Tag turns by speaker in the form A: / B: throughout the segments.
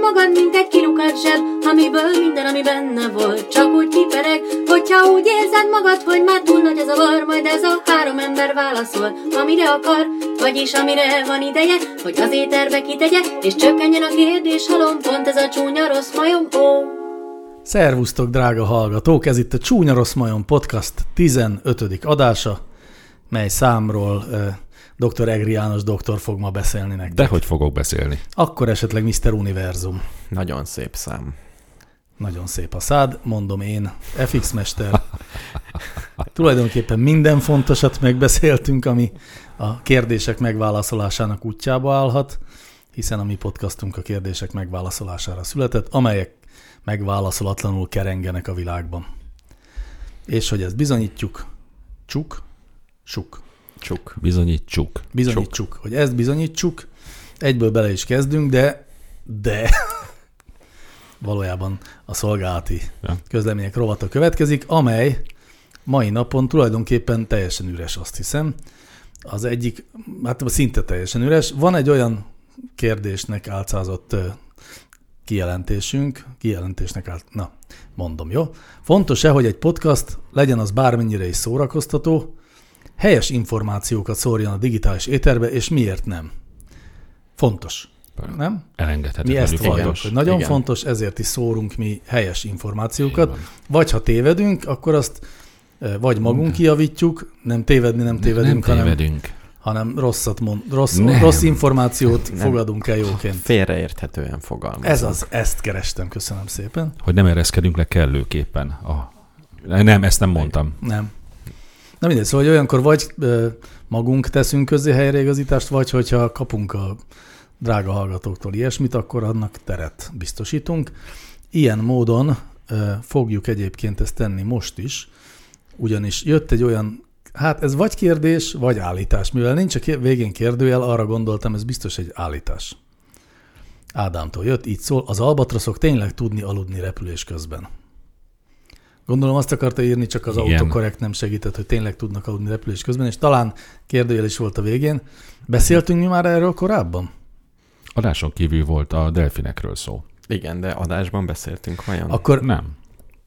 A: magad, mint egy kilukat zseb, amiből minden, ami benne volt, csak úgy kipereg. Hogyha úgy érzed magad, hogy már túl nagy az a var, majd ez a három ember válaszol, amire akar, vagyis amire van ideje, hogy az éterbe kitegye, és csökkenjen a kérdés halom, pont ez a csúnya rossz majom, ó.
B: Szervusztok, drága hallgatók! Ez itt a Csúnya Rossz Majom Podcast 15. adása, mely számról eh, dr. Egri János doktor fog ma beszélni nektek.
C: De hogy fogok beszélni?
B: Akkor esetleg Mr. Univerzum.
D: Nagyon szép szám.
B: Nagyon szép a szád, mondom én, FX Mester. Tulajdonképpen minden fontosat megbeszéltünk, ami a kérdések megválaszolásának útjába állhat, hiszen a mi podcastunk a kérdések megválaszolására született, amelyek megválaszolatlanul kerengenek a világban. És hogy ezt bizonyítjuk, csuk, suk.
D: Csuk.
C: Bizonyítsuk.
B: Bizonyítsuk. Hogy ezt bizonyítsuk, egyből bele is kezdünk, de, de valójában a szolgálati
C: Ja.
B: közlemények rovata következik, amely mai napon tulajdonképpen teljesen üres, azt hiszem. Az egyik, hát szinte teljesen üres. Van egy olyan kérdésnek álcázott ö, kijelentésünk, kijelentésnek állt, na, mondom, jó? Fontos-e, hogy egy podcast legyen az bármennyire is szórakoztató, helyes információkat szórjon a digitális éterbe, és miért nem? Fontos, nem? Mi
C: Elengedhetetlenül
B: ezt valljuk,
C: fontos.
B: hogy nagyon
D: Igen.
B: fontos, ezért is szórunk mi helyes
C: Így
B: információkat.
C: van.
B: Vagy ha tévedünk, akkor azt eh, vagy magunk kijavítjuk, nem tévedni nem
C: Nem
B: tévedünk, hanem,
C: tévedünk.
B: hanem rosszat mond, rossz,
C: Nem.
B: rossz információt
D: Nem.
B: fogadunk el jóként.
D: Félreérthetően fogalmaz.
B: Ez az, ezt kerestem, köszönöm szépen.
C: Hogy nem ereszkedünk le kellőképpen. A... Nem, ezt nem mondtam.
B: Nem. Na mindegy, szóval hogy olyankor vagy ö, magunk teszünk közé helyreigazítást, vagy hogyha kapunk a drága hallgatóktól ilyesmit, akkor annak teret biztosítunk. Ilyen módon ö, fogjuk egyébként ezt tenni most is, ugyanis jött egy olyan, hát ez vagy kérdés, vagy állítás. Mivel nincs a ké- végén kérdőjel, arra gondoltam, ez biztos egy állítás. Ádámtól jött, így szól, az albatroszok tényleg tudni aludni repülés közben. Gondolom azt akarta írni, csak az
C: Igen.
B: autokorrekt nem segített, hogy tényleg tudnak aludni repülés közben, és talán kérdőjel is volt a végén. Beszéltünk mi már erről korábban?
C: Adáson kívül volt a delfinekről szó.
D: Igen, de adásban beszéltünk vajon? A...
B: Akkor
C: Nem.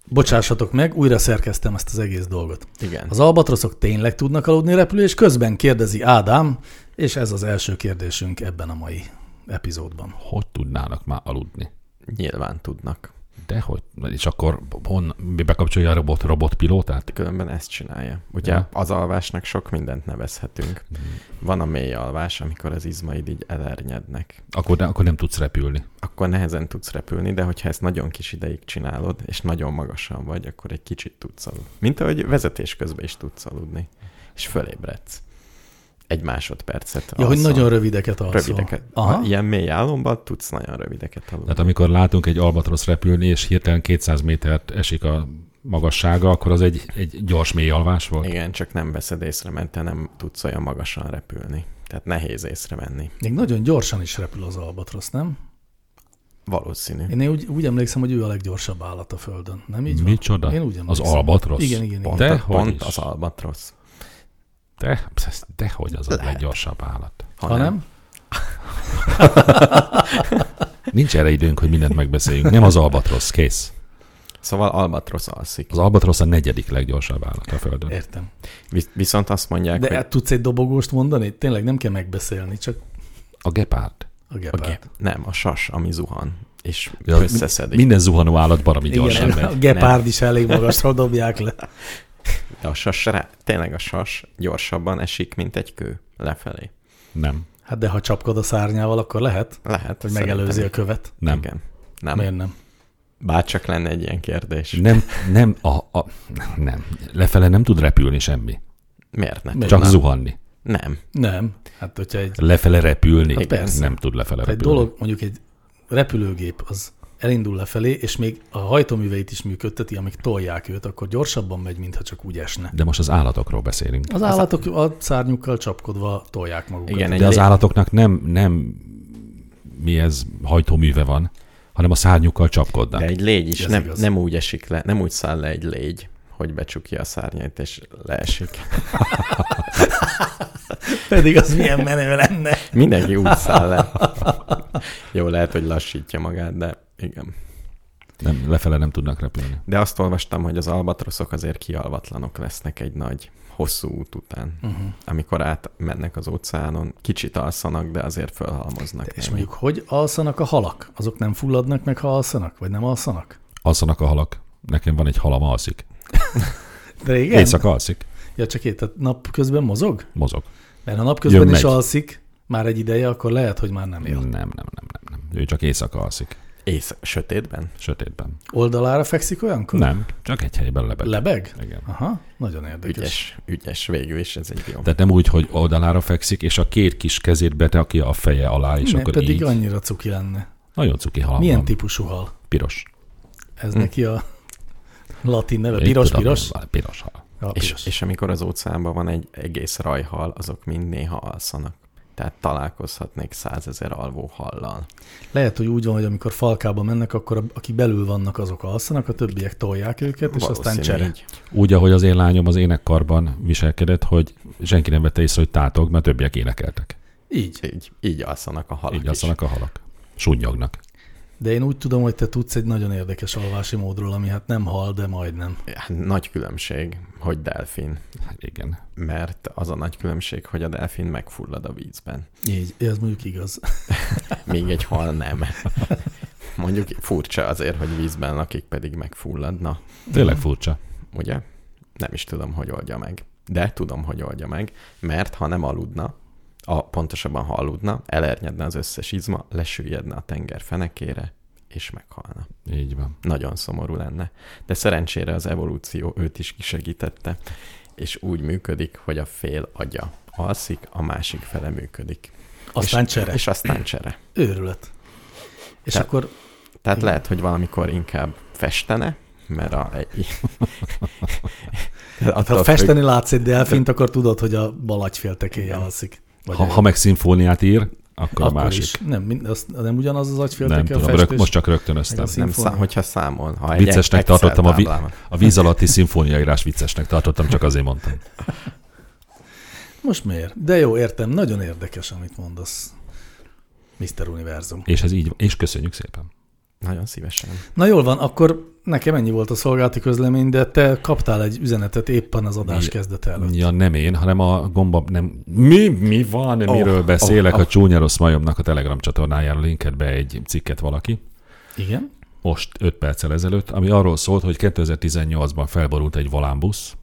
B: bocsássatok meg, újra szerkeztem ezt az egész dolgot.
D: Igen.
B: Az albatroszok tényleg tudnak aludni repülés közben? Kérdezi Ádám, és ez az első kérdésünk ebben a mai epizódban.
C: Hogy tudnának már aludni?
D: Nyilván tudnak.
C: De hogy? És akkor hon, mi bekapcsolja a robot, robotpilótát?
D: Különben ezt csinálja. Ugye
C: Ja.
D: ja. az alvásnak sok mindent nevezhetünk. Van a mély alvás, amikor az izmaid így elernyednek.
C: Akkor, ne, akkor nem tudsz repülni.
D: Akkor nehezen tudsz repülni, de hogyha ezt nagyon kis ideig csinálod, és nagyon magasan vagy, akkor egy kicsit tudsz aludni. Mint ahogy vezetés közben is tudsz aludni. És fölébredsz. Egy másodpercet.
B: Ja, hogy
D: alszol.
B: nagyon rövideket alszol.
D: Rövideket.
B: Aha.
D: Aha. Ilyen mély álomban tudsz nagyon rövideket aludni.
C: Tehát amikor látunk egy albatrosz repülni, és hirtelen 200 métert esik a magassága, akkor az egy, egy gyors mély alvás volt?
D: Igen, csak nem veszed észre, mert te nem tudsz olyan magasan repülni. Tehát nehéz észrevenni.
B: Még nagyon gyorsan is repül az albatrosz, nem?
D: Valószínű.
B: Én úgy, úgy emlékszem, hogy ő a leggyorsabb állat a Földön. Nem így van?
C: Micsoda?
B: Én úgy emlékszem.
C: Az albatrosz?
B: Igen, igen, igen.
D: Pont,
C: De
D: a,
C: hogy
D: pont
C: is.
D: az albatrosz.
C: De, de hogy az a
D: Lehet.
C: leggyorsabb állat?
D: Ha,
B: Ha
D: nem,
B: nem?
C: Nincs erre időnk, hogy mindent megbeszéljünk. Nem az albatrosz, kész.
D: Szóval albatrosz alszik.
C: Az albatrosz a negyedik leggyorsabb állat a Földön.
B: Értem.
D: Visz- Viszont azt mondják,
B: De
D: hogy
B: hát tudsz egy dobogóst mondani? Tényleg nem kell megbeszélni, csak
C: A gepárd.
B: a
D: a
B: gepárd.
D: gép, nem, a sas, ami zuhan, és
C: Ja,
D: összeszedik.
C: Minden zuhanó állat baromi gyorsan
B: Igen,
C: megy.
B: a gepárd is elég magasra dobják le.
D: De a sas, rá, tényleg a sas gyorsabban esik, mint egy kő lefelé.
C: Nem,
B: Hát de ha csapkod a szárnyával, akkor lehet,
D: Lehet,
B: hogy
D: szerintem.
B: megelőzi a követ.
C: nem.
D: Igen. Nem.
B: Miért nem?
D: Bárcsak lenne egy ilyen kérdés.
C: Nem, nem, a, a, nem. Lefele nem tud repülni semmi.
D: Miért ne?
B: Miért?
C: Csak
B: Nem.
C: zuhanni.
D: Nem.
B: Nem. Hát hogyha egy
C: Lefele repülni.
B: Hát persze.
C: Nem tud lefele
B: Tehát
C: repülni.
B: egy dolog, mondjuk egy repülőgép az elindul lefelé, és még a hajtóműveit is működteti, amik tolják őt, akkor gyorsabban megy, mintha csak úgy esne.
C: De most az állatokról beszélünk.
B: Az állatok a szárnyukkal csapkodva tolják magukat.
D: Igen,
C: De
D: egy
C: az
D: lé-
C: állatoknak nem, nem mi ez hajtóműve van, hanem a szárnyukkal csapkodnak.
D: De egy légy is
B: Ez
D: nem,
B: igaz.
D: nem úgy esik le, nem úgy száll le egy légy, hogy becsukja a szárnyait és leesik.
B: Pedig az milyen menő lenne.
D: Mindenki úgy száll le. Jó, lehet, hogy lassítja magát, de igen.
C: Nem, lefele nem tudnak repülni.
D: De azt olvastam, hogy az albatroszok azért kialvatlanok lesznek egy nagy, hosszú út után.
B: Uh-huh.
D: Amikor átmennek az óceánon, kicsit alszanak, de azért fölhalmoznak.
B: És
D: némi.
B: mondjuk, hogy alszanak a halak? Azok nem fulladnak meg, ha alszanak? Vagy nem alszanak?
C: Alszanak a halak. Nekem van egy halam, alszik.
B: De igen.
C: Igen. Éjszaka alszik,
B: Ja, csak ér, tehát napközben mozog?
C: mozog.
B: Mert ha napközben
C: Jön,
B: is
C: megy.
B: alszik, már egy ideje, akkor lehet, hogy már nem él.
C: Nem, nem, nem, nem, nem. Ő csak éjszaka alszik,
D: Ész, sötétben?
C: sötétben.
B: Oldalára fekszik olyankor?
C: Nem, csak egy helyben lebeg.
B: Lebeg?
C: Igen.
B: Aha, nagyon érdekes.
D: Ügyes, ügyes végül is, ez egy jó. De...
C: Tehát nem úgy, hogy oldalára fekszik, és a két kis kezét betakja a feje alá, és
B: És
C: akkor
B: pedig
C: így.
B: annyira cuki lenne.
C: Nagyon cuki halam
B: Milyen
C: van.
B: típusú hal?
C: Piros. Hm.
B: Ez neki a latin neve.
C: Én
B: Piros,
C: tudom,
B: piros?
C: van Piros hal.
B: Ja,
D: És,
B: piros.
D: és amikor az óceánban van egy egész rajhal, azok mind néha alszanak. Tehát találkozhatnék százezer alvó hallal.
B: Hát Lehet, hogy úgy van, hogy amikor falkába mennek, akkor a- akik belül vannak, azok alszanak, a többiek tolják őket, és aztán
D: Valószínű
B: csere.
D: így.
C: Úgy, ahogy az én lányom az énekkarban viselkedett, hogy senki nem vette észre, hogy tátog, mert többiek énekeltek.
B: Így.
D: Így, így alszanak a halak
C: Így
D: is.
C: alszanak a halak. Sunnyognak.
B: De én úgy tudom, hogy te tudsz egy nagyon érdekes alvási módról, ami hát nem hal, de majdnem.
D: Hát Nagy különbség, hogy delfin.
C: Hát Igen.
D: Mert az a nagy különbség, hogy a delfin megfullad a vízben.
B: Így, ez mondjuk igaz.
D: Még egy hal nem. Mondjuk furcsa azért, hogy vízben lakik, pedig megfulladna,
C: Tényleg furcsa.
D: ugye? Nem is tudom, hogy oldja meg. De tudom, hogy oldja meg, mert ha nem aludna, a, pontosabban ha aludna, elernyedne az összes izma, lesüllyedne a tenger fenekére, és meghalna.
C: Így van.
D: Nagyon szomorú lenne. De szerencsére az evolúció őt is kisegítette, és úgy működik, hogy a fél agya alszik, a másik fele működik.
B: Aztán
D: és,
B: csere.
D: És aztán csere.
B: Őrület. És
D: Te-
B: akkor
D: Tehát
B: Igen.
D: lehet, hogy valamikor inkább festene, mert a... Attól
B: ha
D: függ-
B: festeni látsz egy delfint, akkor tudod, hogy a bal agyféltekéje alszik. Vagy
C: Ha,
B: egy-
C: ha meg szimfóniát ír, akkor, akkor a másik.
B: Is. Nem, mind, az, nem ugyanaz az
C: Nem
B: agyfélteke a
C: tudom,
B: festés?
C: rög, most csak rögtönöztem.
B: Meg a
D: nem
B: szimfónia.
D: szám, hogyha számol. Ha egy
C: Viccesnek
D: Excel
C: tartottam a vi-
D: táblában.
C: A víz alatti szimfóniaírás viccesnek tartottam, csak azért mondtam.
B: most miért? De jó, értem, nagyon érdekes, amit mondasz. Mr. Univerzum.
C: És ez így van. És köszönjük szépen.
D: Nagyon szívesen.
B: Na jól van, akkor nekem ennyi volt a szolgálati közlemény, de te kaptál egy üzenetet éppen az adás
C: Mi-
B: kezdete előtt.
C: Ja, nem én, hanem a gomba nem... Mi, mi van, oh, miről beszélek? Oh,
D: oh.
C: oh. A csúnya rossz majomnak a Telegram csatornájára linkelt be egy cikket valaki,
B: Igen?
C: most 5 perccel ezelőtt, ami arról szólt, hogy 2018-ban felborult egy volánbusz,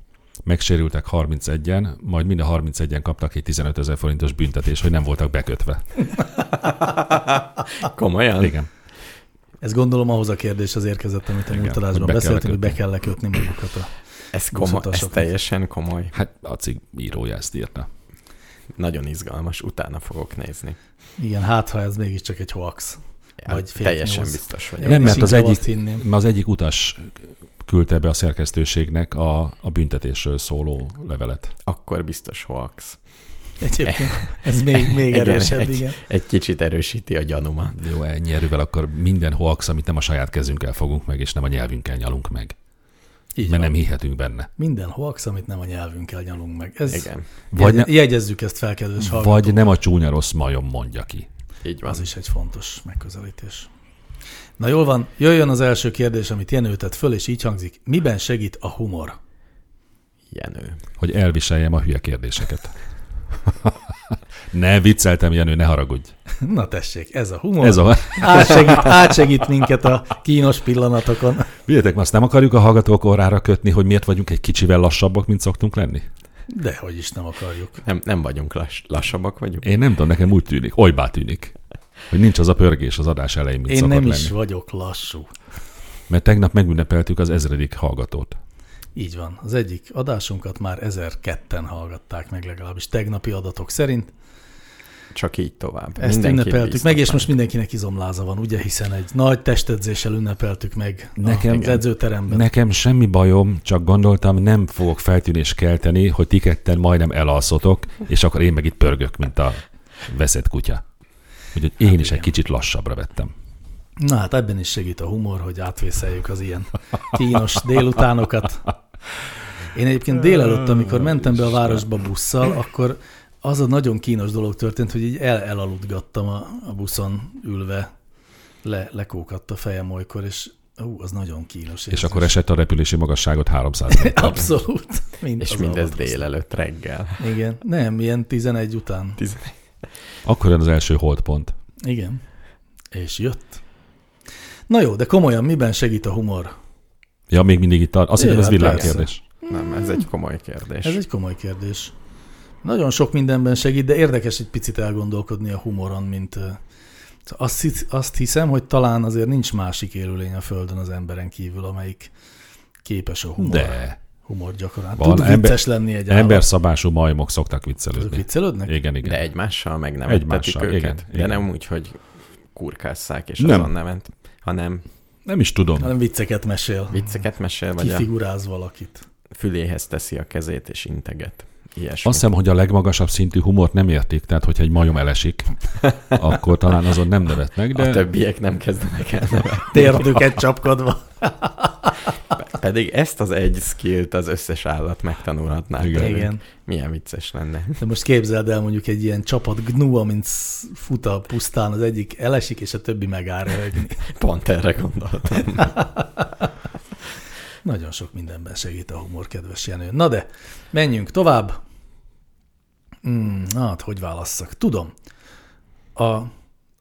C: megsérültek 31-en, majd mind a 31-en kaptak egy 15 ezer forintos büntetést, hogy nem voltak bekötve.
B: Hát,
D: Komolyan?
C: Igen.
B: Ez gondolom ahhoz a kérdés az érkezett, amit a
C: Igen,
B: múlt adásban
C: hogy be kell
B: beszéltünk, hogy be
C: lekötni.
B: kell lekötni magukat. A...
D: Ez, komoly, ez
B: Buszutasok.
D: teljesen komoly.
C: Hát a cikk írója ezt írta.
D: Nagyon izgalmas. Utána fogok nézni.
B: Igen, hát ha ez mégiscsak egy hoax. Vagy fake
D: teljesen
B: news.
D: biztos vagyok.
C: Nem,
B: Én
C: mert
B: is
C: az
B: inkább
C: egyik-
B: azt hinném.
C: Mert az egyik utas küldte be a szerkesztőségnek a, a büntetésről szóló levelet.
D: Akkor biztos hoax.
B: Egyébként ez még, még
D: Igen,
B: erősebb,
D: egy-
B: igen.
D: Egy kicsit erősíti a gyanúmat.
C: Jó, ennyi erővel akkor minden hoax, amit nem a saját kezünkkel fogunk meg, és nem a nyelvünkkel nyalunk meg.
B: Így
C: mert
B: van.
C: nem hihetünk benne.
B: Minden hoax, amit nem a nyelvünkkel nyalunk meg. Ez,
D: Igen,
C: Vagy, ne,
B: Jegye- Jegyezzük ezt fel, kedves hallgatók.
C: vagy nem a csúnya rossz majom mondja ki.
D: így van.
B: Az is egy fontos megközelítés. Na jól van, jöjjön az első kérdés, amit Jenő tett föl, és így hangzik. Miben segít a humor?
D: Jenő.
C: Hogy elviseljem a hülye kérdéseket. ne, vicceltem, Jenő, ne haragudj.
B: Na tessék, ez a humor.
C: Ez a...
B: Átsegít, átsegít minket a kínos pillanatokon.
C: Vigyétek, azt nem akarjuk a hallgatók orrára kötni, hogy miért vagyunk egy kicsivel lassabbak, mint szoktunk lenni?
B: Dehogy is nem akarjuk.
D: Nem, nem vagyunk lass, lassabbak vagyunk.
C: Én nem tudom, nekem úgy tűnik, olybá tűnik, hogy nincs az a pörgés az adás elején, mint
B: Én
C: szokott
B: nem
C: lenni.
B: is vagyok lassú.
C: Mert tegnap megünnepeltük az ezredik hallgatót.
B: Így van. Az egyik adásunkat már 1002-en hallgatták meg legalábbis tegnapi adatok szerint.
D: Csak így tovább.
B: Ezt
D: Mindenki
B: ünnepeltük
D: bíztat
B: meg, és
D: bennünk.
B: most mindenkinek izomláza van, ugye, hiszen egy nagy testedzéssel ünnepeltük meg
C: Nekem-
B: Nekem, az edzőteremben.
C: Nekem semmi bajom, csak gondoltam, nem fogok feltűnést kelteni, hogy ti ketten majdnem elalszotok, és akkor én meg itt pörgök, mint a veszett kutya. Úgyhogy én
B: Hát
C: is egy kicsit lassabbra vettem.
B: Na hát ebben is segít a humor, hogy átvészeljük az ilyen kínos délutánokat. Én egyébként délelőtt, amikor mentem be a városba busszal, akkor az a nagyon kínos dolog történt, hogy így el elaludgattam a, a buszon ülve, le, lekókadt a fejem olykor, és ú, az nagyon kínos.
C: És akkor esett a repülési magasságot 300 méterre.
B: Abszolút. Mind
D: És
B: az
D: mindez
B: alvatrosz.
D: délelőtt, reggel.
B: Igen. Nem, ilyen 11 után.
C: Akkor jön az első holdpont.
B: Igen. És jött. Na jó, de komolyan, miben segít a humor?
C: Ja, még mindig itt tart. Azt hiszem,
B: Ja,
C: ez
B: hát
C: villámkérdés.
D: Nem, ez egy komoly kérdés.
B: Ez egy komoly kérdés. Nagyon sok mindenben segít, de érdekes egy picit elgondolkodni a humoron, mint... ö, szóval Azt, hisz- azt hiszem, hogy talán azért nincs másik élőlény a Földön az emberen kívül, amelyik képes a humor,
C: De
B: humor gyakorán.
C: Van,
B: Tud vicces
C: ember-
B: lenni egy állat.
C: emberszabású majmok szoktak
B: Azok
C: viccelődni.
B: viccelődnek?
C: Igen, igen.
D: De egymással meg nem
C: Egymással,
D: egymással, őket.
C: igen,
D: Igen, de
C: igen.
D: nem úgy, hogy kurkásszák, és
C: Nem.
D: nem. azon ment, hanem
C: Nem is tudom.
B: Hanem vicceket mesél.
D: vicceket mesél, vagy a
B: Kifiguráz valakit.
D: füléhez teszi a kezét és integet. Ilyesmi.
C: Azt hiszem, hogy a legmagasabb szintű humort nem értik, tehát hogyha egy majom elesik, akkor talán azon nem nevetnek,
D: de... A
C: de
D: többiek nem kezdenek el nevetni.
B: Térdüket csapkodva.
D: Pedig ezt az egy skillt az összes állat megtanulhatná.
C: Igen.
D: tőlünk.
B: Igen.
D: Milyen vicces lenne.
B: De most képzeld el mondjuk egy ilyen csapat gnu, amint sz- fut a pusztán, az egyik elesik, és a többi megáll röhögni.
D: Pont erre gondoltam.
B: Nagyon sok mindenben segít a humor, kedves Jenő. Na de, menjünk tovább. Hmm, na hát, hogy válasszak? Tudom. A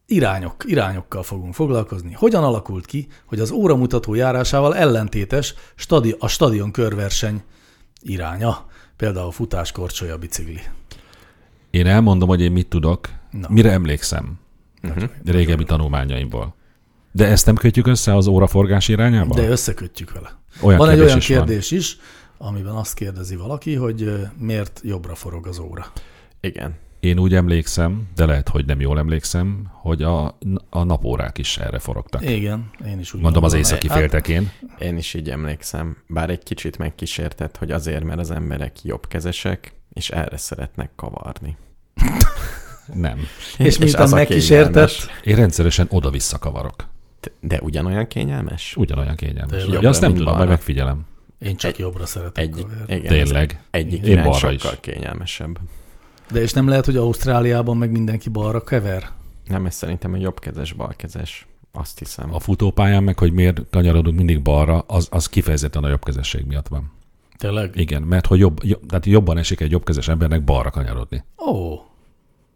B: irányok, irányokkal fogunk foglalkozni. Hogyan alakult ki, hogy az óramutató járásával ellentétes stadi- a stadion körverseny iránya? Például futás, korcsolya, bicikli.
C: én elmondom, hogy én mit tudok,
B: Na. Hát,
C: mire emlékszem régebbi tanulmányaimból. De ezt nem kötjük össze az óraforgás irányába?
B: De összekötjük vele.
C: olyan
B: van egy
C: kérdés
B: olyan
C: is van.
B: kérdés is, amiben azt kérdezi valaki, hogy ö, miért jobbra forog az óra.
D: Igen.
C: Én úgy emlékszem, de lehet, hogy nem jól emlékszem, hogy a, a napórák is erre forogtak. Én
B: Igen, én is úgy
C: Mondom az
B: gondolom.
C: északi
B: Hát,
C: féltekén.
D: Én is így emlékszem, bár egy kicsit megkísértett, hogy azért, mert az emberek jobbkezesek, és erre szeretnek kavarni.
C: Nem.
B: És miután
D: az a
B: megkísértett?
D: kényelmes.
C: Én rendszeresen oda-vissza kavarok.
D: De ugyanolyan kényelmes?
C: Ugyanolyan kényelmes.
B: Tényleg?
C: Ugye azt nem
D: Mint
C: tudom, majd
D: balra.
C: megfigyelem.
B: Én csak
D: Egy-
B: jobbra szeretek
D: Egy,
B: kaverni.
D: igen,
C: Tényleg.
D: az Egyik
C: Én
D: Én irány
C: balra is.
D: sokkal is. kényelmesebb.
B: De és nem lehet, hogy Ausztráliában meg mindenki balra kever?
D: Nem, ez szerintem a jobbkezes, balkezes. Azt hiszem.
C: A futópályán meg, hogy miért kanyarodunk mindig balra, az, az kifejezetten a jobbkezesség miatt van.
B: Tényleg?
C: Igen, mert hogy jobb, jobb, tehát jobban esik egy jobbkezes embernek balra kanyarodni.
B: Ó,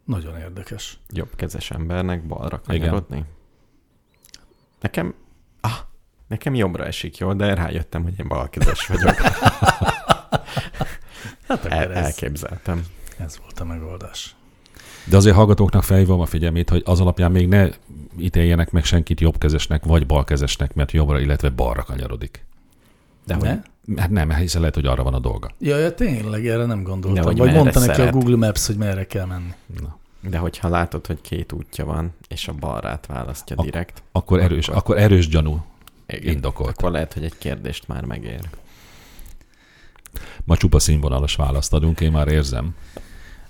B: nagyon érdekes.
D: Jobbkezes embernek balra kanyarodni. Igen. Nekem... Ah, nekem jobbra esik jól, de rájöttem, hogy én balkezes vagyok.
B: Hát akkor
D: El,
B: ez,
D: elképzeltem.
B: ez volt a megoldás.
C: De azért hallgatóknak felhívom a figyelmét, hogy az alapján még ne ítéljenek meg senkit jobbkezesnek vagy balkezesnek, mert jobbra, illetve balra kanyarodik.
D: De hogy
B: Ne?
C: Hát nem, hiszen lehet, hogy arra van a dolga.
B: Ja, ja, tényleg, erre nem gondoltam.
D: Nehogy
B: Vagy
D: merre
B: mondta neki a
D: szeret.
B: Google Maps, hogy merre kell menni.
C: Na.
D: De hogyha látod, hogy két útja van, és a balrát választja
C: Ak-
D: direkt,
C: Akkor erős, akkor, erős gyanú indokolt.
D: akkor lehet, hogy egy kérdést már megér.
C: Ma csupa színvonalas választ adunk, én már érzem.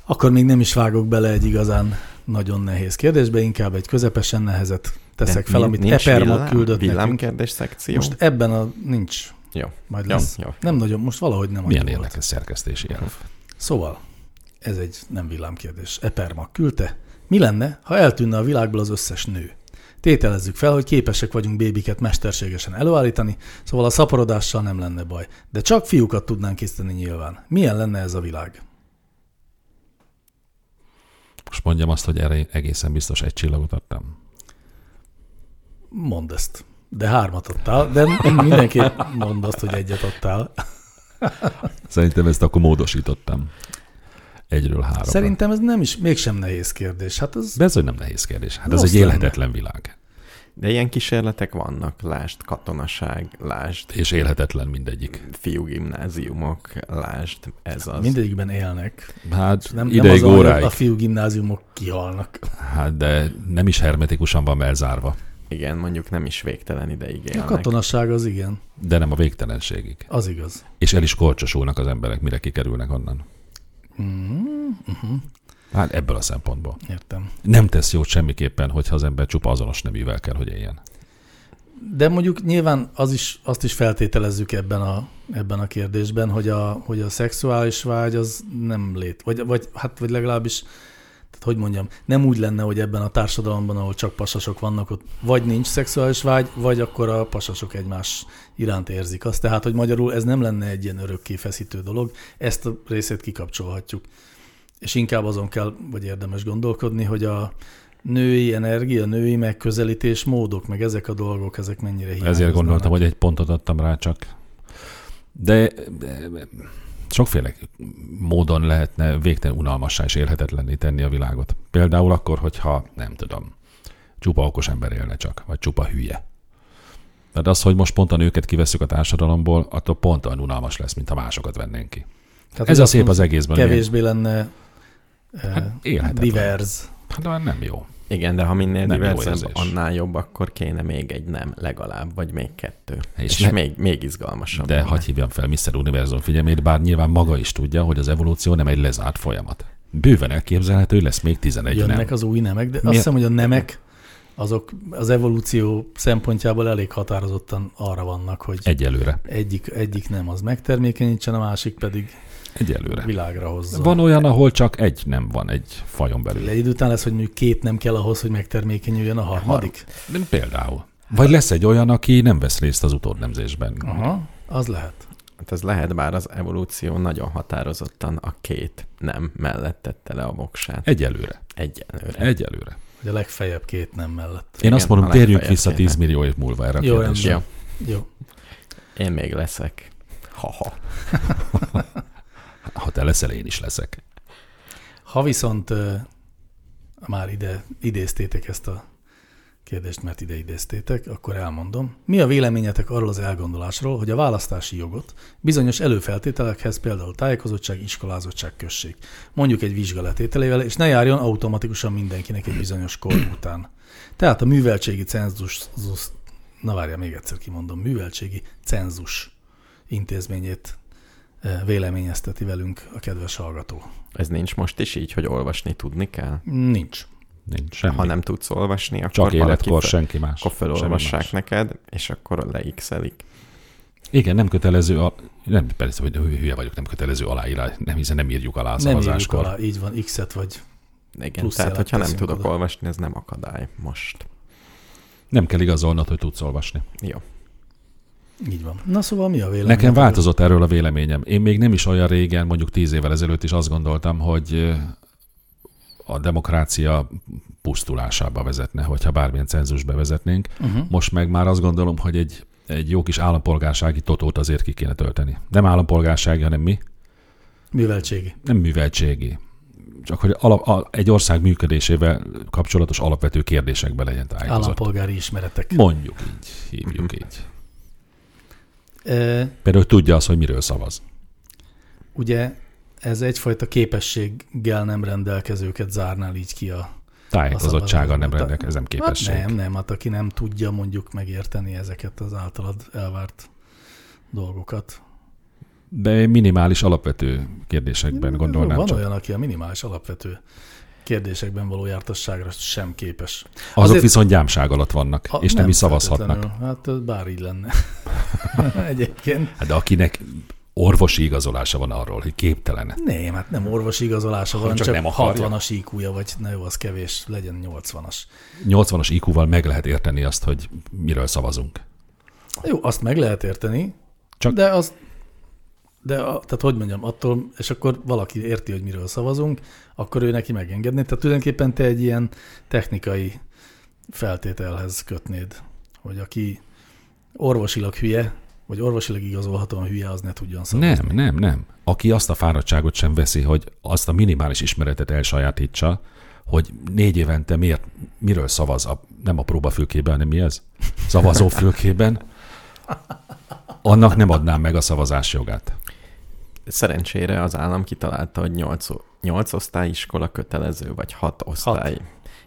B: Akkor még nem is vágok bele egy igazán nagyon nehéz kérdésbe, inkább egy közepesen nehezet teszek
D: De
B: fel,
D: nin-
B: amit
D: nincs
B: Eperma
D: villám-
B: küldött nekünk.
D: Villámkérdés szekció?
B: Most ebben a nincs.
D: Jó.
B: Majd
D: Jó,
B: lesz.
D: jó.
B: Nem nagyon, most valahogy nem
C: Milyen
B: annyi volt.
C: érdekes szerkesztési elv.
B: Szóval, ez egy nem villámkérdés. Eperma küldte. Mi lenne, ha eltűnne a világból az összes nő? Tételezzük fel, hogy képesek vagyunk bébiket mesterségesen előállítani, szóval a szaporodással nem lenne baj. De csak fiúkat tudnánk készíteni nyilván. Milyen lenne ez a világ?
C: Most mondjam azt, hogy erre én egészen biztos egy csillagot adtam.
B: Mondd ezt. De hármat adtál, de mindenképp mondd azt, hogy egyet adtál.
C: Szerintem ezt akkor módosítottam. Egyről háromra.
B: Szerintem ez nem is, mégsem nehéz kérdés. Hát ez
C: De ez hogy nem nehéz kérdés. Hát ez
B: Rossz
C: egy élhetetlen világ.
D: De ilyen kísérletek vannak, lásd katonaság, lásd
C: És élhetetlen mindegyik.
D: fiúgimnáziumok, lásd ez az.
B: mindegyikben élnek.
C: Hát
B: Nem,
C: nem,
B: nem az,
C: ideig,
B: hogy
C: óráig.
B: a fiú gimnáziumok kihalnak.
C: Hát de nem is hermetikusan van elzárva.
D: Igen, mondjuk nem is végtelen ideig
B: A
D: élnek.
B: katonaság az igen,
C: De nem a végtelenségig.
B: az igaz.
C: És el is korcsosulnak az emberek, mire kikerülnek onnan.
B: Mhm,
C: Hát ebből a szempontból.
B: Értem.
C: Nem tesz jót semmiképpen, hogyha az ember csupa azonos neművel kell, hogy éljen.
B: De mondjuk nyilván az is, azt is feltételezzük ebben a, ebben a kérdésben, hogy a, hogy a szexuális vágy az nem lét, vagy, vagy, hát, vagy legalábbis, tehát hogy mondjam, nem úgy lenne, hogy ebben a társadalomban, ahol csak pasasok vannak, ott vagy nincs szexuális vágy, vagy akkor a pasasok egymás iránt érzik azt. Tehát, hogy magyarul ez nem lenne egy ilyen örökké feszítő dolog, ezt a részét kikapcsolhatjuk. És inkább azon kell, vagy érdemes gondolkodni, hogy a, női energia, női megközelítés, módok, meg ezek a dolgok, ezek mennyire hiányoznak.
C: Ezért gondoltam, hogy egy pontot adtam rá csak. De, de sokféle módon lehetne végtelen unalmassá és élhetetlenné tenni a világot. Például akkor, hogyha nem tudom, csupa okos ember élne csak, vagy csupa hülye. Tehát az, hogy most pont a nőket kiveszük a társadalomból, attól pont olyan unalmas lesz, mint ha másokat vennénk ki.
B: Tehát
C: Ez
B: ugye
C: a szép
B: azt
C: az egészben.
B: Kevésbé lenne hát,
C: élhetetlen.
B: divers.
C: milyen- Hát, de nem jó.
D: Igen, de ha minél
C: Nem jó
D: diverzebb,
C: érzés.
D: annál jobb, akkor kéne még egy nem legalább, vagy még kettő.
C: És
D: És,
C: ne-
D: még, még izgalmasabb.
C: De
D: lenne.
C: hagyj hívjam fel Mr. Univerzum figyelmét, bár nyilván maga is tudja, hogy az evolúció nem egy lezárt folyamat. Bőven elképzelhető, hogy lesz még 11
B: Jönnek
C: nem.
B: az új nemek, de
C: Mi-
B: azt hiszem, hogy a nemek azok az evolúció szempontjából elég határozottan arra vannak, hogy
C: Egyelőre.
B: egyik, egyik nem az megtermékenyítsen, a másik pedig
C: Egyelőre.
B: világra hozza.
C: Van olyan, ahol csak egy nem van egy fajon belül.
B: Egy idő után lesz, hogy mondjuk két nem kell ahhoz, hogy megtermékenyüljön a harmadik.
C: Nem például. Vagy lesz egy olyan, aki nem vesz részt az utódnemzésben.
B: Aha, az lehet.
D: Hát ez lehet, bár az evolúció nagyon határozottan a két nem mellett tette le a voksát.
C: Egyelőre.
D: Egyenlőre.
C: Egyelőre.
B: Hogy a legfeljebb két nem mellett.
C: Én azt
D: Igen,
C: mondom,
D: a
C: térjünk
D: legfeljebb
C: vissza
D: kéne.
C: 10 millió év múlva erre a
B: Jó,
C: kérdésre.
D: Ja,
B: Jó.
D: én még leszek. Haha.
C: Ha te leszel, én is leszek.
B: Ha viszont ö, már ide idéztétek ezt a kérdést, mert ide idéztétek, akkor elmondom. Mi a véleményetek arról az elgondolásról, hogy a választási jogot bizonyos előfeltételekhez, például tájékozottság, iskolázottság kössék, mondjuk egy vizsgálatételével, és ne járjon automatikusan mindenkinek egy bizonyos kor után. Tehát a műveltségi cenzus, zus- na várja, még egyszer kimondom, műveltségi cenzus intézményét ö, véleményezteti velünk a kedves hallgató.
D: Ez nincs most is így, hogy olvasni tudni kell?
B: Nincs.
C: Nincs semmi.
D: Ha nem tudsz olvasni, akkor
C: Csak
D: valaki
C: életkor,
D: fel-
C: senki más.
D: Akkor
C: Semmi
D: felolvassák
C: más.
D: neked, és akkor leixelik.
C: Igen, nem kötelező, a... nem, persze, hogy hülye hülye vagyok, nem kötelező aláírás, nem, hiszen nem írjuk alá a
B: Nem írjuk
C: szavazáskor.
B: alá, így van, X-et vagy.
D: Igen,
B: Plusz
D: Plusz tehát
B: jelet
D: hogyha nem
B: teszünk
D: tudok
B: oda.
D: olvasni, ez nem akadály most.
C: Nem kell igazolnod, hogy tudsz olvasni.
D: Jó.
B: Így van. Na szóval mi a vélemény?
C: Nekem változott erről a véleményem. Én még nem is olyan régen, mondjuk tíz évvel ezelőtt is azt gondoltam, hogy ö, a demokrácia pusztulásába vezetne, hogyha bármilyen cenzus bevezetnénk.
B: Uh-huh.
C: Most meg már azt gondolom, hogy egy, egy jó kis állampolgársági totót azért ki kéne tölteni. Nem állampolgársági, hanem mi?
B: Műveltségi.
C: Nem műveltségi. Csak hogy alap, a, egy ország működésével kapcsolatos alapvető kérdésekben legyen tájékozott.
B: Állampolgári ismeretek.
C: Mondjuk így, hívjuk így.
B: E,
C: Például hogy tudja azt, hogy miről szavaz.
B: ugye ez egyfajta képességgel nem rendelkezőket zárnál így ki a...
C: Tájékozottsága nem
B: szavazat.
C: rendelkezik, nem
B: Hát
C: képesség.
B: nem, nem, hát aki nem tudja mondjuk megérteni ezeket az általad elvárt dolgokat.
C: De minimális alapvető kérdésekben gondolnám
B: Van
C: csak.
B: olyan, aki a minimális alapvető kérdésekben való jártasságra sem képes.
C: Azok
B: Azért-
C: viszont gyámság alatt vannak,
B: Ha-
C: és nem, is szavazhatnak.
B: feltétlenül. Hát bár így lenne. Egyébként.
C: Hát de akinek orvosi igazolása van arról, hogy képtelen.
B: Nem, hát nem orvosi igazolása van,
C: Csak
B: csak, csak
C: nem
B: nem
C: akarja.
B: 60-as IQ-ja, vagy na jó, az kevés, legyen 80-as.
C: 80-as IQ-val meg lehet érteni azt, hogy miről szavazunk.
B: Jó, azt meg lehet érteni,
C: Csak-
B: csak de az, de a, tehát hogy mondjam, attól, és akkor valaki érti, hogy miről szavazunk, akkor ő neki megengedné. Tehát tulajdonképpen te egy ilyen technikai feltételhez kötnéd, hogy aki orvosilag hülye, vagy orvosilag igazolhatóan hülye, az ne tudjon szavazni.
C: Nem, nem, nem. Aki azt a fáradtságot sem veszi, hogy azt a minimális ismeretet elsajátítsa, hogy négy évente miért, miről szavaz, a, nem a próbafülkében, hanem mi ez? Szavazófülkében, annak nem adnám meg a szavazás jogát.
D: Szerencsére az állam kitalálta, hogy 8, 8 osztály iskola kötelező, vagy 6 osztály.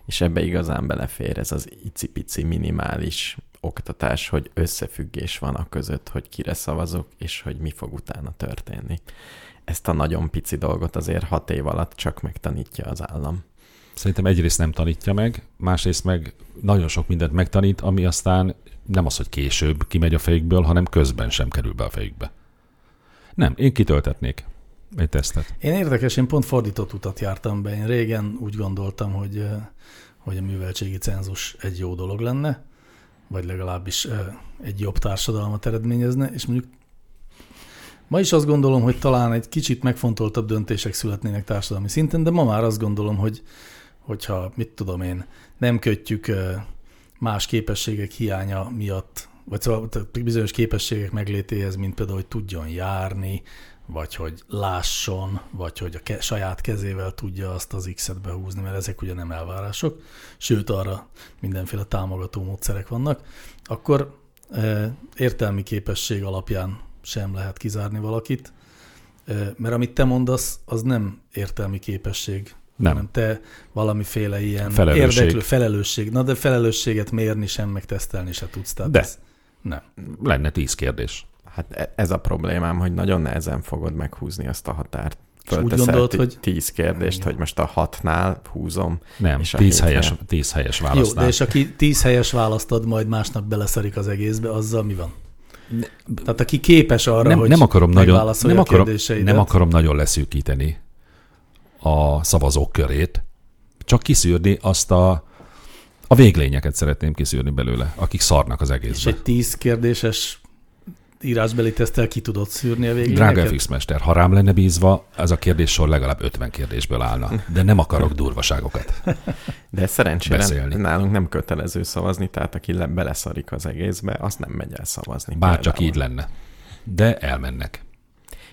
D: És ebbe igazán belefér ez az icipici minimális oktatás, hogy összefüggés van a között, hogy kire szavazok, és hogy mi fog utána történni. Ezt a nagyon pici dolgot azért hat év alatt csak megtanítja az állam.
C: Szerintem egyrészt nem tanítja meg, másrészt meg nagyon sok mindent megtanít, ami aztán nem az, hogy később kimegy a fejükből, hanem közben sem kerül be a fejükbe. Nem, én kitöltetnék egy tesztet.
B: Én érdekes, én pont fordított utat jártam be. Én régen úgy gondoltam, hogy, eh, hogy a műveltségi cenzus egy jó dolog lenne, vagy legalábbis eh, egy jobb társadalmat eredményezne, és mondjuk ma is azt gondolom, hogy talán egy kicsit megfontoltabb döntések születnének társadalmi szinten, de ma már azt gondolom, hogy hogyha, mit tudom én, nem kötjük eh, más képességek hiánya miatt, vagy szóval tehát bizonyos képességek meglétéhez, mint például, hogy tudjon járni, vagy hogy lásson, vagy hogy a ke- saját kezével tudja azt az X-et behúzni, mert ezek ugye nem elvárások, sőt arra mindenféle támogató módszerek vannak, akkor e, értelmi képesség alapján sem lehet kizárni valakit, e, mert amit te mondasz, az nem értelmi képesség,
C: Nem.
B: hanem te valamiféle ilyen
C: Felelősség.
B: érdeklő felelősség. Na de felelősséget mérni sem, meg tesztelni se tudsz. Tehát
C: De.
B: ez- nem.
C: Lenne tíz kérdés.
D: Hát e- ez a problémám, hogy nagyon nehezen fogod meghúzni azt a határt.
B: És úgy
D: Fölteszel
B: gondolod,
D: ti-
B: hogy-
D: Tíz kérdést, hogy most a hatnál húzom.
C: Nem,
D: És a
C: tíz
D: hétnél?
C: helyes, tíz helyes
B: Jó,
C: válasznál.
B: de és aki tíz helyes választod, majd másnap beleszarik az egészbe, azzal mi van? Tehát aki képes arra,
C: nem,
B: hogy
C: nem akarom nagyon,
B: megválaszolja
C: nem
B: a
C: akarom,
B: kérdéseidet.
C: nem akarom nagyon leszűkíteni a szavazók körét, csak kiszűrni azt a a véglényeket szeretném kiszűrni belőle, akik szarnak az
B: És
C: egészbe.
B: egy tíz kérdéses írásbeli teszttel ki tudod szűrni a végén.
C: Drága FX mester, ha rám lenne bízva, ez a kérdéssor legalább 50 kérdésből állna, de nem akarok durvaságokat.
D: De szerencsére
C: Beszélni.
D: nálunk nem kötelező szavazni, tehát aki le- beleszarik az egészbe, azt nem megy el szavazni.
C: Bárcsak
D: például.
C: így lenne. De elmennek.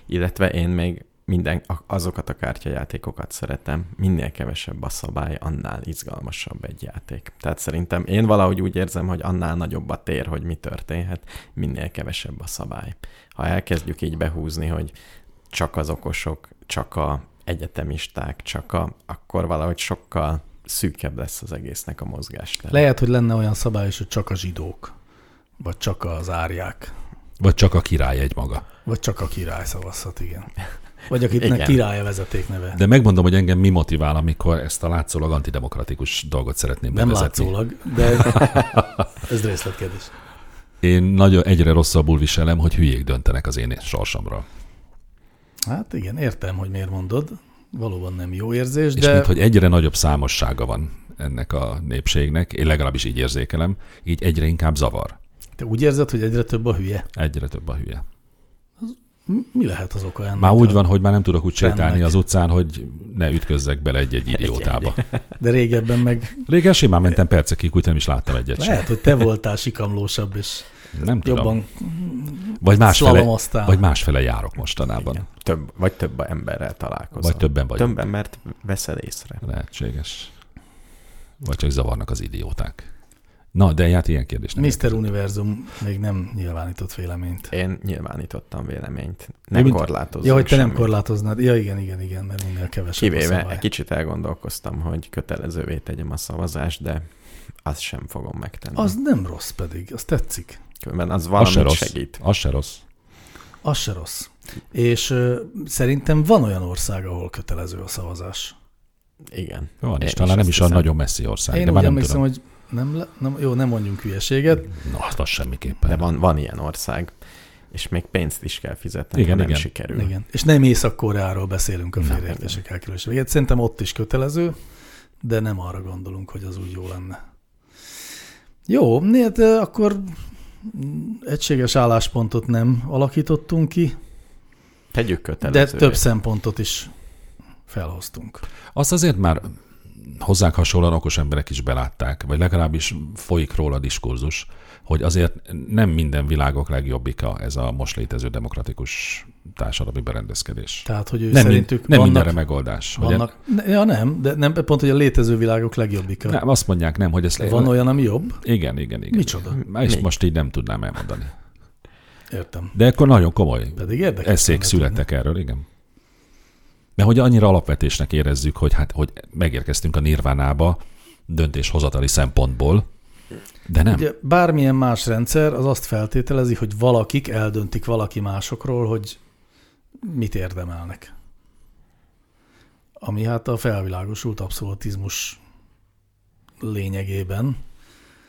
D: Illetve én még minden, a- azokat a kártyajátékokat szeretem, minél kevesebb a szabály, annál izgalmasabb egy játék. Tehát szerintem én valahogy úgy érzem, hogy annál nagyobb a tér, hogy mi történhet, minél kevesebb a szabály. Ha elkezdjük így behúzni, hogy csak az okosok, csak a egyetemisták, csak a, akkor valahogy sokkal szűkebb lesz az egésznek a mozgástere.
B: Lehet, hogy lenne olyan szabály is, hogy csak a zsidók, vagy csak az árják,
C: Vagy csak a király egy maga.
B: vagy csak a király szavazhat, igen. Vagy akiknek
D: Igen.
B: királya vezeték neve.
C: De megmondom, hogy engem mi motivál, amikor ezt a látszólag antidemokratikus dolgot szeretném
B: nem
C: bevezetni.
B: látszólag, de ez részletkedés.
C: Én nagyon egyre rosszabbul viselem, hogy hülyék döntenek az én sorsomra.
B: Hát igen, értem, hogy miért mondod. Valóban nem jó érzés,
C: És
B: de...
C: minthogy egyre nagyobb számossága van ennek a népségnek, én legalábbis így érzékelem, így egyre inkább zavar.
B: Te úgy érzed, hogy egyre több a hülye?
C: Egyre több a hülye.
B: M- Mi lehet az oka ennek?
C: Már úgy van, hogy már nem tudok úgy
B: Rendnek.
C: sétálni az utcán, hogy ne ütközzek bele egy-egy idiótába.
B: De régebben meg
C: Régen simán mentem percekig, úgy nem is láttam egyet sem.
B: lehet, hogy te voltál sikamlósabb, és
C: Nem tudom.
B: jobban
C: vagy, másfele,
B: slalomoztál.
C: vagy másfele járok mostanában.
D: Több, vagy több emberrel találkozol.
C: Vagy többen vagyunk.
D: Több embert veszed észre.
C: Lehetséges. Vagy csak zavarnak az idióták. Na, de hát ilyen kérdés nem.
B: Mr. Univerzum még nem nyilvánított véleményt.
D: Én nyilvánítottam véleményt. Nem
B: mint-
D: korlátozom.
B: Ja, hogy te nem
D: semmit.
B: korlátoznád. Ja, igen, igen, igen, mert minél kevesebb a
D: Kivéve
B: szabály.
D: egy kicsit elgondolkoztam, hogy kötelezővé tegyem a szavazást, de azt sem fogom megtenni.
B: Az nem rossz pedig, az tetszik.
D: Különben az
C: Az se
D: valamit
C: rossz.
D: segít.
C: Az se rossz.
B: Az se rossz. És ö, szerintem van olyan ország, ahol kötelező a szavazás.
D: Igen.
C: Van, és
D: Én
C: talán
D: is
C: nem
D: azt
C: is a
D: hiszem.
C: nagyon messzi ország,
B: Én
C: de
B: úgy
C: már nem
B: emlékszem,
C: tudom.
B: hogy nem, le, nem, jó, nem mondjunk hülyeséget.
C: Na, hát az, az semmiképpen.
D: De van, van ilyen ország, és még pénzt is kell fizetni,
C: Igen,
D: ha nem
C: igen.
D: sikerül.
B: Igen. És nem Észak-Koreáról beszélünk a
C: Nem.
B: félreértések elkerülése végett. Szerintem ott is kötelező, de nem arra gondolunk, hogy az úgy jó lenne. Jó, né, hát eh, akkor mm, egységes álláspontot nem alakítottunk ki,
D: Tegyük
B: de
D: kötelezővé.
B: több szempontot is felhoztunk.
C: Azt azért már hozzánk hasonlóan okos emberek is belátták, vagy legalábbis folyik róla a diskurzus, hogy azért nem minden világok legjobbika ez a most létező demokratikus társadalmi berendezkedés.
B: Tehát, hogy ő
C: Nem, mind-
B: szerintük
C: nem
B: vannak,
C: mindenre megoldás. Hogy
B: vannak, ne, ja nem, de nem, pont, hogy a létező világok legjobbika.
C: nem, azt mondják, nem, hogy ez
B: Van olyan, ami jobb?
C: Igen, igen, igen.
B: Micsoda?
C: Már is
D: Mi?
C: most így nem tudnám elmondani.
B: Értem.
C: De akkor nagyon komoly
B: Pedig érdekes.
C: eszék
B: lenne tudni.
C: születtek erről, igen. Mert hogy annyira alapvetésnek érezzük, hogy hát, hogy megérkeztünk a nirvánába döntéshozatali szempontból, de nem.
B: Ugye bármilyen más rendszer az azt feltételezi, hogy valakik eldöntik valaki másokról, hogy mit érdemelnek. ami hát a felvilágosult abszolutizmus lényegében.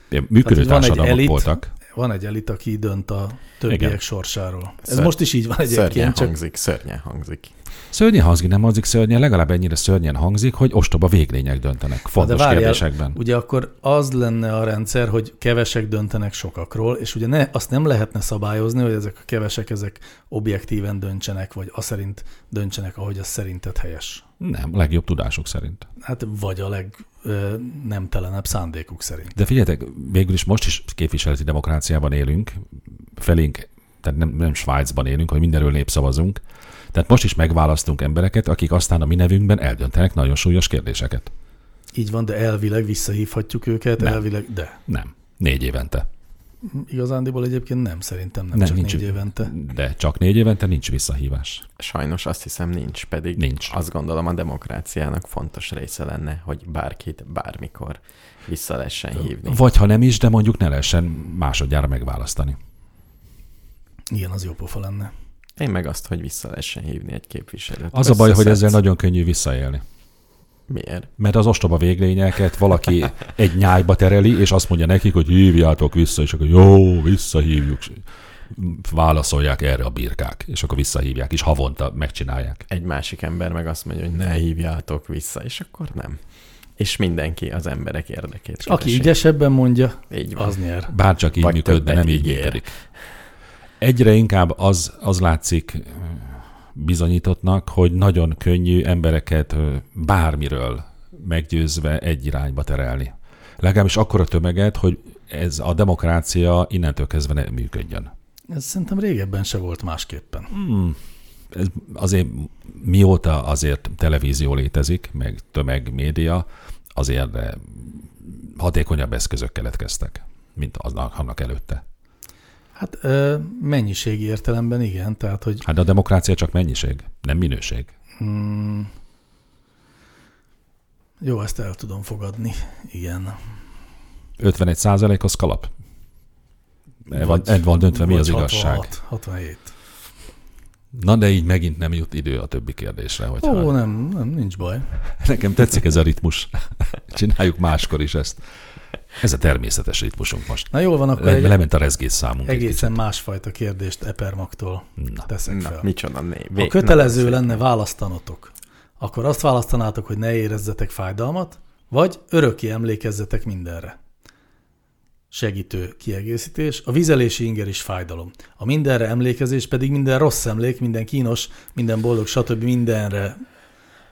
C: Ilyen Működő
B: Tehát, hogy hát van egy
C: társadalmak
B: elit,
C: voltak.
B: Van egy elit, aki dönt a többiek
C: Igen.
B: Igen. sorsáról. Ez
D: Ször-
B: most is így van
D: Szörnyen
B: egyébként, csak
D: hangzik, szörnyen hangzik.
C: Szörnyen hangzik, nem hangzik szörnyen, legalább ennyire szörnyen hangzik, hogy ostoba véglények döntenek fontos
B: várjál,
C: kérdésekben.
B: ugye akkor az lenne a rendszer, hogy kevesek döntenek sokakról, és ugye ne, azt nem lehetne szabályozni, hogy ezek a kevesek, ezek objektíven döntsenek, vagy azt szerint döntsenek, ahogy az szerinted helyes.
C: Nem, legjobb tudásuk szerint.
B: Hát vagy a leg ö, nemtelenebb szándékuk szerint.
C: De figyeljetek, végül is most is képviseleti demokráciában élünk, felénk, tehát nem, nem Svájcban élünk, hogy mindenről népszavazunk. Tehát most is megválasztunk embereket, akik aztán a mi nevünkben eldöntenek nagyon súlyos kérdéseket.
B: Így van, de elvileg visszahívhatjuk őket,
C: Nem.
B: nem. elvileg, de
C: Nem. Négy évente.
B: igazándiból egyébként nem, szerintem nem,
C: Nem,
B: nem csak
C: nincs.
B: nincs. négy évente.
C: De csak négy évente nincs visszahívás.
D: Sajnos azt hiszem nincs, pedig
C: Nincs.
D: azt gondolom a demokráciának fontos része lenne, hogy bárkit bármikor vissza lehessen hívni.
C: Vagy ha nem is, de mondjuk ne lehessen másodjára megválasztani.
B: Igen, az jó pofa lenne.
D: Én meg azt, hogy vissza lehessen hívni egy képviselőt.
C: Az a baj, hogy ezzel
D: Összeszedsz.
C: nagyon könnyű visszaélni.
D: Miért?
C: Mert az ostoba véglényeket valaki egy nyájba tereli, és azt mondja nekik, hogy hívjátok vissza, és akkor jó, visszahívjuk. Válaszolják erre a birkák, és akkor visszahívják, és havonta megcsinálják.
D: Egy másik ember meg azt mondja, hogy ne hívjátok vissza, és akkor nem. És mindenki az emberek érdekét
B: És aki
D: keresi.
B: ügyesebben mondja,
D: Így van.
B: az nyer.
C: Bárcsak így
D: Vagy
C: működne,
D: többet
C: nem így
D: ígér.
C: működik. Egyre inkább az, az látszik ö, bizonyítottnak, hogy nagyon könnyű embereket ö, bármiről meggyőzve egy irányba terelni. Legalábbis akkora tömeget, hogy ez a demokrácia innentől kezdve nem működjön.
B: Ez szerintem régebben se volt másképpen.
C: Hmm. Ez azért mióta azért televízió létezik, meg tömegmédia, azért eh, hatékonyabb eszközök keletkeztek, mint aznak, annak előtte.
B: Hát ö, mennyiségi értelemben igen, tehát hogy
C: Hát de a demokrácia csak mennyiség, nem minőség.
B: mm, jó, ezt el tudom fogadni, igen.
C: 51 százalék az kalap. El van,
B: Vagy-
C: el van döntve, mi
B: Vagy
C: az igazság.
B: 66, 67.
C: Na de így megint nem jut idő a többi kérdésre. Hogyha
B: Ó, nem, nem, nincs baj.
C: Nekem tetszik ez a ritmus. Csináljuk máskor is ezt. Ez a természetes ritmusunk most.
B: Na jól van, akkor
C: Le,
B: egy
C: lement a rezgés számunk. egy
B: egészen másfajta kérdést Epermaktól
C: kicsit. Na.
B: teszek
D: Na,
B: fel.
D: micsoda név.
B: Ha kötelező lenne választanotok, akkor azt választanátok, hogy ne érezzetek fájdalmat, vagy örökké emlékezzetek mindenre. Segítő kiegészítés, a vizelési inger is fájdalom. A mindenre emlékezés pedig minden rossz emlék, minden kínos, minden boldog, stb. mindenre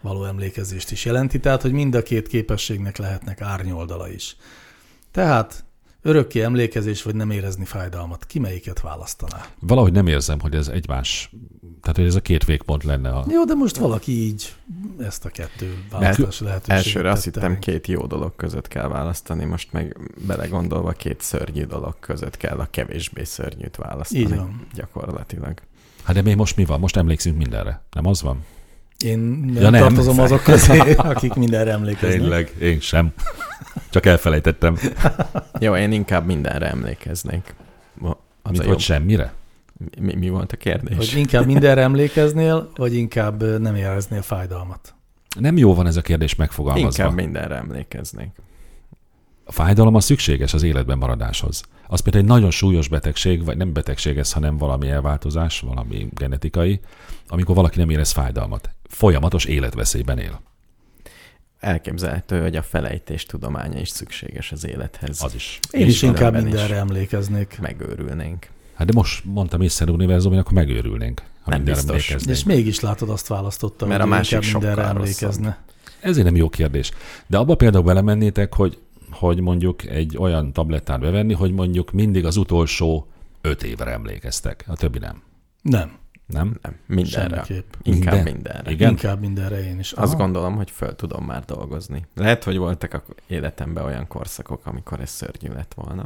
B: való emlékezést is jelenti, tehát hogy mind a két képességnek lehetnek árnyoldala is. Tehát örökké emlékezés, vagy nem érezni fájdalmat. Ki melyiket választaná?
C: Valahogy nem érzem, hogy ez egymás, tehát hogy ez a két végpont lenne. A...
B: Jó, de most valaki így ezt a kettő választási lehetőséget
D: Elsőre azt
B: tette
D: hittem,
B: meg.
D: két jó dolog között kell választani, most meg belegondolva két szörnyű dolog között kell a kevésbé szörnyűt választani.
B: Így van.
D: Gyakorlatilag.
C: Hát de mi most mi van? Most emlékszünk mindenre. Nem az van?
B: Én nem,
C: Ja, nem.
B: tartozom azok közé, akik mindenre emlékeznek.
C: én sem. Csak elfelejtettem,
D: Jó, én inkább mindenre emlékeznék. Ma- Az
C: mint
D: a jobb.
C: hogy semmire.
D: Mi, mi volt a kérdés?
B: Hogy inkább mindenre emlékeznél, vagy inkább ö, nem éreznél fájdalmat.
C: Nem jó van ez a kérdés megfogalmazva.
D: Inkább mindenre emlékeznék.
C: A fájdalom az szükséges az életben maradáshoz. Az például egy nagyon súlyos betegség, vagy nem betegség ez, hanem valami elváltozás, valami genetikai, amikor valaki nem érez fájdalmat. Folyamatos életveszélyben él.
D: Elképzelhető, hogy a felejtés tudománya is szükséges az élethez.
C: Az is.
B: Én is
D: mindenben
B: inkább mindenre emlékeznék.
D: Megőrülnénk.
C: Hát de most mondtam észre univerzum, hogy akkor megőrülnénk. Ha
D: Nem
C: mindenre
D: biztos.
B: De
C: emlékeznénk.
B: és mégis látod, azt választottam,
D: Mert
B: hogy
D: a
B: ő
D: másik
B: inkább mindenre
D: sokkal
B: emlékezne.
C: Ezért nem jó kérdés. De abba például belemennétek, hogy, hogy mondjuk egy olyan tablettát bevenni, hogy mondjuk mindig az utolsó öt évre emlékeztek, a többi nem.
B: Nem,
C: Nem?
D: Nem, mindenre.
B: semmiképp.
D: Inkább
C: Minden.
D: mindenre.
C: Igen?
B: Inkább mindenre én is.
D: Azt
B: Aha.
D: gondolom, hogy föl tudom már dolgozni. Lehet, hogy voltak a életemben olyan korszakok, amikor ez szörnyű lett volna.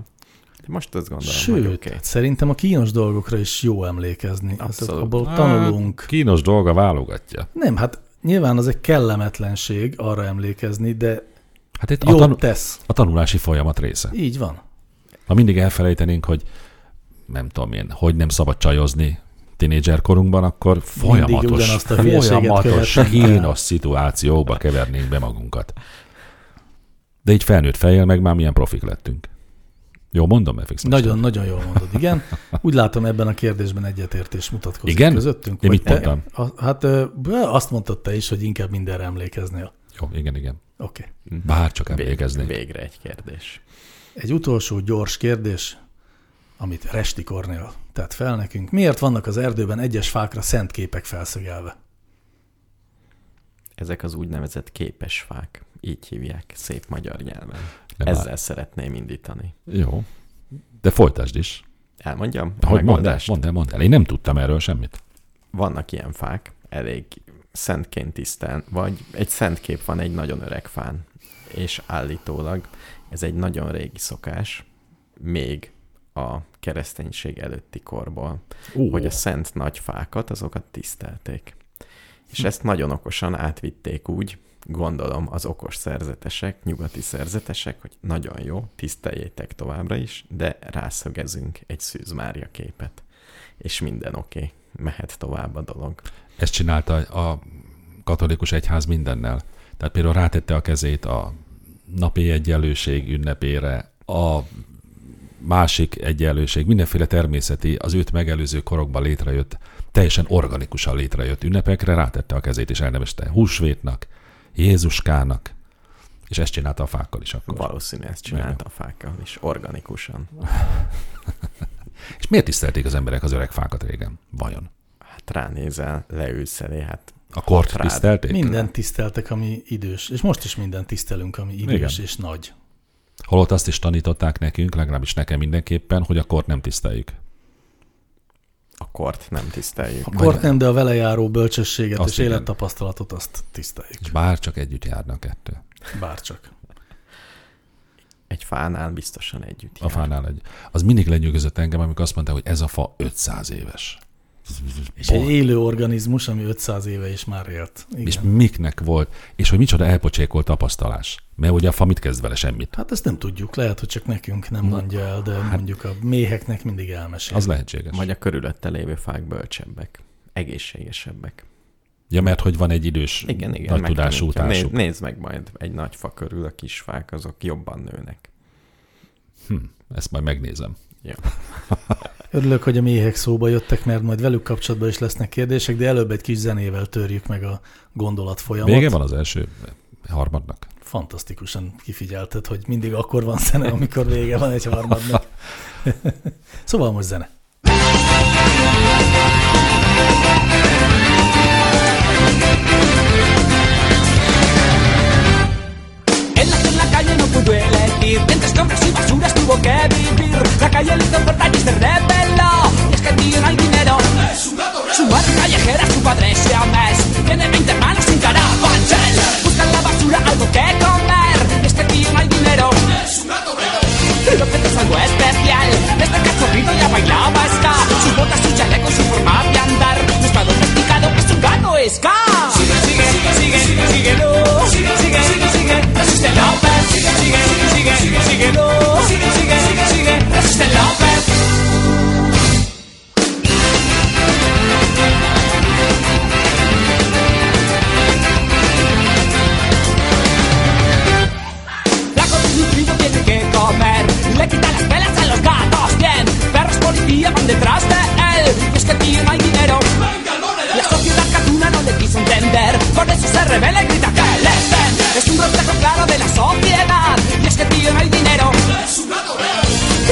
D: De most azt gondolom,
B: Sőt,
D: hogy oké.
B: hát szerintem a kínos dolgokra is jó emlékezni. Abszolút.
D: Abszolút.
B: Abból tanulunk.
C: Kínos dolga válogatja.
B: Nem, hát nyilván az egy kellemetlenség arra emlékezni, de
C: Hát itt a,
B: jót
C: tanu-
B: tesz.
C: a tanulási folyamat része.
B: Így van.
C: Ha mindig elfelejtenénk, hogy nem tudom én, hogy nem szabad csajozni tinédzser korunkban, akkor folyamatos,
B: ugyanazt a hülyeséget
C: folyamatos
B: követnénk el.
C: kínos szituációba kevernénk be magunkat. De így felnőtt fejjel meg már milyen profik lettünk. Jó, mondom, FX Mester?
B: Nagyon, nagyon jól mondod, igen. Úgy látom ebben a kérdésben egyetértés mutatkozik
C: Igen?
B: közöttünk. vagy
C: Én mit
B: te-
C: mondtam?
B: A, hát ö, b- azt mondtad te is, hogy inkább mindenre emlékeznél.
C: Jó, igen, igen.
B: Oké. Okay.
C: Bár csak
D: Végre,
C: emlékeznék.
D: végre egy kérdés.
B: Egy utolsó gyors kérdés, amit Resti Kornél tett fel nekünk. Miért vannak az erdőben egyes fákra szent képek felszögelve?
D: Ezek az úgynevezett képes fák. Így hívják szép magyar nyelven.
C: Nem
D: Ezzel szeretném indítani.
C: Jó. De folytasd is.
D: Elmondjam? a
C: Hogy mondd el,
D: megoldást?
C: mondd el, mondd el. Én nem tudtam erről semmit.
D: Vannak ilyen fák, elég szentként tisztán, vagy egy szent kép van egy nagyon öreg fán, és állítólag ez egy nagyon régi szokás, még a kereszténység előtti korból,
C: Ó,
D: hogy a szent nagy fákat, azokat tisztelték.
C: Hm.
D: És ezt nagyon okosan átvitték úgy, gondolom az okos szerzetesek, nyugati szerzetesek, hogy nagyon jó, tiszteljétek továbbra is, de rászögezünk egy Szűz Mária képet. És minden oké, okay, mehet tovább a dolog.
C: Ezt csinálta a katolikus egyház mindennel. Tehát például rátette a kezét a napi egyenlőség ünnepére, a másik egyenlőség, mindenféle természeti, az őt megelőző korokban létrejött, teljesen organikusan létrejött ünnepekre, rátette a kezét és elnevezte Húsvétnak, Jézuskának, és ezt csinálta a fákkal is akkor.
D: Valószínűleg ezt csinálta a fákkal, és organikusan.
C: És miért tisztelték az emberek az öreg fákat régen? Vajon?
D: Hát ránézel, leülsz elé, hát
C: A kort
D: Rád.
C: tisztelték?
B: Mindent tiszteltek, ami idős. És most is mindent tisztelünk, ami idős
C: Igen.
B: és nagy.
C: Holott azt is tanították nekünk, legalábbis nekem mindenképpen, hogy a kort nem tiszteljük.
D: a kort nem tiszteljük.
B: A kort nem, de a vele járó bölcsességet
C: Azt
B: és
C: igen.
B: élettapasztalatot azt tiszteljük.
C: És bár csak együtt járnak kettő.
B: Bárcsak.
D: Egy fánál biztosan együtt.
C: A fánál egy. Az mindig lenyűgözött engem, amikor azt mondta, hogy ez a fa 500 éves.
B: És egy élő organizmus, ami 500 éve is már élt. Igen.
C: És miknek volt, és hogy micsoda elpocsékolt tapasztalás. Mert ugye a fa mit kezd vele semmit.
B: Hát ezt nem tudjuk, lehet, hogy csak nekünk nem mondja el, de mondjuk a méheknek mindig elmesél.
C: hát- Az lehetséges.
D: Vagy a körülötte lévő fák bölcsebbek, egészségesebbek.
C: Ja, mert hogy van egy idős,
D: Igen, igen.
C: nagy tudású
D: megtanítja.
C: társuk.
D: Nézd, nézd meg majd egy nagy fa körül, a kis fák azok jobban nőnek.
C: Hm, Ezt majd megnézem.
D: Ja.
B: Örülök, hogy a méhek szóba jöttek, mert majd velük kapcsolatban is lesznek kérdések, de előbb egy kis zenével törjük meg a gondolat folyamat.
C: Vége van az első harmadnak.
B: Fantasztikusan kifigyelted, hogy mindig akkor van zene, amikor vége van egy harmadnak. szóval most zene.
E: En la, en la calle no pudo elegir Entre escombros y basuras tuvo que vivir La calle le hizo oferta y se rebeló Y es que el tío no hay dinero Es un gato Su madre callejera, su padre se mes Tiene 20 manos sin carabanchel Busca en la basura algo que comer Y es que el tío no hay dinero Es un gato Lo que es algo especial Desde cachorrito ya bailaba ska Sus botas, su chaleco, su forma de andar No está domesticado, es un gato ska Sigue, sigue, sigue, sigue, sigue, síguelo Sigue, sigue, sigue, sigue, resiste López Sigue, sigue, sigue, sigue, sigue, síguelo Sigue, sigue, sigue, sigue, resiste López Flaco disminuido tiene que comer Le quita las pelas a los gatos Bien, perros policía van detrás de él Y es que el tío no hay dinero La sociedad catuna no le quiso entender Por eso se revela y grita que le den Es un reflejo claro de la sociedad Y es que el tío no hay dinero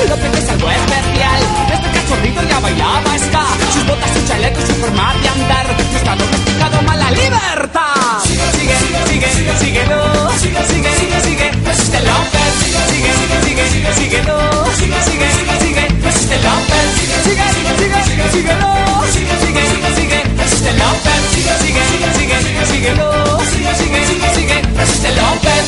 E: lo que es algo especial Este cachorrito ya bailaba ska Sus botas, su chaleco, su forma de andar No está domesticado, mala libertad Sigue, sigue, sigue, sigue, síguelo Sigue, sigue, sigue, sigue, resiste López Sigue, sigue, sigue, sigue, sigue, síguelo Sigue, sigue, sigue, sigue, resiste López Sigue, sigue, sigue, sigue, sigue, síguelo Sigue, sigue, sigue, sigue, resiste López Sigue, sigue, sigue, sigue, sigue, síguelo Sigue, sigue, sigue, sigue, resiste López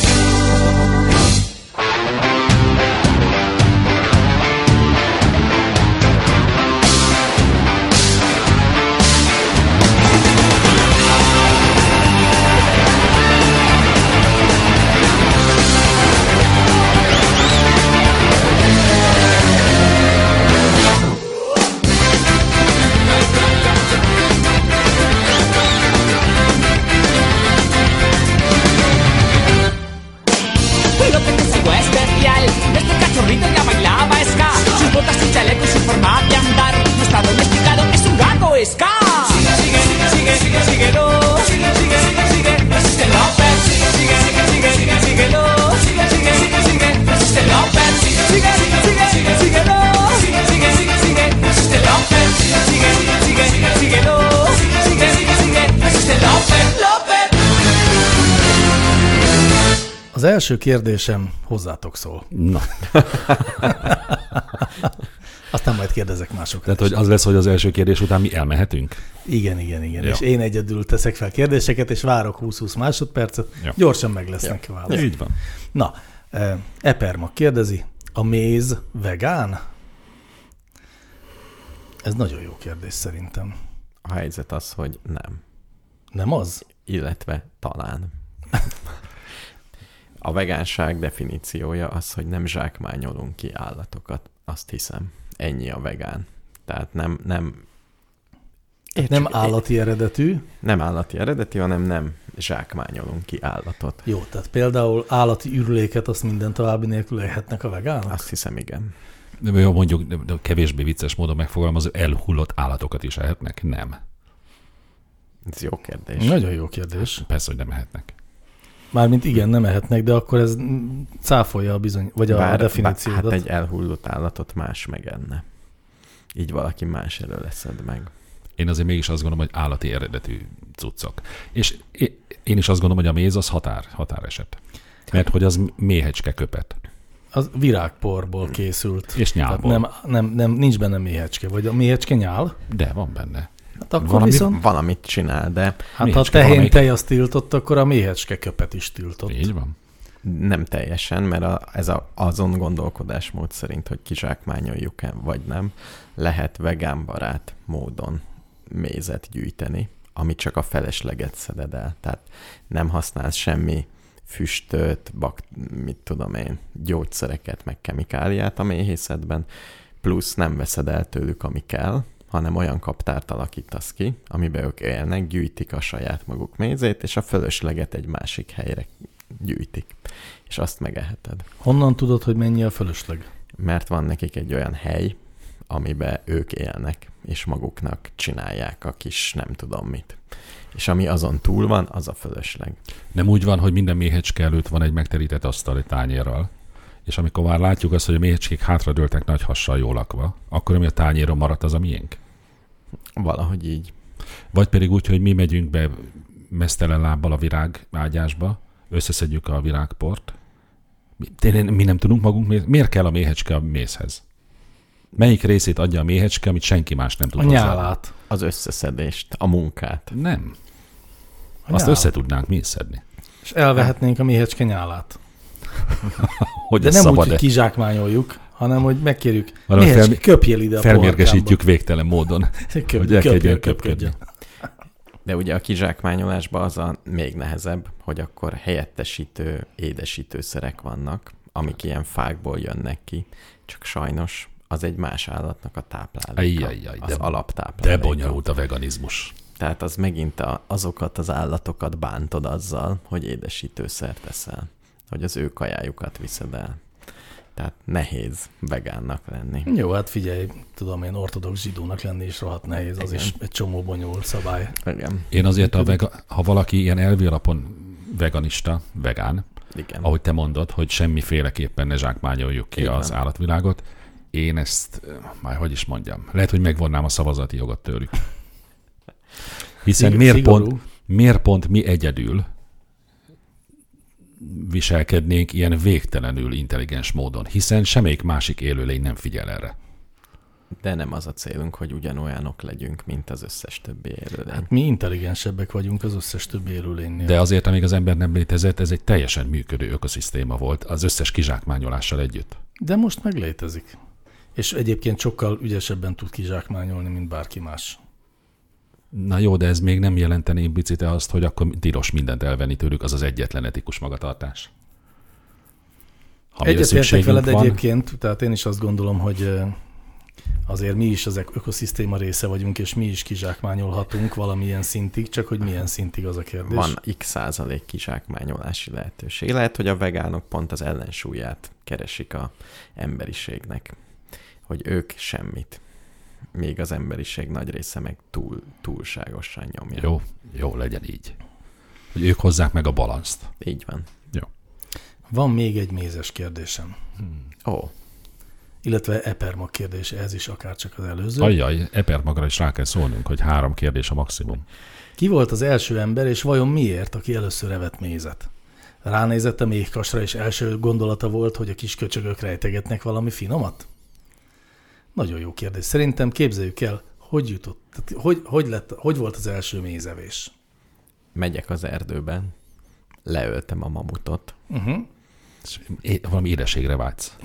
E: este
B: Az első kérdésem hozzátok szól.
C: Na,
B: Aztán majd kérdezek másokat.
C: tehát hogy az lesz, hogy az első kérdés után mi elmehetünk?
B: Igen, igen, igen.
C: Ja.
B: És én egyedül teszek fel kérdéseket, és várok 20-20 másodpercet.
C: Ja.
B: Gyorsan meg lesznek ja. válasz.
C: Így van.
B: Na, eh, Eperma kérdezi, a méz vegán? Ez nagyon jó kérdés szerintem.
D: A helyzet az, hogy nem.
B: Nem az?
D: Illetve talán. A vegánság definíciója az, hogy nem zsákmányolunk ki állatokat, azt hiszem. Ennyi a vegán. Tehát nem, nem,
B: Értsük, nem állati eredetű.
D: nem állati eredeti, hanem nem zsákmányolunk ki állatot.
B: Jó, tehát például állati ürüléket azt minden további nélkül lehetnek a vegánok?
D: Azt hiszem, igen.
C: De jó, mondjuk de- de kevésbé vicces módon megfogalmazó, elhullott állatokat is ehetnek? Nem.
D: Ez jó kérdés.
B: Nagyon jó kérdés.
C: Persze, hogy nem ehetnek.
B: Mármint igen, nem ehetnek, de akkor ez mm, cáfolja a bizony, vagy a bár, definíciódat.
D: hát egy elhullott állatot más megenne. Így valaki más elő leszed meg.
C: Én azért mégis azt gondolom, hogy állati eredetű cuccok. És é- én is azt gondolom, hogy a méz az határ, határeset. Mert hogy az méhecske köpet.
B: Az virágporból készült.
C: És nyálból.
B: Tehát Hát nem, nem, nem, nincs benne méhecske, vagy a méhecske nyál?
C: De van benne.
B: Hát akkor
C: Valami-
B: Valami, viszont,
D: Valamit csinál, de
B: hát ha a
C: méhecske
B: tehén
C: valamelyik.
B: tej azt tiltott, akkor a méhecske köpet is tiltott.
C: Így van.
D: nem teljesen, mert a, ez a, azon gondolkodásmód szerint, hogy kizsákmányoljuk-e vagy nem, lehet vegánbarát módon mézet gyűjteni, ami csak a felesleget szeded el. Tehát nem használsz semmi füstöt, bak, mit tudom én, gyógyszereket, meg kemikáliát a méhészetben, plusz nem veszed el tőlük, ami kell, hanem olyan kaptárt alakítasz ki, amiben ők élnek, gyűjtik a saját maguk mézét, és a fölösleget egy másik helyre gyűjtik, és azt megeheted.
B: Honnan tudod, hogy mennyi a fölösleg?
D: Mert van nekik egy olyan hely, amiben ők élnek, és maguknak csinálják a kis nem tudom mit. És ami azon túl van, az a fölösleg.
C: Nem úgy van, hogy minden méhecske előtt van egy megterített asztal egy tányérral, és amikor már látjuk azt, hogy a méhecskék hátradőltek nagy hassal jól lakva, akkor ami a tányéron maradt, az a miénk.
D: Valahogy így.
C: Vagy pedig úgy, hogy mi megyünk be mesztelen lábbal a virág ágyásba, összeszedjük a virágport. Mi, tényleg mi nem tudunk magunk, méz- miért kell a méhecske a mézhez? Melyik részét adja a méhecske, amit senki más nem tud
B: A
C: hozzá?
B: nyálát.
D: Az összeszedést, a munkát.
C: Nem.
B: A
C: Azt
B: nyál.
C: össze tudnánk mi is szedni.
B: És elvehetnénk a méhecske nyálát.
C: Hogy
B: De
C: ez
B: nem úgy,
C: szabad-e?
B: hogy kizsákmányoljuk, hanem hogy megkérjük,
C: Valami
B: méhecske,
C: felmi-
B: köpjél ide a
C: Felmérgesítjük végtelen módon,
B: polkámba. Köp,
C: hogy elkezdjen
B: köpjél,
C: köpködni.
B: köpködjön.
D: De ugye a kizsákmányolásban az a még nehezebb, hogy akkor helyettesítő édesítőszerek vannak, amik ilyen fákból jönnek ki, csak sajnos az egy más állatnak a tápláléka.
C: Ajjajjaj,
D: az
C: de-
D: alaptápláléka.
C: De bonyolult a veganizmus.
D: Tehát az megint a, azokat az állatokat bántod azzal, hogy édesítőszert eszel, hogy az ő kajájukat viszed el. Tehát nehéz vegánnak lenni.
B: Jó, hát figyelj, tudom én ortodox zsidónak lenni is rohadt nehéz, az
D: Igen.
B: is egy csomó bonyolult szabály.
D: Igen,
C: Én azért, a vega, ha valaki ilyen elvi alapon veganista, vegán,
D: igen.
C: ahogy te mondod, hogy semmiféleképpen ne zsákmányoljuk ki
D: Így van.
C: az állatvilágot, én ezt, eh, már hogy is mondjam, lehet, hogy megvonnám a szavazati jogot tőlük. Hiszen
B: Szig-
C: miért
B: szigorú.
C: pont, miért pont mi egyedül viselkednénk ilyen végtelenül intelligens módon, hiszen semmelyik másik élőlény nem figyel erre.
D: De nem az a célunk, hogy ugyanolyanok legyünk, mint az összes többi
C: Hát,
D: élőlény.
B: Mi intelligensebbek vagyunk az összes többi élőlénynél.
C: De azért, amíg az ember nem létezett, ez egy teljesen működő ökoszisztéma volt az összes kizsákmányolással együtt.
B: De most meg létezik. És egyébként sokkal ügyesebben tud kizsákmányolni, mint bárki más.
C: Na jó, de ez még nem jelenteni implicite azt, hogy akkor tilos mindent elvenni tőlük, az az egyetlen etikus magatartás. Ha mire
B: Egyetértek
C: szükségünk
B: veled
C: van,
B: egyébként, tehát én is azt gondolom, hogy ö, azért mi is az ök- ökoszisztéma része vagyunk, és mi is kizsákmányolhatunk valamilyen szintig, csak hogy milyen szintig az a kérdés.
D: Van x százalék kizsákmányolási lehetőség. Lehet, hogy a vegánok pont az ellensúlyát keresik a emberiségnek, hogy ők semmit. Még az emberiség nagy része meg túl, túlságosan nyomja.
C: Jó, jó, legyen így. Hogy ők hozzák meg a balanszt.
D: Így van.
B: Van még egy mézes kérdésem, Hm.
D: Ó,
B: illetve eperma kérdése, ez is akárcsak az előző.
C: Ajjaj, Epermagra is rá kell szólnunk, hogy három kérdés a maximum.
B: Ki volt az első ember, és vajon miért, aki először evett mézet? Ránézett a méhkasra, és első gondolata volt, hogy a kis köcsögök rejtegetnek valami finomat? Nagyon jó kérdés. Szerintem képzeljük el, hogy jutott, tehát hogy, hogy, lett, hogy volt az első mézevés?
D: Megyek az erdőben, leöltem a mamutot.
B: Uh-huh.
C: És é- Valami édeségre vágysz.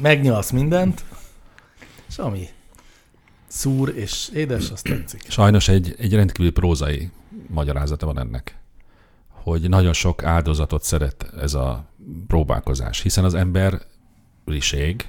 B: Megnyalsz mindent, és ami szúr és édes, azt tetszik.
C: Sajnos egy, egy rendkívül prózai magyarázata van ennek, hogy nagyon sok áldozatot szeret ez a próbálkozás, hiszen az ember riség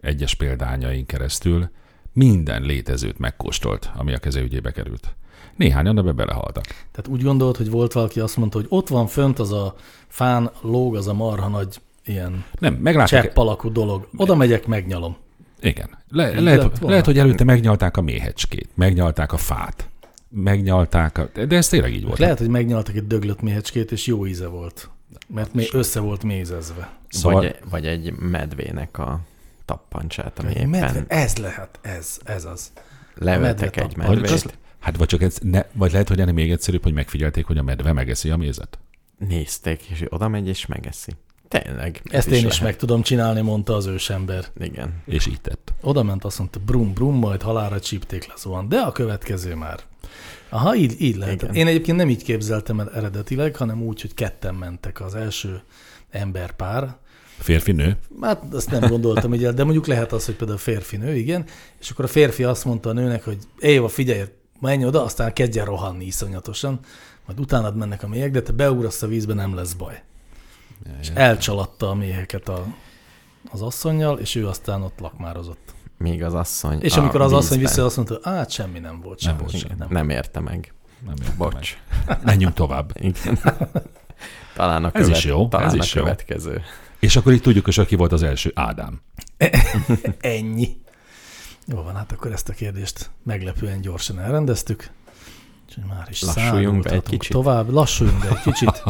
C: egyes példányain keresztül minden létezőt megkóstolt, ami a keze ügyébe került. Néhányan ebbe belehaltak.
B: Tehát úgy gondolt, hogy volt valaki, azt mondta, hogy ott van fönt az a fán, lóg az a marha nagy ilyen
C: Nem, meglátták.
B: csepp alakú dolog. Oda megyek, megnyalom.
C: Igen. Le,
B: Így lett
C: lehet,
B: volna?
C: lehet, hogy előtte megnyalták a méhecskét, megnyalták a fát, megnyalták a... De ez tényleg így volt.
B: Lehet, hogy megnyaltak egy döglött méhecskét, és jó íze volt. Mert még össze volt mézezve.
C: Szóval-
D: Szóval... Vagy, vagy egy medvének a tappancsát, ami
B: Egy
D: éppen
B: medve,
D: medve...
B: ez lehet, ez, ez az.
D: leöltek
B: medve
D: egy
B: tappan.
C: Vagy,
D: medvét.
C: az, hát vagy, csak ez, ne, vagy lehet, hogy ennél még egyszerűbb, hogy megfigyelték, hogy a medve megeszi a mézet.
D: Nézték, és oda megy és megeszi. Tényleg. ez
B: Ezt én is
D: lehet.
B: meg tudom csinálni, mondta az ősember.
D: Igen.
C: És így tett.
B: Oda ment, azt mondta, brum, brum, majd halára csípték lezuhan. De a következő már. Aha, így, így lehet.
D: Igen.
B: Én egyébként nem így képzeltem el eredetileg, hanem úgy, hogy ketten mentek az első emberpár,
C: Férfi, nő.
B: Hát azt nem gondoltam így el, de mondjuk lehet az, hogy például férfi nő, igen, és akkor a férfi azt mondta a nőnek, hogy Éva, figyelj, menj oda, aztán kezdjen rohanni iszonyatosan, majd utánad mennek a méhek, de te beugrasz a vízbe, nem lesz baj. És elcsalatta a méheket a, az asszonynal, és ő aztán ott lakmározott.
D: Míg az asszony
B: És
D: a
B: amikor az asszony
D: vízben-
B: vissza, azt mondta, hát semmi nem volt, semmi
C: volt
B: volt,
C: semmi.
B: semmi.
D: Nem.
B: Nem.
D: nem érte meg.
C: Nem értem
D: Bocs.
C: Meg. Menjünk tovább.
D: Igen. Talán a,
C: Ez
D: követ...
C: is jó,
D: Talán
C: ez
D: a
C: is jó.
D: következő. Jó.
C: És akkor így tudjuk is, aki volt az első, Ádám.
B: Ennyi. Jó van, hát akkor ezt a kérdést meglepően gyorsan elrendeztük. Úgyhogy már is
D: Lassuljunk be egy
B: száguldhatunk
D: kicsit.
B: Tovább, lassuljunk be egy kicsit.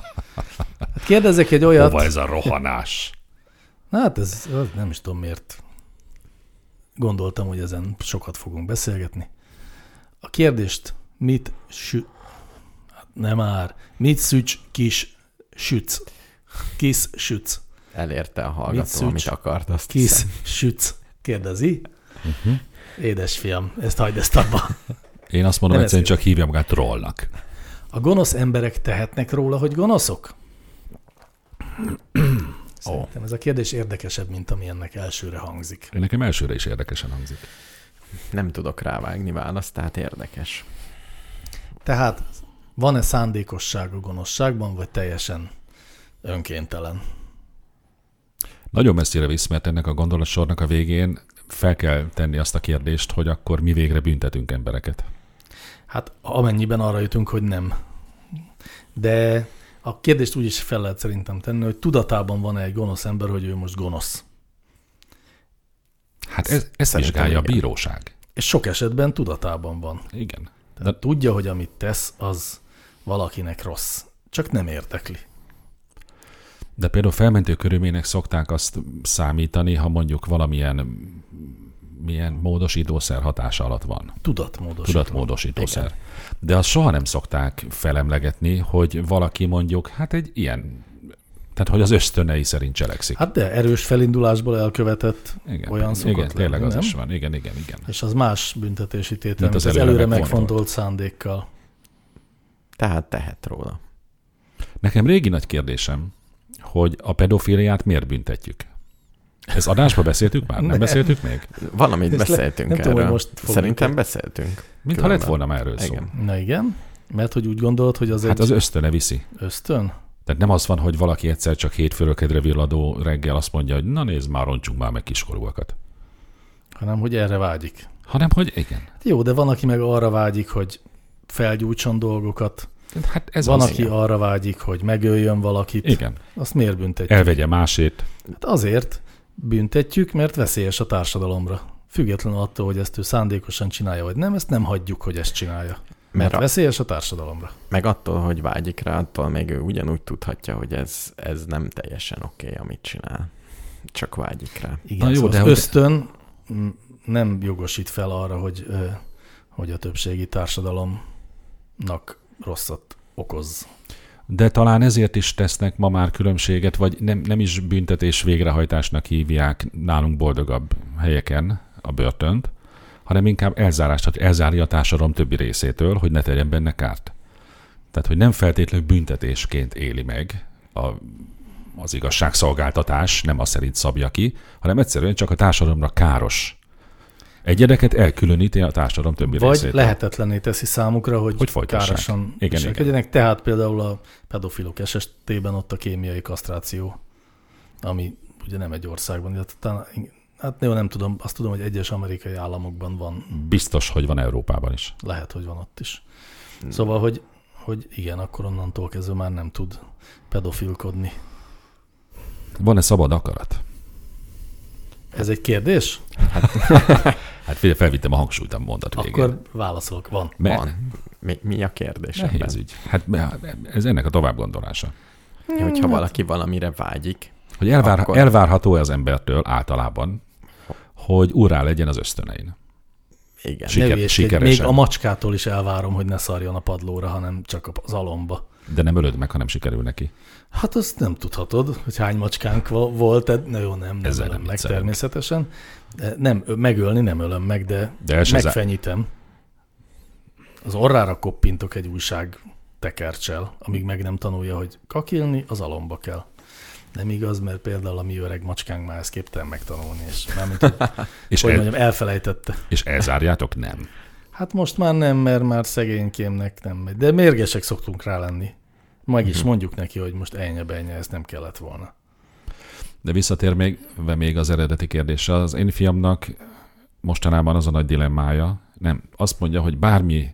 B: Hát kérdezzek egy olyat.
C: Hova ez a rohanás?
B: Na, Hát ez az nem is tudom miért. Gondoltam, hogy ezen sokat fogunk beszélgetni. A kérdést mit sü... Hát nem már. Mit szücs kis süc? Kis süc.
D: Elérte a
B: Mit
D: hallgató,
B: szücs?
D: amit akart, azt
B: Kis
D: hiszem.
B: süc. Kérdezi.
D: Mhm.
B: Édesfiam, ezt hagyd ezt abba.
C: Én azt mondom,
B: Nem ez
C: egyszerűen
B: jó.
C: csak hívja magát trollnak.
B: A gonosz emberek tehetnek róla, hogy gonoszok? Szerintem ez a kérdés érdekesebb, mint ami ennek elsőre hangzik.
C: Én nekem elsőre is érdekesen hangzik.
D: Nem tudok rávágni választ, tehát érdekes.
B: Tehát van-e szándékosság a gonoszságban, vagy teljesen önkéntelen?
C: Nagyon messzire visz, mert ennek a gondolatsornak a végén fel kell tenni azt a kérdést, hogy akkor mi végre büntetünk embereket.
B: Hát amennyiben arra jutunk, hogy nem. De a kérdést úgy is fel lehet szerintem tenni, hogy tudatában van-e egy gonosz ember, hogy ő most gonosz.
C: Hát ez, ezt
B: Szerintem
C: vizsgálja a
B: igen.
C: bíróság.
B: És sok esetben tudatában van.
C: Igen.
B: Tehát tudja, hogy amit tesz, az valakinek rossz. Csak nem érdekli.
C: De például felmentő körülménynek szokták azt számítani, ha mondjuk valamilyen milyen módosítószer hatás alatt van.
B: Tudatmódosító.
C: Tudatmódosítószer. De azt soha nem szokták felemlegetni, hogy valaki mondjuk, hát egy ilyen, tehát hogy az ösztönei szerint cselekszik.
B: Hát de erős felindulásból elkövetett igen, olyan szokott
C: igen
B: lenni,
C: tényleg az
B: nem?
C: is van. Igen, igen, igen.
B: És az más büntetési tétel,
C: Mint
B: mint
C: az
B: az, az
C: előre
B: előre
C: megfontolt.
B: megfontolt szándékkal.
D: Tehát tehet róla.
C: Nekem régi nagy kérdésem, hogy a pedofiliát miért büntetjük? Ezt adásba beszéltük már? Nem,
B: Nem.
C: beszéltük még?
D: Valamit
B: Ezt le-
D: beszéltünk
B: nem
D: erről.
B: tudom, hogy most fogunk-
D: Szerintem beszéltünk.
C: Mintha
D: Különben.
C: lett volna már erről szó.
D: Igen.
B: Na igen, mert hogy úgy gondolod, hogy az hát
C: Hát
B: egy
C: az
B: az...
C: ösztöne viszi.
B: ösztön?
C: Tehát nem az van, hogy valaki egyszer csak hétfőről kedre villadó reggel azt mondja, hogy na nézd már, roncsunk már meg kiskorúakat.
B: hanem hogy erre vágyik.
C: Hanem, hogy igen.
B: Hát jó, de van, aki meg arra vágyik, hogy felgyújtson dolgokat,
C: Tehát Hát ez
B: ez van,
C: az.
B: aki arra vágyik, hogy megöljön valakit.
C: Igen.
B: Azt miért büntetjük?
C: Elvegye másét.
B: Hát azért büntetjük, mert veszélyes a társadalomra. Függetlenül attól, hogy ezt ő szándékosan csinálja, vagy nem, ezt nem hagyjuk, hogy ezt csinálja. Mert
D: Mert a-
B: veszélyes a társadalomra.
D: Meg attól, hogy vágyik rá, attól még ő ugyanúgy tudhatja, hogy ez, ez nem teljesen oké, okay, amit csinál. Csak vágyik rá.
B: Igen,
C: Na
B: Na
C: jó,
B: jó, szóval
C: de
B: az
C: hogy-
B: ösztön m, nem jogosít fel arra, hogy, ö, hogy a többségi társadalomnak rosszat okoz.
C: De talán ezért is tesznek ma már különbséget, vagy nem, nem is büntetés végrehajtásnak hívják nálunk boldogabb helyeken a börtönt, hanem inkább elzárást, hogy elzárja a társadalom többi részétől, hogy ne tegyen benne kárt. Tehát, hogy nem feltétlenül büntetésként éli meg a, az igazságszolgáltatás, nem azt szerint szabja ki, hanem egyszerűen csak a társadalomra káros egyedeket elkülöníti a társadalom többi
B: Vagy
C: részétől.
B: lehetetlenné teszi számukra, hogy,
C: Hogy folytassák.
B: károsan
C: Igen,
B: viselkedjenek. Tehát például a pedofilok esetében ott a kémiai kasztráció, ami ugye nem egy országban, illetve talán, hát jó, nem tudom, azt tudom, hogy egyes amerikai államokban van,
C: Biztos, hogy van Európában is.
B: lehet, hogy van ott is.
C: Hmm.
B: Szóval, hogy, hogy igen, akkor onnantól kezdve már nem tud pedofilkodni.
C: Van-e szabad akarat?
B: Ez egy kérdés?
C: Hát figyelj, felvittem a hangsúlyt a mondat végén.
B: Akkor válaszolok, van.
C: Me-
D: Van. Mi, mi a kérdés ebben?
C: Nehéz ügy. Hát me- ez ennek a tovább gondolása.
B: Hát-
D: Hogyha valaki valamire vágyik,
C: Hogy elvár,
D: Akkor-
C: elvárható az embertől általában, hogy urá legyen az ösztönein.
D: igen.
C: Siker-
B: ne hülyéskedj,
C: sikeresen.
B: Még a macskától is elvárom, hogy ne szarjon a padlóra, hanem csak az alomba.
C: De nem ölöd meg, ha nem sikerül neki.
B: Hát azt nem tudhatod, hogy hány macskánk va- volt, ed- na jó, nem, nem
C: Ezzel
B: ölöm
C: nem
B: meg
C: viccelünk.
B: természetesen. De nem, ö- megölni nem ölöm meg, de,
C: De el
B: de
C: se zá-
B: megfenyítem. Az orrára koppintok egy újság tekercsel, amíg meg nem tanulja, hogy kakilni, az alomba kell. Nem igaz, mert például a mi öreg macskánk már ezt képtelen megtanulni, és már mint, hogy,
C: És,
B: hogy
C: el,
B: mondjam, elfelejtette.
C: és elzárjátok? Nem.
B: Hát most már nem, mert már szegénykémnek nem megy. De mérgesek szoktunk rá lenni. Meg is mondjuk neki, hogy most ennyi benye, ez nem kellett volna.
C: De visszatér még, ve még az eredeti kérdésre. Az én fiamnak mostanában az a nagy dilemmája, nem, azt mondja, hogy bármi,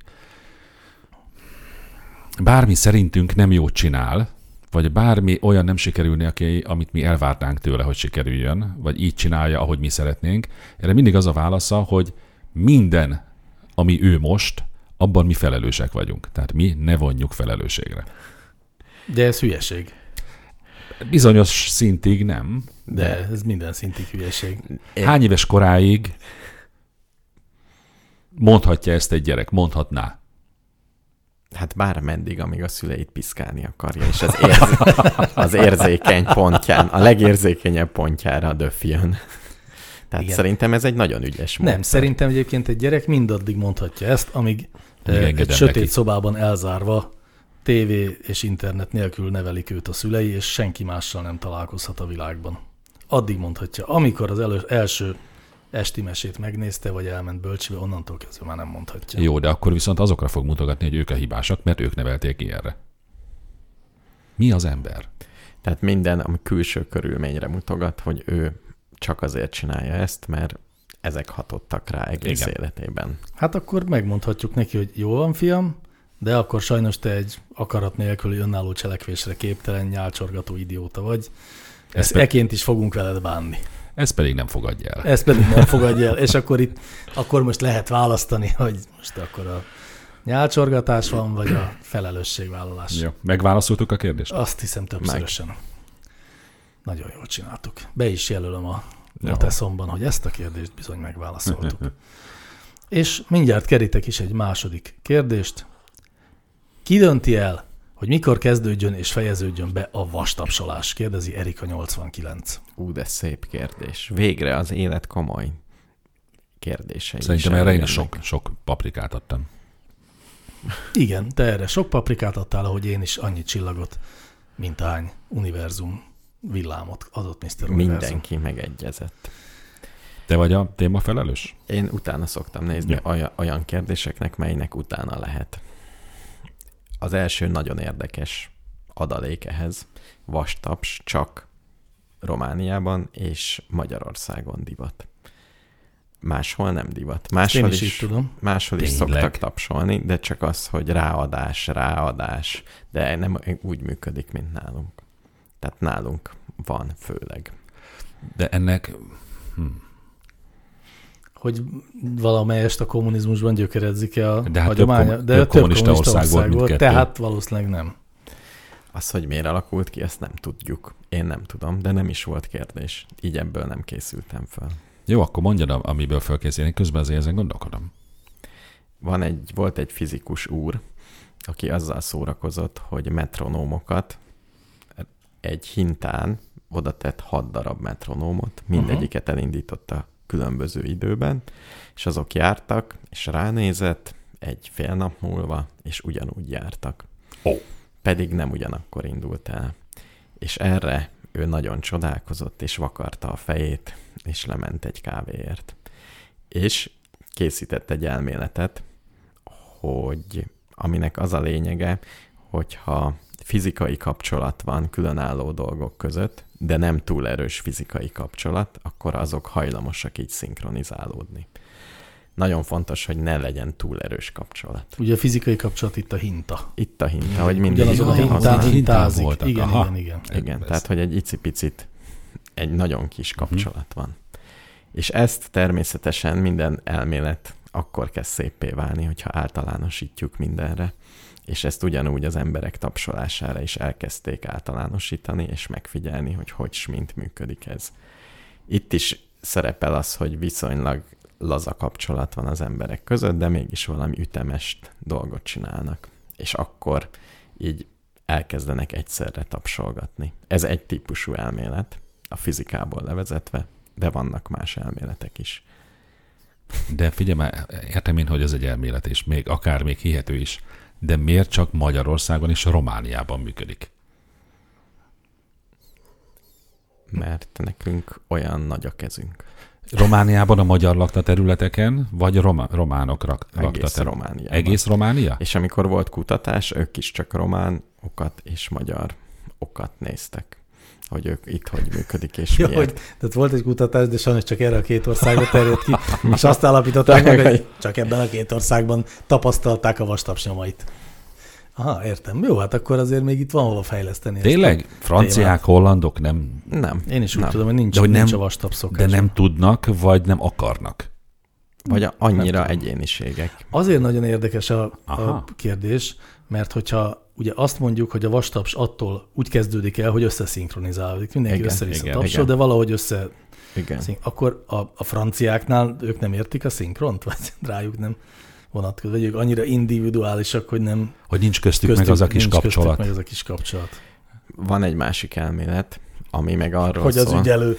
C: bármi szerintünk nem jót csinál, vagy bármi olyan nem sikerül neki, amit mi elvárnánk tőle, hogy sikerüljön, vagy így csinálja, ahogy mi szeretnénk. Erre mindig az a válasza, hogy minden, ami ő most, abban mi felelősek vagyunk. Tehát mi ne vonjuk felelősségre.
B: De ez hülyeség.
C: Bizonyos szintig nem,
B: De ez minden szintig hülyeség.
D: Én-
C: Hány éves koráig mondhatja ezt egy gyerek? Mondhatná.
D: Hát bármeddig, amíg a szüleit piszkálni akarja, és az, érz... az érzékeny pontján, a legérzékenyebb pontjára döfjön. Tehát
B: Igen.
D: Igen. szerintem ez egy nagyon ügyes
B: Nem,
D: módszer.
B: szerintem egyébként egy gyerek mindaddig mondhatja ezt, amíg eh, egy
C: engedem
B: sötét
C: neki.
B: szobában elzárva, tévé és internet nélkül nevelik őt a szülei, és senki mással nem találkozhat a világban. Addig mondhatja, amikor az elő, első esti mesét megnézte, vagy elment bölcsibe, onnantól kezdve már nem mondhatja.
C: Jó, de akkor viszont azokra fog mutogatni, hogy ők a hibásak, mert ők nevelték ilyenre. Mi az ember?
D: Tehát minden, ami külső körülményre mutogat, hogy ő csak azért csinálja ezt, mert ezek hatottak rá egész
C: Igen.
D: Igen. életében.
B: Hát akkor megmondhatjuk neki, hogy jó van, fiam, de akkor sajnos te egy akarat nélküli önálló cselekvésre képtelen nyálcsorgató idióta vagy. Ezt
C: pe-
B: eként is fogunk veled bánni.
C: Ez pedig nem fogadja el.
B: Ezt pedig nem fogadj el. És akkor itt, akkor most lehet választani, hogy most akkor a nyálcsorgatás van, vagy a felelősségvállalás.
C: Jó. Megválaszoltuk a kérdést?
B: Azt hiszem többszörösen. Nagyon jól csináltuk. Be is jelölöm a
C: Jó.
B: teszomban, hogy ezt a kérdést bizony megválaszoltuk. És mindjárt kerítek is egy második kérdést. Ki dönti el, hogy mikor kezdődjön és fejeződjön be a vastapsolás? Kérdezi Erika 89.
D: Ú, de szép kérdés. Végre az élet komoly kérdései. is
C: Szerintem erre én
D: eljönnek.
C: is sok, sok paprikát adtam.
B: Igen, te erre sok paprikát adtál, ahogy én is annyi csillagot, mint hány univerzum villámot adott Mr. Univerzum.
D: Mindenki megegyezett.
C: Te vagy a téma felelős?
D: Én utána szoktam nézni
C: Ja.
D: ja. olyan, olyan kérdéseknek, melynek utána lehet. Az első nagyon érdekes adalék ehhez. Vastaps csak Romániában és Magyarországon divat. Máshol nem divat.
B: Én
D: Máshol
B: is így
D: is,
B: tudom.
D: máshol is
C: Tényleg?
D: szoktak tapsolni, de csak az, hogy ráadás, ráadás, de nem úgy működik, mint nálunk. Tehát nálunk van főleg.
C: De ennek hm,
B: Hogy valamelyest a kommunizmusban gyökeredzik-e a
C: De
B: de
C: hát
B: hát
C: több
B: hagyománya,
C: kom-
B: de
C: több
B: több
C: kommunista
B: kommunista,
C: ország
B: ország
C: volt, mint
B: volt,
C: kettő.
B: tehát valószínűleg nem.
D: Az, hogy miért alakult ki, ezt nem tudjuk. Én nem tudom, de nem is volt kérdés. Így ebből nem készültem fel.
C: Jó, akkor mondjad, am- amiből fölkészülni, közben azért ezen gondolkodom.
D: Van egy, volt egy fizikus úr, aki azzal szórakozott, hogy metronómokat egy hintán oda tett hat darab metronómot, mindegyiket elindította különböző időben, és azok jártak, és ránézett egy fél nap múlva, és ugyanúgy jártak.
C: Ó.
D: Pedig nem ugyanakkor indult el. És erre ő nagyon csodálkozott, és vakarta a fejét, és lement egy kávéért. És készített egy elméletet, hogy aminek az a lényege, hogyha fizikai kapcsolat van különálló dolgok között, de nem túl erős fizikai kapcsolat, akkor azok hajlamosak így szinkronizálódni. Nagyon fontos, hogy ne legyen túl erős kapcsolat.
B: Ugye a fizikai kapcsolat itt a hinta.
D: Itt a hinta, hogy mindig
B: Ugyanazon a
C: Igen,
B: hintán
C: hintán
B: hintázik.
C: voltak.
B: Igen,
C: Aha.
B: igen, igen.
D: Igen,
C: Ez-
D: tehát hogy egy icipicit, egy nagyon kis kapcsolat van. És ezt természetesen minden elmélet akkor kezd szépé válni, hogyha általánosítjuk mindenre. És ezt ugyanúgy az emberek tapsolására is elkezdték általánosítani, és megfigyelni, hogy hogy s mint működik ez. Itt is szerepel az, hogy viszonylag laza kapcsolat van az emberek között, de mégis valami ütemes dolgot csinálnak. És akkor így elkezdenek egyszerre tapsolgatni. Ez egy típusú elmélet, a fizikából levezetve, de vannak más elméletek is.
C: De figyelj már, értem én, hogy ez egy elmélet, és még akár még hihető is, de miért csak Magyarországon és Romániában működik?
D: Mert nekünk olyan nagy a kezünk.
C: Romániában a magyar lakta területeken, vagy roma, románok rak, lakta
D: Egész
C: területeken?
D: Romániában.
C: Egész Románia?
D: És amikor volt kutatás, ők is csak román okat és magyar okat néztek, hogy ők itt hogy működik, és
B: Ja,
D: miért.
B: hogy, tehát volt egy kutatás, de sajnos csak erre a két országra terjedt ki, és azt állapították meg, hogy csak ebben a két országban tapasztalták a vastaps nyomait. Aha, értem. Jó, hát akkor azért még itt van hova fejleszteni. ezt a
C: Tényleg? Franciák, hollandok nem,
D: Nem.
B: Én is úgy
D: nem.
B: tudom, hogy nincs,
C: De hogy
B: nincs
C: nem-
B: a vastap szokás.
C: de nem tudnak, vagy nem akarnak.
D: Vagy a- annyira egyéniségek.
B: Azért nagyon érdekes a, a
C: Aha.
B: kérdés, mert hogyha ugye azt mondjuk, hogy a vastaps attól úgy kezdődik el, hogy összeszinkronizálódik. Mindenki
D: Igen,
B: össze-vissza
C: igen,
B: tapsol,
D: igen.
B: de valahogy össze...
D: Igen.
B: szink- Akkor a, a franciáknál ők nem értik a szinkront? Vagy rájuk nem vonatkozik? Vagy ők annyira individuálisak, hogy nem
C: Hogy nincs köztük, köztük meg az a kis
B: nincs köztük
C: kapcsolat.
B: meg az a kis kapcsolat.
D: Van egy másik elmélet, ami meg arról
B: Hogy
D: szól.
B: az ügyelő.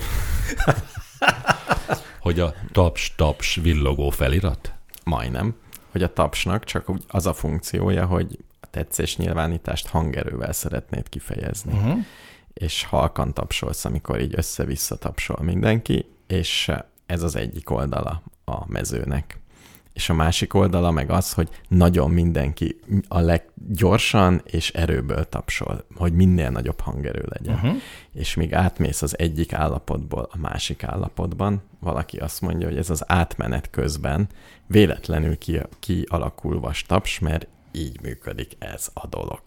C: Hogy a taps-taps villogó felirat?
D: majdnem, hogy a tapsnak csak úgy az a funkciója, hogy a tetszés nyilvánítást hangerővel szeretnéd kifejezni.
B: Uh-huh.
D: És halkan tapsolsz, amikor így össze-vissza tapsol mindenki, és ez az egyik oldala a mezőnek. És a másik oldala meg az, hogy nagyon mindenki a leggyorsan és erőből tapsol, hogy minél nagyobb hangerő legyen.
B: Uh-huh.
D: És míg átmész az egyik állapotból a másik állapotban, valaki azt mondja, hogy ez az átmenet közben véletlenül ki, kialakul vastaps, mert így működik ez a dolog.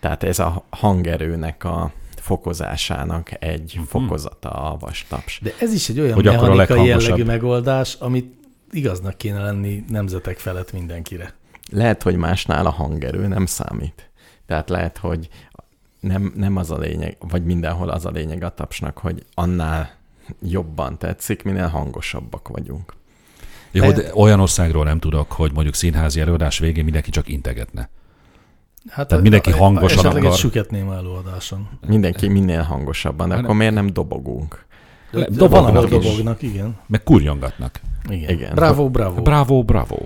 D: Tehát ez a hangerőnek a fokozásának egy
B: Mhm.
D: fokozata a vastaps.
B: De ez is egy olyan
C: Hogy
B: hogy
C: akkor a
B: mechanikai
C: leghangosabb.
B: jellegű megoldás, amit igaznak kéne lenni nemzetek felett mindenkire.
D: Lehet, hogy másnál a hangerő nem számít. Tehát lehet, hogy nem, nem az a lényeg, vagy mindenhol az a lényeg a tapsnak, hogy annál jobban tetszik, minél hangosabbak vagyunk.
C: Jó,
B: Lehet.
C: de olyan országról nem tudok, hogy mondjuk színházi előadás végén mindenki csak integetne.
B: Hát
C: Tehát mindenki hangosan
B: esetleg
C: akar.
B: egy süketném előadáson.
D: Mindenki minél hangosabban, de
C: Hát
D: akkor miért nem dobogunk?
C: Le-
B: De valahol
C: dobognak is.
B: dobognak, igen.
C: Meg kurjongatnak.
B: igen.
D: Igen.
B: Bravo, bravo. Bra-
C: Bravo, bravo.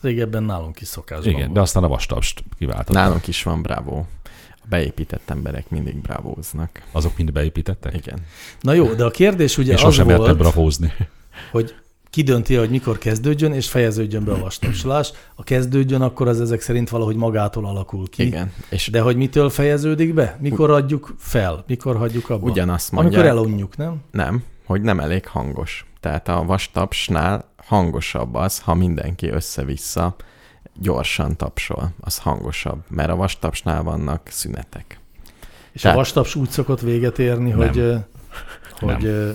B: Régebben nálunk is szokásban
C: Igen,
B: volt.
C: de aztán a vastapst kiváltották.
D: Nálunk is van bravo. A beépített emberek mindig brávóznak.
C: Azok mind beépítettek?
D: Igen.
B: Na jó, de a kérdés ugye
C: Én
B: az
C: sosem mertem
B: volt,
C: brafózni.
B: hogy ki dönti, el, hogy mikor kezdődjön, és fejeződjön be a vastagsolás. A kezdődjön, akkor az ezek szerint valahogy magától alakul ki.
D: Igen. És
B: De hogy mitől fejeződik be? Mikor adjuk fel? Mikor hagyjuk abba?
D: ugyanazt mondják,
B: Amikor elunjuk, nem?
D: nem, hogy nem elég hangos. Tehát a vastapsnál hangosabb az, ha mindenki össze-vissza gyorsan tapsol. Az hangosabb, mert a vastapsnál vannak szünetek.
B: És
D: Tehát-
B: a vastaps úgy szokott véget érni,
C: Nem.
B: hogy, ö, hogy ö,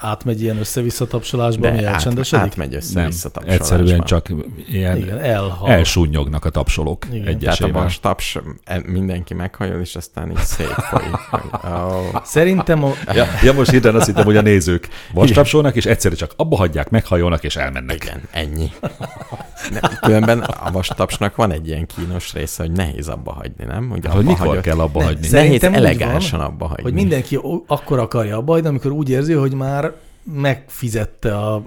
B: átmegy ilyen össze-vissza tapsolásba, ami
D: De át,
B: elcsendesedik?
D: átmegy
C: Nem,
D: össze-vissza tapsolásban.
C: egyszerűen csak ilyen
B: Igen, elhal.
C: elsúnyognak a tapsolók
B: Igen. Hát
D: Tehát a
C: egyesével.
D: vastaps, e- mindenki meghajol, és aztán így szétfolyik. hogy ó,
B: Szerintem a,
C: Ja, ja, most hirtelen azt hittem, hogy a nézők vastapsolnak, és egyszerűen csak abba hagyják, meghajolnak, és elmennek.
D: Igen, ennyi. Nem, különben a vastapsnak van egy ilyen kínos része, hogy nehéz abba hagyni, nem? Hogy
C: De Hát, hogy mikor kell abba
B: Ne,
C: hagyni?
B: szer-
D: Nehéz
B: Szerintem úgy
D: elegánsan abba hagyni.
B: Hogy mindenki o- akkor akarja a bajt, amikor úgy érzi, hogy már megfizette a,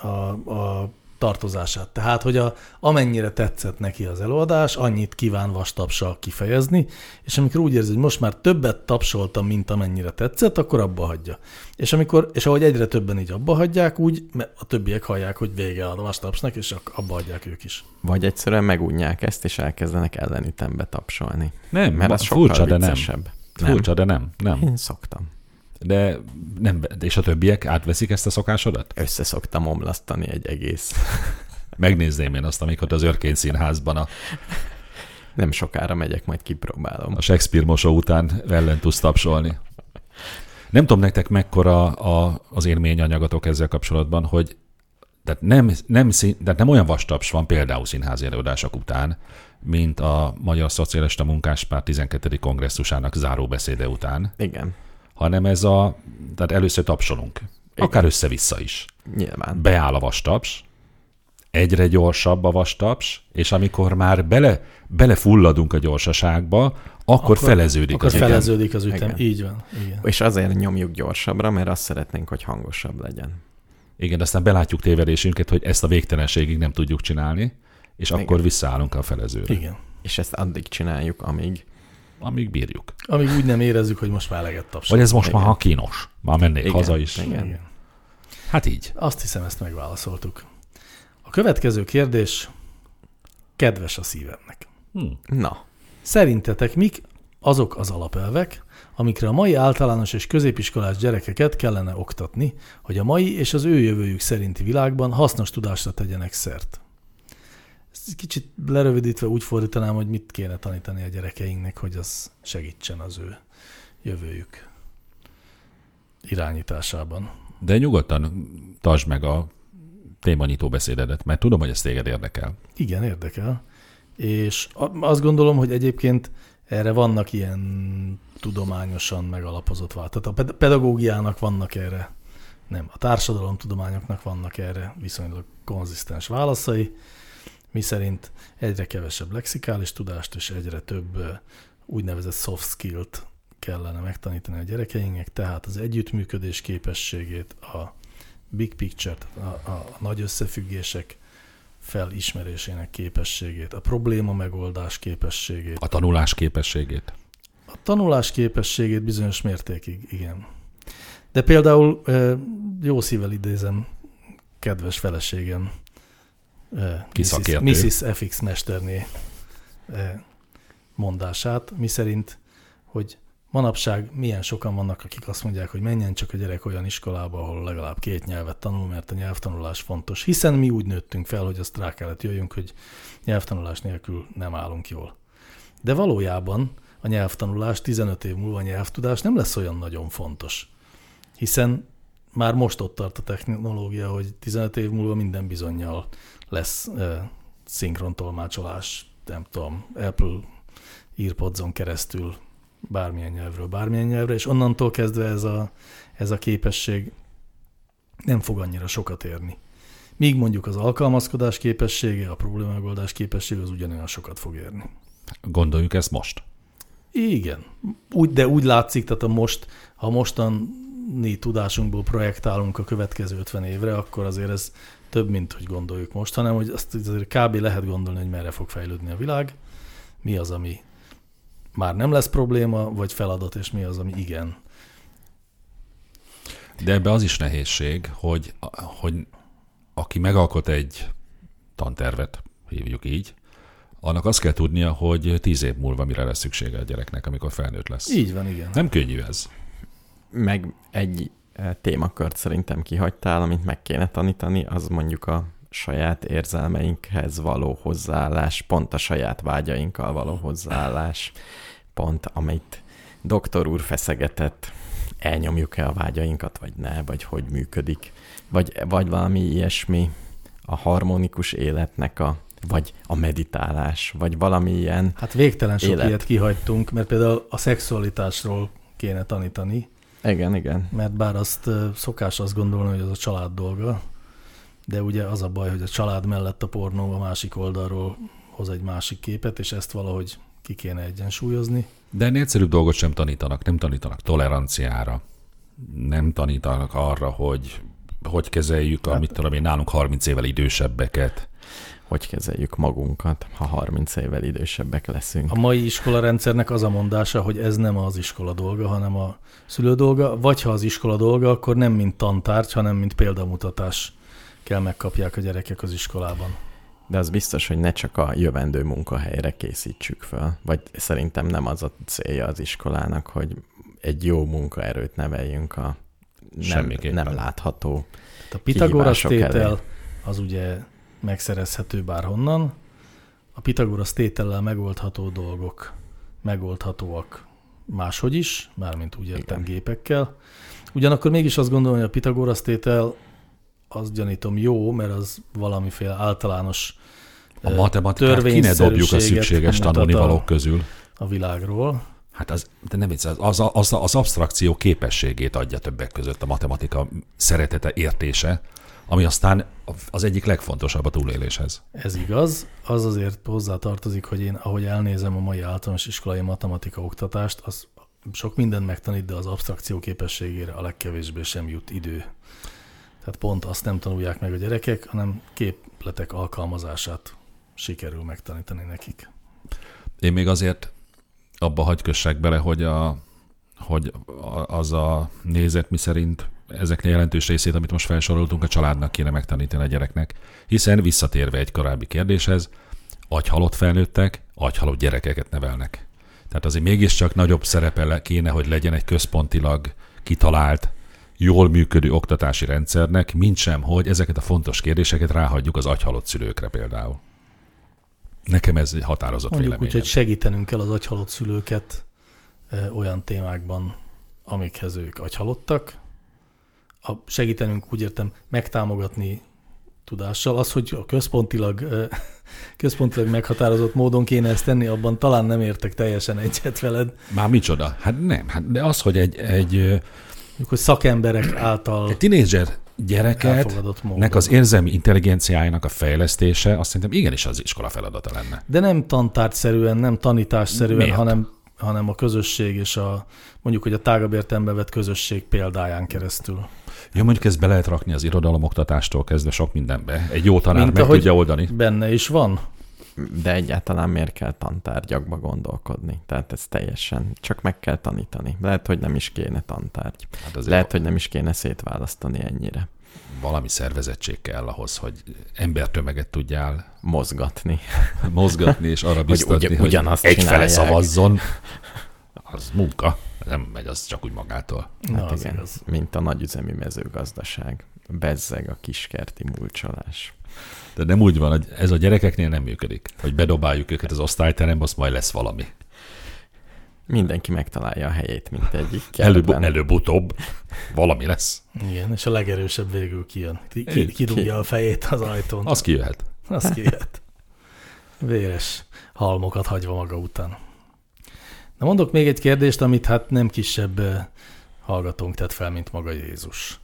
B: a, a tartozását. Tehát, hogy a, amennyire tetszett neki az előadás, annyit kíván vastapsal kifejezni, és amikor úgy érzi, hogy most már többet tapsoltam, mint amennyire tetszett, akkor abba hagyja. És, amikor, és ahogy egyre többen így abba hagyják, úgy mert a többiek hallják, hogy vége a vastapsnak, és ak- abba hagyják ők is.
D: Vagy egyszerűen megunják ezt, és elkezdenek ellenütembe tapsolni.
C: Nem,
D: Mert az sokkal
C: furcsa, de nem.
D: viccesebb.
C: Furcsa, de nem. nem.
D: Én szoktam.
C: De nem, és a többiek átveszik ezt a szokásodat?
D: Össze szoktam omlasztani egy egész.
C: Megnézném én azt, amikor az Örkény Színházban a,
D: Nem sokára megyek, majd kipróbálom.
C: a Shakespeare mosó után ellen tudsz tapsolni. Nem tudom nektek mekkora a, az élményanyagatok ezzel kapcsolatban, hogy tehát nem, nem, szín, tehát nem olyan vastaps van például színházi előadások után, mint a Magyar Szocialista Munkáspárt 12. kongresszusának záróbeszéde után,
D: Igen,
C: hanem ez a, tehát először tapsolunk, akár össze-vissza is.
D: nyilván.
C: beáll a vastaps, egyre gyorsabb a vastaps, és amikor már bele, belefulladunk a gyorsaságba, akkor, akkor feleződik
B: Akkor
C: az ütem.
B: feleződik az ütem.
D: Igen.
B: Így van. Igen.
D: És azért nyomjuk gyorsabbra, mert azt szeretnénk, hogy hangosabb legyen.
C: Igen, aztán belátjuk tévedésünket, hogy ezt a végtelenségig nem tudjuk csinálni, és Igen. akkor visszaállunk a felezőre, Igen.
B: Igen.
D: És ezt addig csináljuk, amíg
C: amíg bírjuk.
B: Amíg úgy nem érezzük, hogy most már eleget tapsol.
C: Vagy ez most
D: Igen.
C: már ha kínos, már mennék
D: Igen,
C: Igen. haza is. Igen.
D: igen.
B: Igen.
C: Hát így.
B: Azt hiszem, ezt megválaszoltuk. A következő kérdés kedves a szívemnek.
C: Hm.
D: Na,
B: Szerintetek mik azok az alapelvek, amikre a mai általános és középiskolás gyerekeket kellene oktatni, hogy a mai és az ő jövőjük szerinti világban hasznos tudásra tegyenek szert? Ezt kicsit lerövidítve úgy fordítanám, hogy mit kéne tanítani a gyerekeinknek, hogy az segítsen az ő jövőjük irányításában.
C: De nyugodtan tartsd meg a témanyitó beszédedet, mert tudom, hogy ez téged érdekel.
B: Igen, érdekel. És a- azt gondolom, hogy egyébként erre vannak ilyen tudományosan megalapozott vált. Tehát a ped- pedagógiának vannak erre, nem, a társadalomtudományoknak vannak erre viszonylag konzisztens válaszai, mi szerint egyre kevesebb lexikális tudást és egyre több ö, úgynevezett soft skill-t kellene megtanítani a gyerekeinknek, tehát az együttműködés képességét, a big picture-t, a, a, a nagy összefüggések felismerésének képességét, a probléma megoldás képességét,
C: A tanulás képességét.
B: a tanulás képességét bizonyos mértékig, igen. De például ö, jó szívvel idézem kedves feleségem, ö, Mrs.
C: Kiszakértő.
B: Mrs. FX mesterné ö, mondását, miszerint, hogy manapság milyen sokan vannak, akik azt mondják, hogy menjen csak a gyerek olyan iskolába, ahol legalább két nyelvet tanul, mert a nyelvtanulás fontos. Hiszen mi úgy nőttünk fel, hogy azt rá kellett jöjjünk, hogy nyelvtanulás nélkül nem állunk jól. De valójában a nyelvtanulás 15 év múlva nyelvtudás nem lesz olyan nagyon fontos. Hiszen már most ott tart a technológia, hogy 15 év múlva minden bizonyal lesz eh, szinkrontolmácsolás, nem tudom, Apple earpods keresztül bármilyen nyelvről, bármilyen nyelvre, és onnantól kezdve ez a, ez a képesség nem fog annyira sokat érni. Míg mondjuk az alkalmazkodás képessége, a problémamegoldás képessége az ugyanolyan sokat fog érni.
C: Gondoljuk ezt most.
B: Igen. Úgy, de úgy látszik, tehát a most, ha mostani tudásunkból projektálunk a következő 50 évre, akkor azért ez több, mint hogy gondoljuk most, hanem hogy azt azért kb. lehet gondolni, hogy merre fog fejlődni a világ, mi az, ami már nem lesz probléma, vagy feladat, és mi az, ami igen.
C: De ebbe az is nehézség, hogy, hogy aki megalkot egy tantervet, hívjuk így, annak azt kell tudnia, hogy tíz év múlva mire lesz szüksége a gyereknek, amikor felnőtt lesz.
B: Így van, igen.
C: Nem könnyű ez.
D: meg egy eh, témakört szerintem kihagytál, amit meg kéne tanítani, az mondjuk a saját érzelmeinkhez való hozzáállás, pont a saját vágyainkkal való hozzáállás, pont amit doktor úr feszegetett, elnyomjuk-e a vágyainkat, vagy ne, vagy hogy működik, vagy, vagy valami ilyesmi, a harmonikus életnek a, vagy a meditálás, vagy valami ilyen,
B: Hát végtelen sok
D: Élet.
B: ilyet kihagytunk, mert például a szexualitásról kéne tanítani,
D: igen, igen,
B: mert bár azt ö, szokás azt gondolni, hogy az a család dolga, de ugye az a baj, hogy a család mellett a pornó a másik oldalról hoz egy másik képet, és ezt valahogy ki kéne egyensúlyozni.
C: De ennél egyszerűbb dolgot sem tanítanak. Nem tanítanak toleranciára. Nem tanítanak arra, hogy hogy kezeljük, hát, amit tudom én, nálunk 30 évvel idősebbeket.
D: Hogy kezeljük magunkat, ha 30 évvel idősebbek leszünk.
B: A mai iskola rendszernek az a mondása, hogy ez nem az iskola dolga, hanem a szülő dolga, vagy ha az iskola dolga, akkor nem mint tantárgy, hanem mint példamutatás kell megkapják a gyerekek az iskolában.
D: De az biztos, hogy ne csak a jövendő munkahelyre készítsük fel. Vagy szerintem nem az a célja az iskolának, hogy egy jó munkaerőt neveljünk a nem,
C: Semmiképpen.
D: nem látható
B: Hát A Pitagorasz
D: kihívások elé.
B: tétel az ugye megszerezhető bárhonnan. A Pitagorasz tétellel megoldható dolgok megoldhatóak máshogy is, mármint úgy értem
D: Igen.
B: gépekkel. Ugyanakkor mégis azt gondolom, hogy a Pitagorasz tétel azt gyanítom jó, mert az valamiféle általános
C: A
B: ö,
C: matematikát ki ne dobjuk a
B: törvényszerűséget
C: szükséges
B: mutat
C: tanulni
B: a,
C: valók közül.
B: a világról.
C: Hát az, de nem vicc, az, az, az, az absztrakció képességét adja többek között a matematika szeretete, értése, ami aztán az egyik legfontosabb a túléléshez.
B: Ez igaz, az azért hozzátartozik, hogy én, ahogy elnézem a mai általános iskolai matematika oktatást, az sok mindent megtanít, de az abstrakció képességére a legkevésbé sem jut idő. Tehát pont azt nem tanulják meg a gyerekek, hanem képletek alkalmazását sikerül megtanítani nekik.
C: Én még azért abba hagykössek bele, hogy, a, hogy a- az a nézet, mi szerint ezeknek jelentős részét, amit most felsoroltunk, a családnak kéne megtanítani a gyereknek. Hiszen visszatérve egy korábbi kérdéshez, agyhalott felnőttek, agyhalott gyerekeket nevelnek. Tehát azért mégiscsak nagyobb szerepe le- kéne, hogy legyen egy központilag kitalált, jól működő oktatási rendszernek, mint sem, hogy ezeket a fontos kérdéseket ráhagyjuk az agyhalott szülőkre például. Nekem ez egy határozott
B: Mondjuk úgy,
C: véleményem.
B: hogy segítenünk kell az agyhalott szülőket e, olyan témákban, amikhez ők agyhalottak. A segítenünk úgy értem megtámogatni tudással. Az, hogy a központilag, e, központilag meghatározott módon kéne ezt tenni, abban talán nem értek teljesen egyet veled.
C: Már micsoda? Hát nem, hát de az, hogy egy, egy, ö,
B: Mondjuk, hogy szakemberek által
C: egy tinédzser gyereket,
B: elfogadott módon.
C: nek az érzelmi intelligenciájának a fejlesztése, azt szerintem igenis az iskola feladata lenne.
B: De nem tantárgyszerűen, nem tanításszerűen,
C: Miért?
B: hanem, hanem a közösség és a mondjuk, hogy a tágabb értelembe vett közösség példáján keresztül.
C: Jó, mondjuk ezt be lehet rakni az irodalomoktatástól kezdve sok mindenbe. Egy jó tanár
B: Mint
C: Hát meg
B: ahogy-
C: tudja oldani.
B: Benne is van.
D: De egyáltalán miért kell tantárgyakba gondolkodni? Tehát ez teljesen csak meg kell tanítani. Lehet, hogy nem is kéne tantárgy.
C: Hát azért
D: Lehet, hogy nem is kéne szétválasztani ennyire.
C: valami szervezettség kell ahhoz, hogy embertömeget tudjál
D: Mozgatni.
C: mozgatni, és arra biztatni,
D: ugyan-
C: hogy
D: ugyanazt
C: egyfele
D: csinálják.
C: szavazzon. Az munka. Nem megy az csak úgy magától.
B: Na,
D: Hát
B: az
D: igen,
B: igaz.
D: mint a nagyüzemi mezőgazdaság. Bezzeg a kiskerti múlcsolás.
C: De nem úgy van, hogy ez a gyerekeknél nem működik. Hogy bedobáljuk őket az osztályterembe, azt majd lesz valami.
D: Mindenki megtalálja a helyét, mint egyik
C: Előbb,
D: kertben.
C: előbb-utóbb valami lesz.
B: Igen, és a legerősebb végül kijön. Ki- ki-
C: Így.
B: Kidugja a fejét az ajtón.
C: Az kijöhet.
B: Az kijöhet. Véres halmokat hagyva maga után. Na mondok még egy kérdést, amit hát nem kisebb eh, hallgatónk tett fel, mint maga Jézus.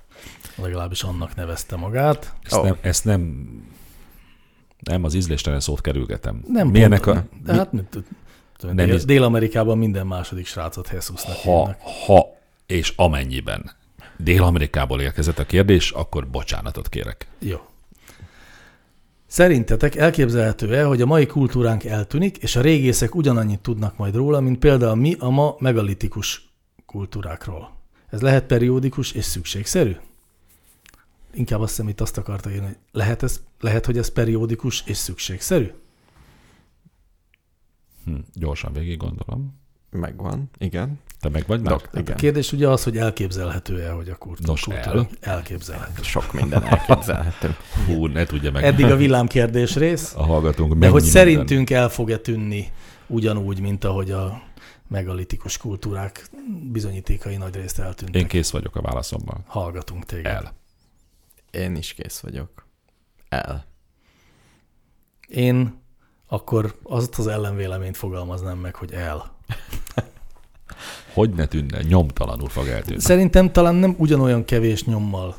B: Legalábbis annak nevezte magát.
C: Ezt,
D: Ó.
C: nem, ezt nem, nem az ízléstelen szót kerülgetem.
B: Nem
C: Mérnek
B: pont,
C: a,
B: de hát, mit- tudom,
C: Nem
B: Dél-
C: is-
B: Dél-Amerikában minden második srácot Jesusnak
C: ha,
B: hívnak.
C: ha és amennyiben Dél-Amerikából érkezett a kérdés, akkor bocsánatot kérek.
B: Jó. Szerintetek elképzelhető-e, hogy a mai kultúránk eltűnik, és a régészek ugyanannyit tudnak majd róla, mint például mi a ma megalitikus kultúrákról? Ez lehet periódikus és szükségszerű? Inkább azt hiszem, itt azt akarta írni, hogy lehet, ez, lehet, hogy ez periódikus és szükségszerű?
C: Hm, gyorsan végig gondolom.
D: Megvan, igen.
C: Te meg vagy már?
D: Dok,
B: A
D: igen.
B: kérdés ugye az, hogy elképzelhető-e, hogy a kultúra
C: Nos, el.
B: elképzelhető.
D: Sok minden elképzelhető.
C: Hú, ne tudja meg.
B: Eddig a villámkérdés rész.
C: a hallgatónk
B: De
C: mennyi
B: hogy
C: minden-
B: szerintünk el fog-e tűnni ugyanúgy, mint ahogy a megalitikus kultúrák bizonyítékai nagy részt eltűntek.
C: Én kész vagyok a válaszommal.
B: Hallgatunk téged.
C: El.
D: Én is kész vagyok. El.
B: Én akkor azt az ellenvéleményt fogalmaznám meg, hogy el.
C: Hogy ne tűnne, nyomtalanul fog eltűnni.
B: Szerintem talán nem ugyanolyan kevés nyommal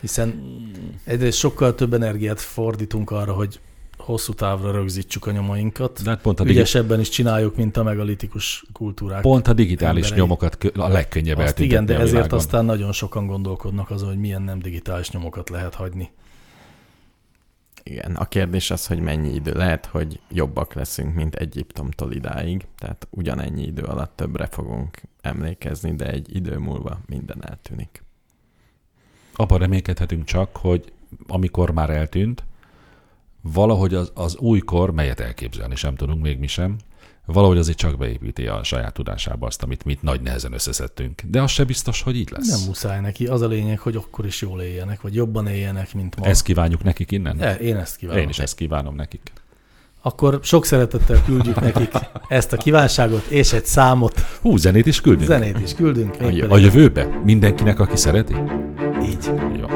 B: hiszen egyrészt sokkal több energiát fordítunk arra, hogy hosszú távra rögzítsük a nyomainkat.
C: De hát pont a, digi-
B: Ügyesebben is csináljuk, mint a megalitikus kultúrák.
C: pont a digitális
B: emberei.
C: nyomokat kö- a legkönnyebb
B: Azt igen, de
C: eltüntetni a
B: ezért
C: világon.
B: aztán nagyon sokan gondolkodnak azon, hogy milyen nem digitális nyomokat lehet hagyni.
D: Igen, a kérdés az, hogy mennyi idő. Lehet, hogy jobbak leszünk, mint Egyiptomtól idáig, tehát ugyanennyi idő alatt többre fogunk emlékezni, de egy idő múlva minden eltűnik.
C: abban reménykedhetünk csak, hogy amikor már eltűnt, valahogy az, az új kor, melyet elképzelni sem tudunk, még mi sem, valahogy azért csak beépíti a saját tudásába azt, amit mit nagy nehezen összeszedtünk. De az se biztos, hogy így lesz.
B: Nem muszáj neki, az a lényeg, hogy akkor is jól éljenek, vagy jobban éljenek, mint ma.
C: Ezt kívánjuk nekik innen?
B: E, én ezt kívánom.
C: Én is ezt kívánom nekik.
B: Akkor sok szeretettel küldjük nekik ezt a kívánságot, és egy számot,
C: Hú, zenét is küldünk?
B: zenét is küldünk. mégpedig
C: A jövőbe? Mindenkinek, aki szereti?
B: Így.
C: Jó.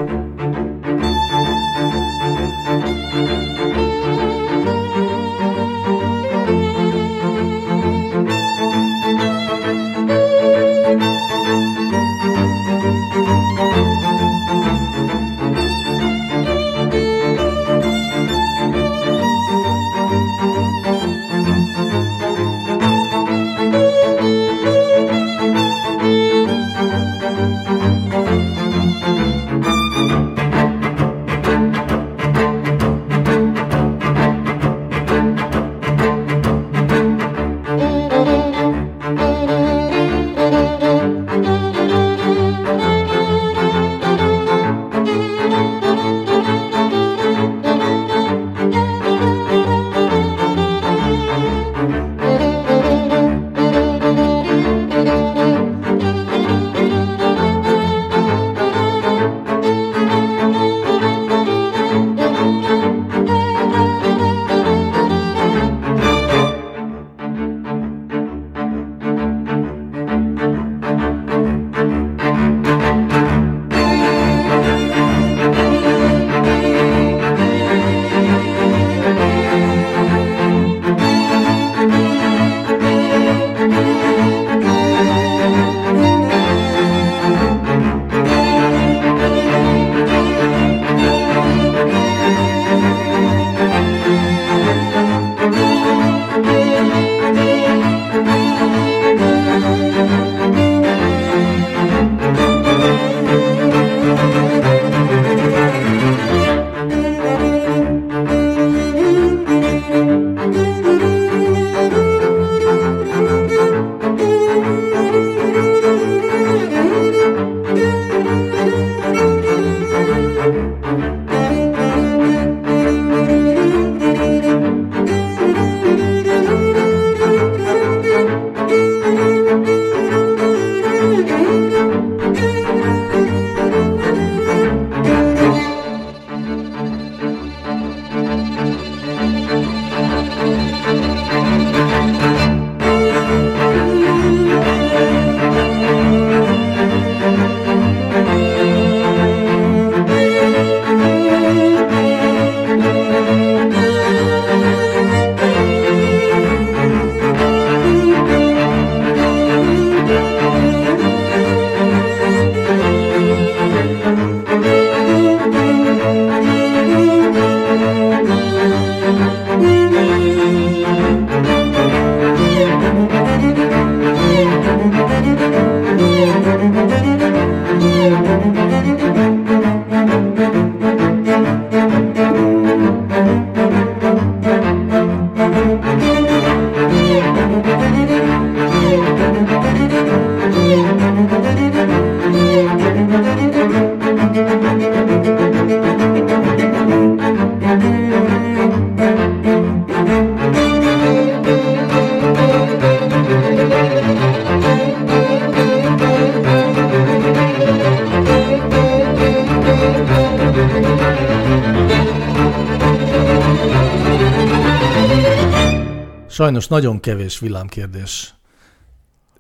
B: Sajnos nagyon kevés villámkérdés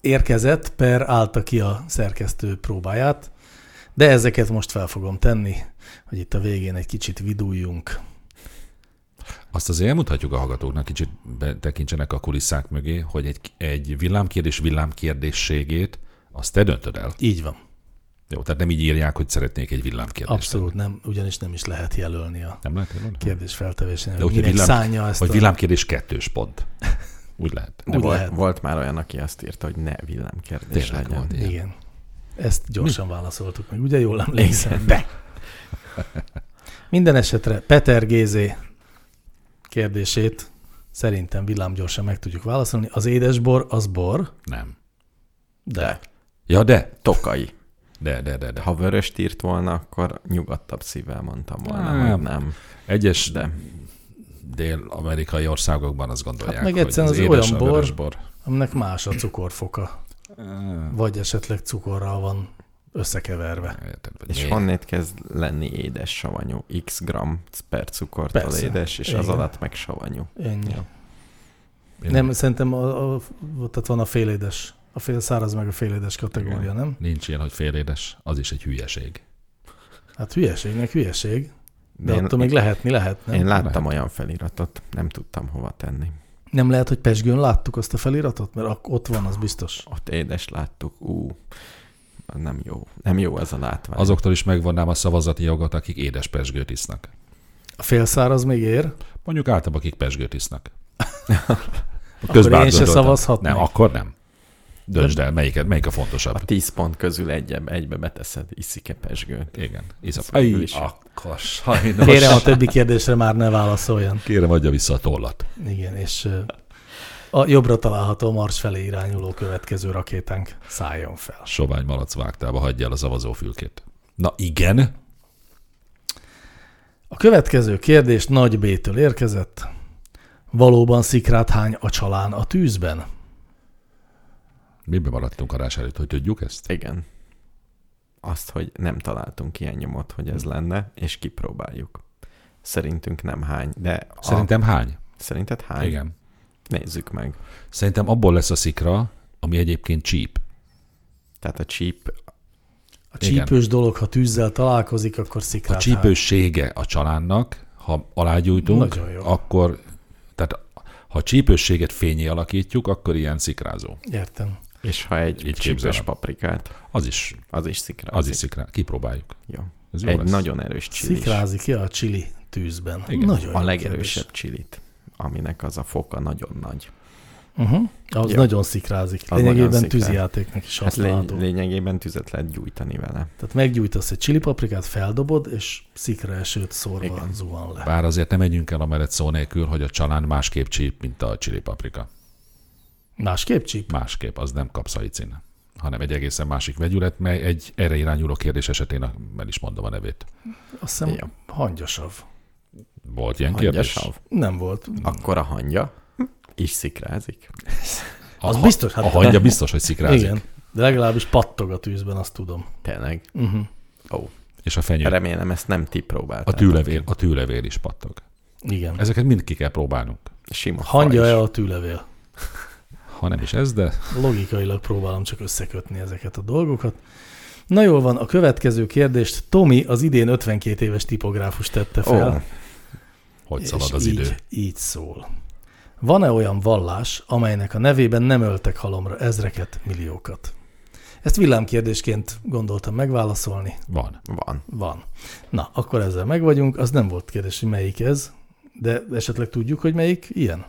B: érkezett, per állta ki a szerkesztő próbáját, de ezeket most fel fogom tenni, hogy itt a végén egy kicsit viduljunk.
C: Azt azért elmondhatjuk a hallgatóknak, kicsit betekintsenek a kulisszák mögé, hogy egy, egy villámkérdés villámkérdésségét azt te döntöd el.
B: Így van.
C: Jó, tehát nem így írják, hogy szeretnék egy villámkérdést.
B: Abszolút nem, ugyanis nem is lehet jelölni a
C: Nem lehet jól?
B: kérdés feltevésénél,
C: De
B: hogy
C: úgy, hogy
B: minek
C: villám-
B: szánja ezt
C: Vagy
B: a...
C: villámkérdés kettős pont. Úgy lehet.
D: De
B: Úgy
D: volt,
B: lehet.
D: volt már olyan, aki azt írta, hogy ne villámkérdés
C: Tényleg
D: legyen.
C: volt ilyen.
B: Igen. Ezt gyorsan válaszoltuk meg, ugye jól emlékszem? De. Minden esetre Peter Gézé kérdését szerintem villámgyorsan meg tudjuk válaszolni. Az édesbor az bor,
C: Nem.
B: de
C: Ja, de.
D: Tokai.
C: De, de, de, de.
D: Ha vöröst írt volna, akkor nyugodtabb szívvel mondtam volna,
C: Nem.
D: nem. hogy nem.
C: Egyes
D: De
C: dél-amerikai országokban azt gondolják,
B: Hát meg
C: hogy
B: egyszerűen az
C: édes
B: olyan
C: a
B: bor-
C: vörösbor.
B: aminek más a cukorfoka, vagy esetleg cukorral van összekeverve.
C: Érted, vagy
D: és
C: mi?
D: honnét kezd lenni édes savanyú? X gram per cukortól
B: Persze.
D: édes, és az
B: Igen.
D: alatt meg savanyú.
B: Ennyi. Ja.
C: Én-
B: Nem, szerintem a, a, tehát van a félédes, a fél száraz meg a félédes kategória,
D: Igen.
B: nem?
C: Nincs ilyen, hogy félédes. Az is egy hülyeség.
B: Hát hülyeségnek hülyeség, de,
D: De
B: de
D: én,
B: attól még lehetni lehet, nem?
D: én láttam
C: Lehet.
D: olyan feliratot, nem tudtam hova tenni.
B: Nem lehet, hogy Pesgőn láttuk azt a feliratot? Mert ak- ott van, az biztos.
D: Ott édes láttuk, ú, nem jó. Nem jó ez a látvány.
C: Azoktól is megvonnám a szavazati jogot, akik édes pesgőt isznak.
B: A félszáraz még ér?
C: Mondjuk általában, akik pesgőt isznak.
B: én se
C: átgondoltam.
B: szavazhatnék? Hát-
C: Nem, akkor nem. Döntsd el, melyiket, melyik a fontosabb.
D: A tíz pont közül egybe, egybe beteszed, iszik-e pesgőt.
C: Igen. Iszap.
D: Szóval ő
C: Aj,
D: is.
C: akkor sajnos.
B: Kérem, a többi kérdésre már ne válaszoljon.
C: Kérem, adja vissza a tollat.
B: Igen, és ö, a jobbra található Mars felé irányuló következő rakétánk szálljon fel.
C: Sovány malac vágtába hagyja el a szavazófülkét. Na igen,
B: A következő kérdés Nagy B-től érkezett. Valóban szikrát hány a csalán a tűzben?
C: miben maradtunk arás előtt, hogy tudjuk ezt?
D: Igen. Azt, hogy nem találtunk ilyen nyomot, hogy ez lenne, és kipróbáljuk. Szerintünk nem hány, de a...
C: Szerintem hány?
D: Szerinted hány?
C: Igen.
D: Nézzük meg.
C: Szerintem abból lesz a szikra, ami egyébként csíp.
D: Tehát a csíp,
B: A
C: Igen.
B: csípős dolog, ha tűzzel találkozik, akkor
C: A
B: szikrát
C: csípősége a csalánnak, ha alágyújtunk,
B: Nagyon jó.
C: akkor, tehát ha a csípőséget fényé alakítjuk, akkor ilyen szikrázó.
B: hány. Értem.
D: és ha egy
C: Így
D: Így csípős
C: képzelem.
D: paprikát,
C: Az is,
D: az is szikrázik.
C: az is szikrá. Kipróbáljuk.
D: Jó.
C: Ez jó
D: Egy
C: lesz.
D: nagyon erős csilis.
B: Szikrázik ki a csili tűzben.
C: Igen.
B: Nagyon
D: A
B: jó
D: legerősebb csilit, aminek az a foka nagyon nagy.
B: Uh-huh. Az
D: Ja.
B: nagyon szikrázik.
D: nagyon
B: Lényegében
D: szikrál.
B: tűzijátéknak is
D: Hát lény-
B: használható.
D: lényegében tüzet lehet gyújtani vele.
B: Tehát meggyújtasz egy csilipaprikát, feldobod, és szikra esőt szórva Igen. zuhan le.
C: Bár azért nem megyünk el amellett szó nélkül, hogy a csalán másképp csíp, mint a csili paprika.
B: Másképp csíp?
C: Másképp, az nem kapszaicin, hanem egy egészen másik vegyület, mely egy erre irányuló kérdés esetén, a- el is mondom a nevét.
B: Azt hiszem
D: Ja.
B: hangyosav.
C: Volt ilyen kérdés?
D: Hangyasav.
B: Nem volt.
D: Akkor a hangya is szikrázik.
C: A,
B: Az
C: ha-
B: biztos, hát-
C: A hangya biztos, hogy szikrázik.
B: Igen. De legalábbis pattog a tűzben, azt tudom.
D: Tényleg.
B: Uh-huh.
D: Ó,
C: És a fenyő.
D: remélem ezt nem ti
C: A
D: próbáltátok.
C: tűlevél, a tűlevél is pattog.
B: Igen. Ez
C: Ezeket mind ki kell próbálnunk.
D: Sima fa
B: Hangja-e
D: is.
B: a tűlevél?
C: Ha nem is ez, de
B: Logikailag próbálom csak összekötni ezeket a dolgokat. Na jól van, a következő kérdést Tomi az idén 52 éves tipográfus tette fel.
D: Ó,
C: hogy
B: És
C: szalad az
B: így,
C: idő.
B: Így szól. Van-e olyan vallás, amelynek a nevében nem öltek halomra ezreket, milliókat? Ezt villámkérdésként gondoltam megválaszolni.
C: Van.
D: van.
B: Van. Na, akkor ezzel megvagyunk. Az nem volt kérdés, hogy melyik ez, de esetleg tudjuk, hogy melyik ilyen?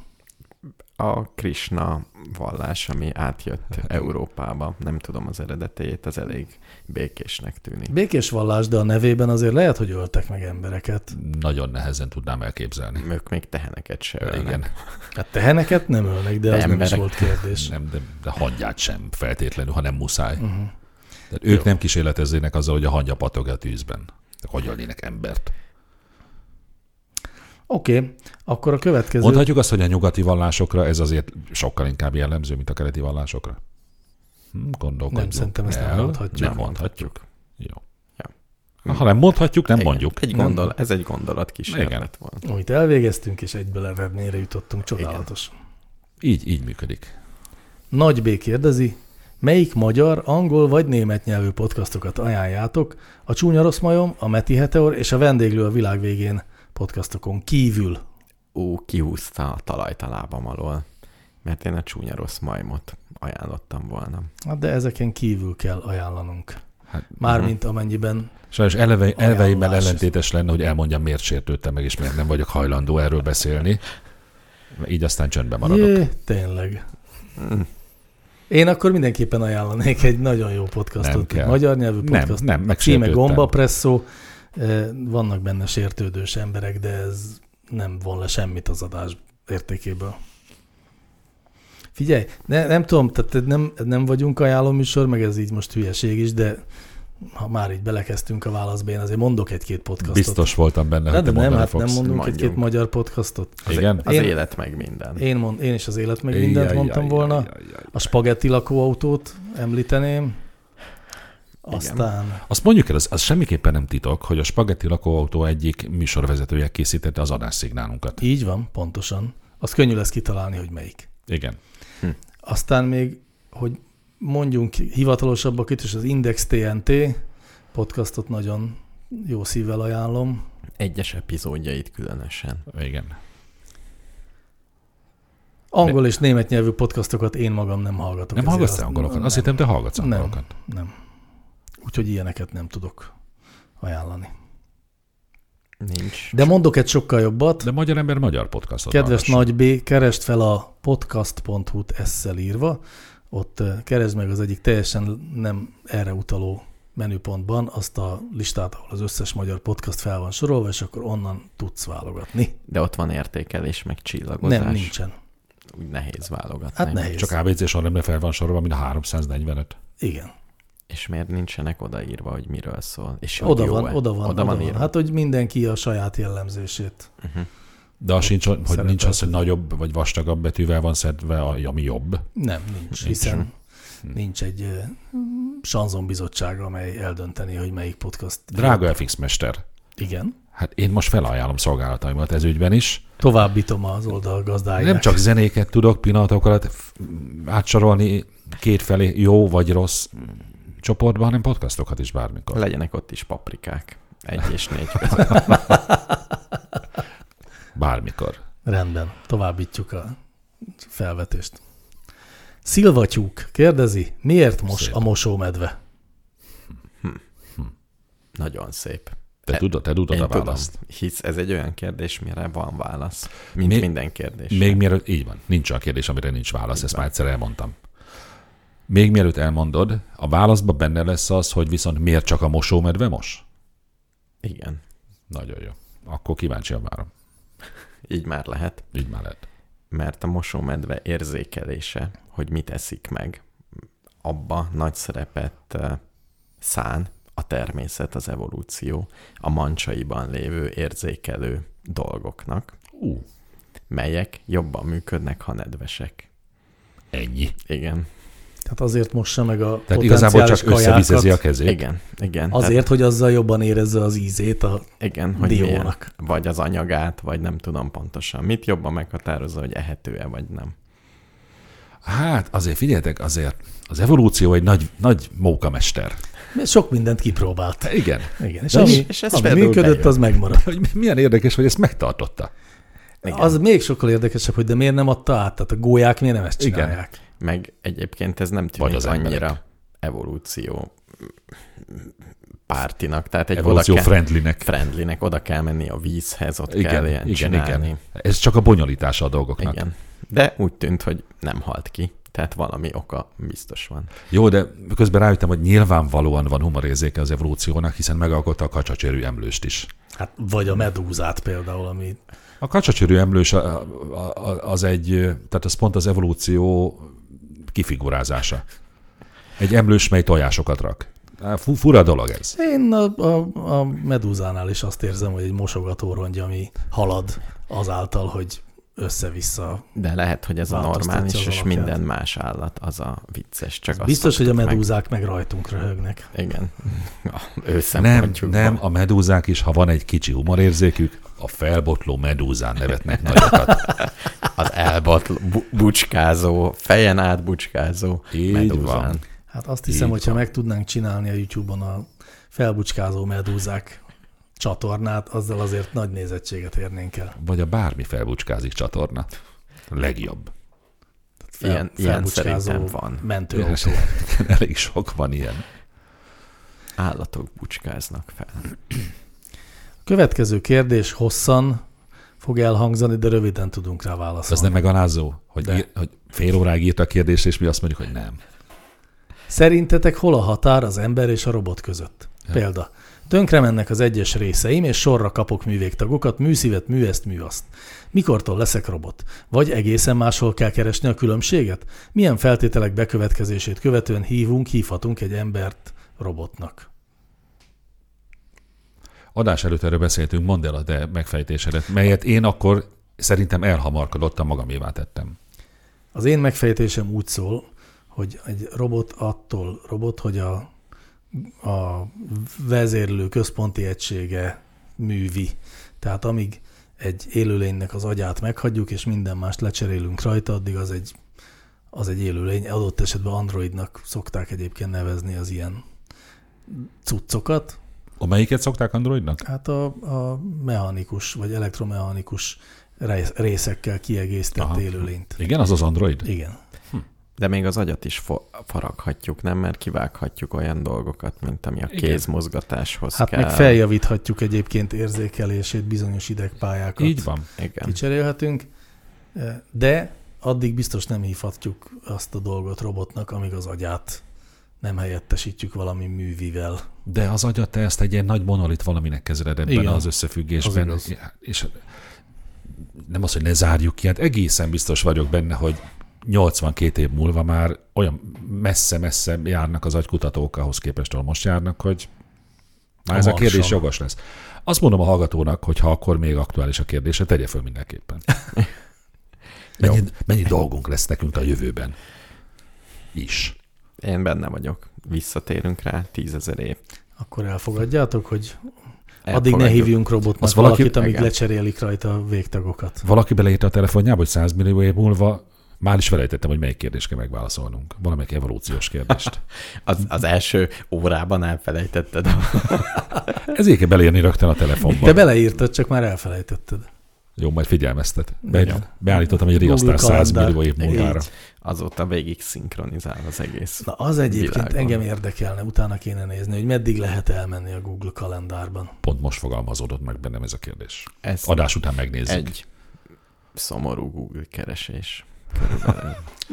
D: A Krishna vallás, ami átjött Európába, nem tudom az eredetét, az elég békésnek tűnik.
B: Békés vallás, de a nevében azért lehet, hogy öltek meg embereket.
C: Nagyon nehezen tudnám elképzelni.
D: Ők még teheneket se ölnek.
C: Igen.
B: Hát teheneket nem ölnek, de az nem is
D: Emberek.
B: volt kérdés.
C: Nem, de, de hangyát sem feltétlenül, hanem muszáj.
B: Mhm.
C: Uh-huh. Tehát ők Jó. nem kísérleteznének azzal, hogy a hangya patog a tűzben. Tehát Hogy ölnének embert?
B: Oké, okay, akkor a következő...
C: Mondhatjuk azt, hogy a nyugati vallásokra ez azért sokkal inkább jellemző, mint a keleti vallásokra? Hm, gondolkodjunk.
B: Nem, szerintem ezt nem
C: el.
B: mondhatjuk.
C: Nem mondhatjuk. Jó.
D: Ja.
C: Na, ha nem mondhatjuk, nem
D: Igen.
C: mondjuk.
D: Egy
C: Nem.
D: gondol, ez egy gondolatkísérlet volt.
B: Amit elvégeztünk, és egyből eredményre jutottunk. Csodálatos.
C: Így, így működik.
B: Nagy B kérdezi, melyik magyar, angol vagy német nyelvű podcastokat ajánljátok a Csúnya Rossz Majom, a Meti Heteor és a Vendéglő a világ végén podcastokon kívül?
D: Ú, kihúzta a talajt a lábam alól, mert én a csúnya rossz majmot ajánlottam volna.
B: Hát de ezeken kívül kell ajánlanunk.
C: Hát,
B: Mármint amennyiben.
C: Sajnos eleve, elveimmel
B: Ajánlás.
C: ellentétes lenne, hogy elmondjam, miért sértődtem meg, és miért nem vagyok hajlandó erről beszélni. Így aztán csöndben maradok.
B: Jé, tényleg.
C: Hmm.
B: Én akkor mindenképpen ajánlanék egy nagyon jó
C: Nem
B: podcastot,
C: kell.
B: egy magyar nyelvű
C: Nem,
B: podcast.
C: nem,
B: Címe
C: megsértődtem.
B: Gomba Presszó. Eh, Vannak benne sértődős emberek, de ez nem von le semmit az adás értékéből. Figyelj, ne, nem tudom, tehát nem, nem vagyunk ajánlóműsor, meg ez így most hülyeség is, de ha már így belekezdtünk a válaszba, én azért mondok egy-két podcastot.
C: Biztos voltam benne,
B: Ne,
C: hogy
B: de
C: te
B: nem,
C: mondani
B: hát
C: fogsz.
B: nem mondunk
D: Mondjunk.
B: egy-két magyar podcastot.
C: Igen?
D: Az
B: Én-
D: élet meg minden.
B: Én, mond, én is az élet meg mindent
C: Ijjaj,
B: mondtam
C: jaj,
B: volna.
C: jaj, jaj, jaj.
B: A spagetti lakóautót említeném. Aztán
C: Azt mondjuk el, az, az semmiképpen nem titok, hogy a Spagetti lakóautó egyik műsorvezetője készítette az adásszignálunkat.
B: így van, pontosan. Az könnyű lesz kitalálni, hogy melyik.
C: Igen.
B: Aztán még, hogy mondjunk hivatalosabbak itt, is az Index TNT podcastot nagyon jó szívvel ajánlom.
D: Egyes epizódjait különösen.
C: Igen.
B: Angol és német nyelvű podcastokat én magam nem hallgatok.
C: Nem
B: ezért
C: hallgatsz te
B: azt-
C: angolokat? Azt hittem, te hallgatsz
B: Nem.
C: angolokat.
B: Nem. Úgyhogy ilyeneket nem tudok ajánlani.
D: Nincs.
B: De mondok egy sokkal jobbat.
C: De magyar ember magyar podcastot
B: Kedves
C: hallgass.
B: Nagy B, keresd fel a podcast.hu-t esszel írva, ott eh, keresd meg az egyik teljesen nem erre utaló menüpontban azt a listát, ahol az összes magyar podcast fel van sorolva, és akkor onnan tudsz válogatni.
D: De ott van értékelés, meg csillagozás.
B: Gozás. Nem, nincsen.
D: Úgy nehéz válogatni.
B: Hát nehéz.
C: Csak ABC sorrendben fel van sorolva, mint a 345.
B: Igen.
D: És miért nincsenek odaírva, hogy miről szól? És hogy
B: Oda
D: jó-e?
B: van, oda van,
D: oda van írva.
B: Hát, hogy mindenki a saját jellemzését.
C: De az sincs, hogy
B: Szeretem.
C: nincs az, hogy nagyobb vagy vastagabb betűvel van szedve, a- ami jobb.
B: Nem, nincs, hiszen nincs egy eh, sanzon bizottság, amely eldönteni, hogy melyik podcast.
C: Drága FX mester,
B: Igen.
C: hát én most felajánlom szolgálataimat ez ügyben is.
B: Továbbítom az oldal gazdájának.
C: Nem csak zenéket tudok pillanatok alatt f- átsorolni kétfelé jó vagy rossz csoportba, hanem podcastokat is bármikor.
D: Legyenek ott is paprikák. Egy és négy.
C: Bármikor.
B: Rendben, továbbítjuk a felvetést. Szilvatyúk kérdezi, miért mos
C: Szép.
B: a mosómedve?
D: Nagyon szép.
C: Te tudod, te tudod
D: Én
C: a
D: tudom,
C: választ.
D: hisz ez egy olyan kérdés, mire van válasz, mint
C: Még-
D: még, minden kérdés.
C: Még mielőtt, így van, nincs olyan kérdés, amire nincs válasz, ezt már egyszer elmondtam. Még mielőtt elmondod, a válaszban benne lesz az, hogy viszont miért csak a mosómedve most?
D: Igen,
C: Nagyon jó. Akkor kíváncsian várom.
D: így már lehet,
C: Így már lehet.
D: mert a mosómedve érzékelése, hogy mit eszik meg, abba nagy szerepet eh, szán a természet, az evolúció, a mancsaiban lévő érzékelő dolgoknak,
C: Ú,
D: melyek jobban működnek, ha nedvesek.
C: ennyi.
D: Igen,
B: Tehát azért mossa meg a
C: Tehát igazából
B: potenciális
C: csak összevizezi a
B: kajákat,
C: kezét.
D: igen, igen.
B: azért, hogy azzal jobban érezze az ízét a
D: Tehát, igen, hogy
B: hogy
D: milyen,
B: diónak.
D: vagy az anyagát, vagy nem tudom pontosan. Mit jobban meghatározza, hogy ehető-e, vagy nem.
C: Hát azért figyeljetek, azért az evolúció egy nagy, nagy mókamester.
B: Mert Sok mindent kipróbált.
C: Hát Igen.
B: Igen, és
C: De
B: ami,
D: és- és ez
B: ami
D: például
B: működött,
D: bejön.
B: az megmaradt.
C: Hogy mi- milyen érdekes, hogy ezt megtartotta.
D: Igen.
B: Az még sokkal érdekesebb, hogy de miért nem adta át? Tehát a gólyák miért nem ezt
C: Igen.
B: csinálják? Igen.
D: Meg egyébként ez nem tűnik
C: Vagy az
D: az annyira
C: emberek.
D: evolúció pártinak, tehát egy
C: Evolúció
D: oda kell,
C: friendlynek.
D: friendlynek, oda kell menni a vízhez, ott kell
C: Igen,
D: ilyen
C: igen, Hát-
D: csinálni.
C: igen. Ez csak a bonyolítása a dolgoknak.
D: igen. De úgy tűnt, hogy nem halt ki, tehát valami oka biztos van.
C: Jó, de közben rájöttem, hogy nyilvánvalóan van humorérzéke az evolúciónak, hiszen megalkotta a kacsacsérű emlőst is.
B: Hát, vagy a medúzát például, ami
C: A kacsacsörű emlős a- a- a- az egy, tehát az pont az evolúció kifigurázása. Egy emlős, mely tojásokat rak. Á, fu- Fura dolog ez.
B: Én a, a, a medúzánál is azt érzem, hogy egy mosogató rongy, ami halad azáltal, hogy össze-vissza.
D: De lehet, hogy ez a
B: Változtatja az
D: normális, és
B: alapját.
D: minden más állat az a vicces. Csak azt
B: Biztos, hogy a
D: szoktuk
B: medúzák meg, meg rajtunk röhögnek.
D: Meg. Igen. A ő
C: Nem,
D: szempontjukból.
C: nem, a medúzák is, ha van egy kicsi humorérzékük, a felbotló medúzán nevetnek nagyokat.
D: Az elbat bu- bucskázó, fejen át bucskázó
C: Így
D: medúzán.
C: van.
B: Hát azt hiszem,
C: Így
B: hogyha meg tudnánk csinálni a YouTube-on a felbucskázó medúzák csatornát, azzal azért nagy nézettséget érnénk el.
C: Vagy a bármi felbucskázik csatorna. Legjobb.
B: Fel,
D: Ilyen- ilyen szerintem van.
B: mentőautó.
C: Elég sok van ilyen.
D: állatok bucskáznak fel.
B: Következő kérdés hosszan fog elhangzani, de röviden tudunk rá válaszolni.
C: Ez nem megalázó, hogy,
B: De.
C: ír, hogy fél óráig írt a kérdést, és mi azt mondjuk, hogy nem.
B: Szerintetek hol a határ az ember és a robot között? Ja. Példa. Tönkre mennek az egyes részeim, és sorra kapok művégtagokat, műszívet, műeszt, műaszt. Mikortól leszek robot? Vagy egészen máshol kell keresni a különbséget? Milyen feltételek bekövetkezését követően hívunk, hívhatunk egy embert robotnak?
C: Adás előtt erről beszéltünk, mondd el a te megfejtésedet, melyet én akkor szerintem elhamarkodottan magamévá tettem.
B: Az én megfejtésem úgy szól, hogy egy robot attól robot, hogy a, a vezérlő központi egysége művi. Tehát amíg egy élőlénynek az agyát meghagyjuk, és minden mást lecserélünk rajta, addig az egy, az egy élőlény. Adott esetben androidnak szokták egyébként nevezni az ilyen cuccokat,
C: Amelyiket szokták Androidnak?
B: Hát a, a mechanikus vagy elektromechanikus rész- részekkel kiegészített
C: Aha.
B: élőlényt.
C: Igen, az az Android?
B: Igen.
D: De még az agyat is fo- faraghatjuk, nem? Mert kivághatjuk olyan dolgokat, mint ami a
C: Igen.
D: kézmozgatáshoz
B: Hát
D: kell.
B: meg feljavíthatjuk egyébként érzékelését, bizonyos idegpályákat
C: Így van.
D: Igen.
B: kicserélhetünk, de addig biztos nem hívhatjuk azt a dolgot robotnak, amíg az agyát nem helyettesítjük valami művivel.
C: De az agya, te ezt egy ilyen nagy monolit valaminek kezeled ebben
B: Igen.
C: az összefüggésben.
B: Az igaz.
C: és nem az, hogy ne zárjuk ki, hát egészen biztos vagyok benne, hogy 82 év múlva már olyan messze-messze járnak az agykutatók ahhoz képest, ahol most járnak, hogy már
B: A
C: ez a
B: Marson.
C: kérdés jogos lesz. Azt mondom a hallgatónak, hogy ha akkor még aktuális a kérdése, tegye föl mindenképpen. Mennyi, mennyi dolgunk lesz nekünk a jövőben? Is.
D: Én benne vagyok. Visszatérünk rá tízezer év.
B: Akkor elfogadjátok, hogy addig ne
D: Elfogadjuk.
B: hívjunk robotnak
C: Azt valaki-
B: valakit, amíg
D: igen.
B: lecserélik rajta a végtagokat.
C: Valaki beleírta a telefonjába, hogy 100 millió év múlva már is felejtettem, hogy melyik kérdést kell megválaszolnunk. Valamelyik evolúciós kérdést.
D: Az, az első órában elfelejtetted.
C: Ezért kell beleírni rögtön a telefonba.
B: Te beleírtad, csak már elfelejtetted.
C: Jó, majd figyelmeztet. Be,
D: Igen.
C: beállítottam egy
B: Google
C: riasztást 100
B: kalendár.
C: millió év múlvára.
D: Így. Azóta végig szinkronizál az egész.
B: Na az egyébként
D: Világban.
B: engem érdekelne, utána kéne nézni, hogy meddig lehet elmenni a Google kalendárban.
C: Pont most fogalmazódott meg bennem ez a kérdés.
D: Ez
C: Adás után megnézzük.
D: egy szomorú Google keresés.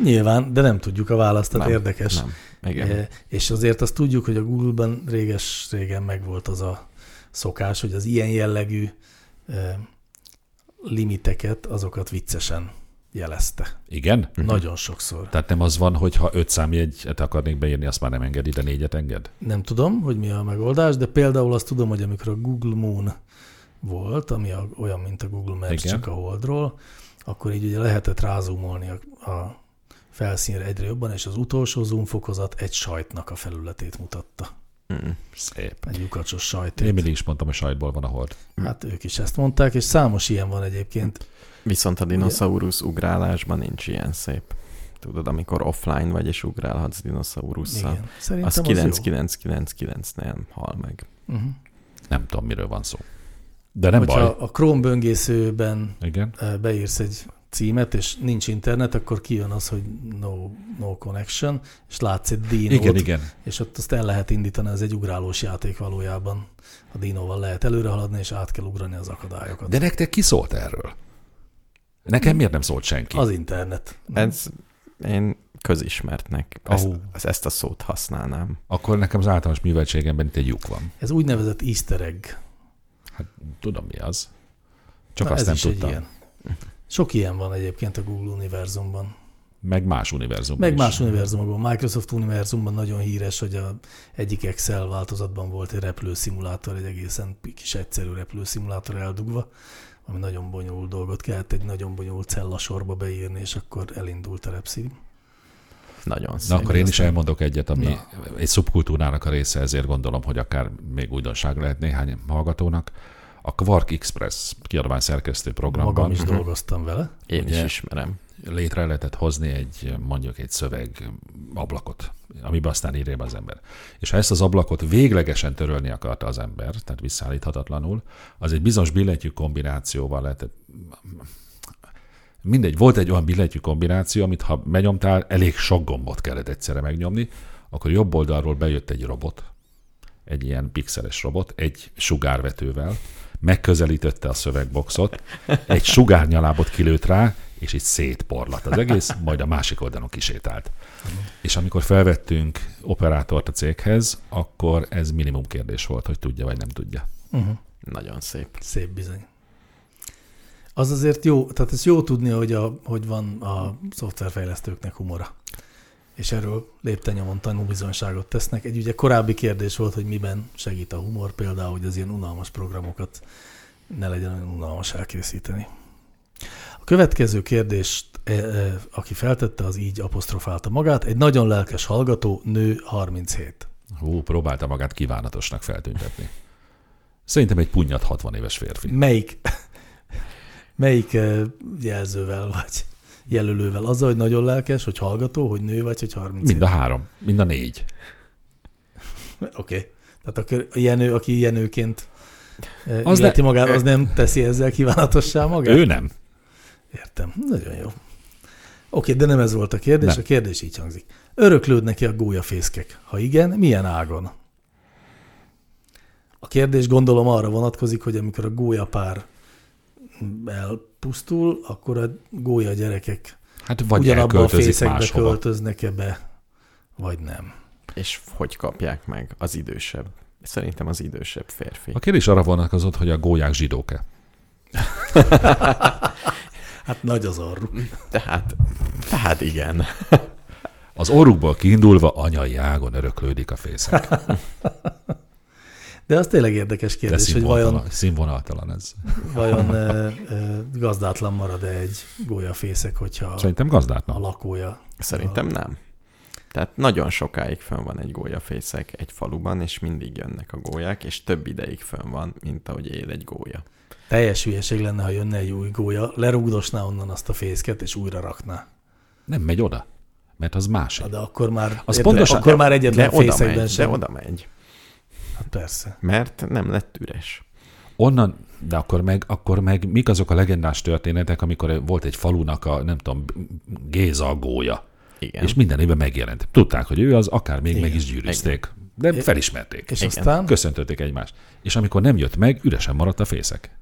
B: Nyilván, de nem tudjuk a választ, tehát
D: Nem,
B: érdekes.
D: Nem. Igen.
B: E, És azért azt tudjuk, hogy a Google-ban réges-régen megvolt az a szokás, hogy az ilyen jellegű e, limiteket, azokat viccesen jelezte.
C: Igen?
B: Nagyon sokszor.
C: Tehát nem az van, hogy ha öt számjegyet akarnék beírni, azt már nem engedi, de négyet enged?
B: Nem tudom, hogy mi a megoldás, de például azt tudom, hogy amikor a Google Moon volt, ami a, olyan, mint a Google Maps,
C: Igen.
B: Igen. csak a Holdról, akkor így ugye lehetett rázumolni a, a felszínre egyre jobban, és az utolsó zoomfokozat egy sajtnak a felületét mutatta.
C: Szép.
B: Egy lyukacsos
C: Én
B: sajtét.
C: mindig is mondtam, hogy sajtból van a hord.
B: Hát ők is ezt mondták, és számos ilyen van egyébként.
D: Viszont a dinoszaurusz ugrálásban nincs ilyen szép. Tudod, amikor offline vagy és ugrálhatsz dinoszaurusszal.
B: Igen. Szerintem
D: Az
B: az, az jó.
D: 9999-nél hal meg.
B: Uh-huh.
C: Nem tudom, miről van szó. De nem
B: Hogyha
C: baj.
B: a Chrome böngészőben
C: Igen.
B: eh, beírsz egy címet, és nincs internet, akkor kijön az, hogy no, no connection, és látsz egy dinót,
C: Igen, igen.
B: és ott azt el lehet indítani, ez egy ugrálós játék valójában. A dinóval lehet előre haladni, és át kell ugrani az akadályokat.
C: De nektek ki szólt erről? Nekem miért nem szólt senki?
B: Hmm. Az internet.
D: Ez én közismertnek ezt,
C: Ahú.
D: oh. ezt a szót használnám.
C: Akkor nekem az általános műveltségemben itt egy lyuk van.
B: Ez úgynevezett easter egg.
C: Hát tudom mi az. Csak
B: Na,
C: azt
B: ez
C: nem
B: is egy
C: tudtam.
B: ilyen. Sok ilyen van egyébként a Google univerzumban.
C: Meg más univerzumban
B: Meg
C: is.
B: más univerzumokban. Microsoft univerzumban nagyon híres, hogy a egyik Excel változatban volt egy repülőszimulátor, egy egészen kis egyszerű repülőszimulátor eldugva, ami nagyon bonyolult dolgot kellett egy nagyon bonyolult cellasorba beírni, és akkor elindult a repszim.
D: Nagyon szép.
C: Na akkor én is
B: Aztán-
C: elmondok egyet, ami Na. egy szubkultúrának a része, ezért gondolom, hogy akár még újdonság lehet néhány hallgatónak. A Quark Express kiadvány szerkesztő
B: Magam
C: programban
B: is dolgoztam vele.
D: Én
C: ugye-
D: is ismerem.
C: létre lehetett hozni egy mondjuk egy szöveg ablakot, amiben aztán írja be az ember. És ha ezt az ablakot véglegesen törölni akarta az ember, tehát visszaállíthatatlanul, az egy bizonyos billentyű kombinációval lehetett mindegy, volt egy olyan billentyű kombináció, amit ha megnyomtál, elég sok gombot kellett egyszerre megnyomni, akkor jobb oldalról bejött egy robot, egy ilyen pixeles robot, egy sugárvetővel, megközelítette a szövegboxot, egy sugárnyalábot kilőtt rá, és így szétporlat az egész, majd a másik oldalon kisétált. És amikor felvettünk operátort a céghez, akkor ez minimum kérdés volt, hogy tudja vagy nem tudja.
B: Uh-huh.
D: Nagyon szép.
B: Szép bizony. Az azért jó, tehát ez jó tudni, hogy, a, hogy van a szoftverfejlesztőknek humora. És erről léptenyomon tanúbizonyságot tesznek. Egy ugye korábbi kérdés volt, hogy miben segít a humor, például, hogy az ilyen unalmas programokat ne legyen olyan unalmas elkészíteni. A következő kérdést, e, e, aki feltette, az így apostrofálta magát. Egy nagyon lelkes hallgató, nő 37.
C: Hú, próbálta magát kívánatosnak feltüntetni. Szerintem egy punnyat 60 éves férfi.
B: Melyik, melyik eh, jelzővel vagy jelölővel? Azzal, hogy nagyon lelkes, hogy hallgató, hogy nő vagy, hogy 30
C: Mind a három, mind a négy.
B: Oké. Okay. Tehát akkor a jenő, aki jenőként
C: Az
B: az illeti
C: ne-
B: magát, az nem teszi ezzel kívánatossá magát?
C: Ő nem.
B: Értem. Nagyon jó. Oké, de nem ez volt a kérdés.
C: Nem.
B: A kérdés így hangzik. Öröklődnek-e a gólyafészkek? Ha igen, milyen ágon? A kérdés gondolom arra vonatkozik, hogy amikor a gólyapár elpusztul, akkor a gólya gyerekek
C: Hát vagy
B: ugyanabba a
C: elköltözik
B: fészekbe
C: máshova.
B: költöznek-e be, vagy nem.
D: És hogy kapják meg az idősebb? Szerintem az idősebb férfi.
C: A kérdés arra vonatkozott, hogy a gólyák zsidók-e.
B: Hát nagy az arru.
C: Hm.
D: Tehát, tehát Hát igen.
C: Az orrukból kiindulva anyai ágon öröklődik a
B: Hát,
C: fészek.
B: De az tényleg érdekes
C: De
B: kérdés, hogy vajon,
C: színvonaltalan, színvonaltalan ez.
B: vajon ö, ö, gazdátlan marad-e egy gólyafészek, hogyha
C: Szerintem gazdát
B: a
C: nem.
B: lakója
D: Szerintem nem. Tehát nagyon sokáig fönn van egy gólyafészek egy faluban, és mindig jönnek a gólyák, és több ideig fönn van, mint ahogy él egy gólya.
B: Teljes hülyeség lenne, ha jönne egy új gólya, lerugdosná onnan azt a fészket, és újra rakná.
C: Nem megy oda, mert az másik.
B: Na, De akkor már,
C: Az
B: érted,
C: pontosan-
B: akkor már egyetlen
D: De oda,
B: fészekben
D: megy, de
B: sem.
D: oda megy,
B: Hát persze.
D: mert nem lett üres.
C: Onnan, de akkor meg, akkor meg mik azok a legendás történetek, amikor volt egy falunak a, nem tudom, Géza a gólya,
D: Igen.
C: és minden évben megjelent. Tudták, hogy ő az, akár még meg is gyűrűzték, de
B: És
C: felismerték. És
B: Igen. aztán,
C: köszöntötték egymást. És amikor nem jött meg, üresen maradt a fészek.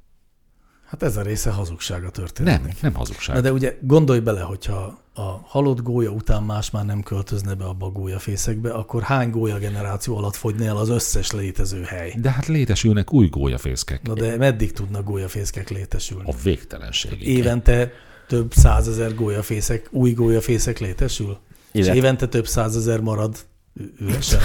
B: hát ez a része hazugsága történet.
C: Nem, nem
B: Na
C: hazugság.
B: de ugye gondolj bele, hogyha a halott gólya után más már nem költözne be abba a gólyafészekbe, akkor hány gólya generáció alatt fogyna el az összes létező hely?
C: De hát létesülnek új gólyafészkek.
B: Na de meddig tudnak gólyafészkek létesülni?
C: A végtelenségig.
B: Évente több százezer gólyafészek, új gólyafészek létesül? És
D: Illet-
B: évente több százezer marad ü- üresen.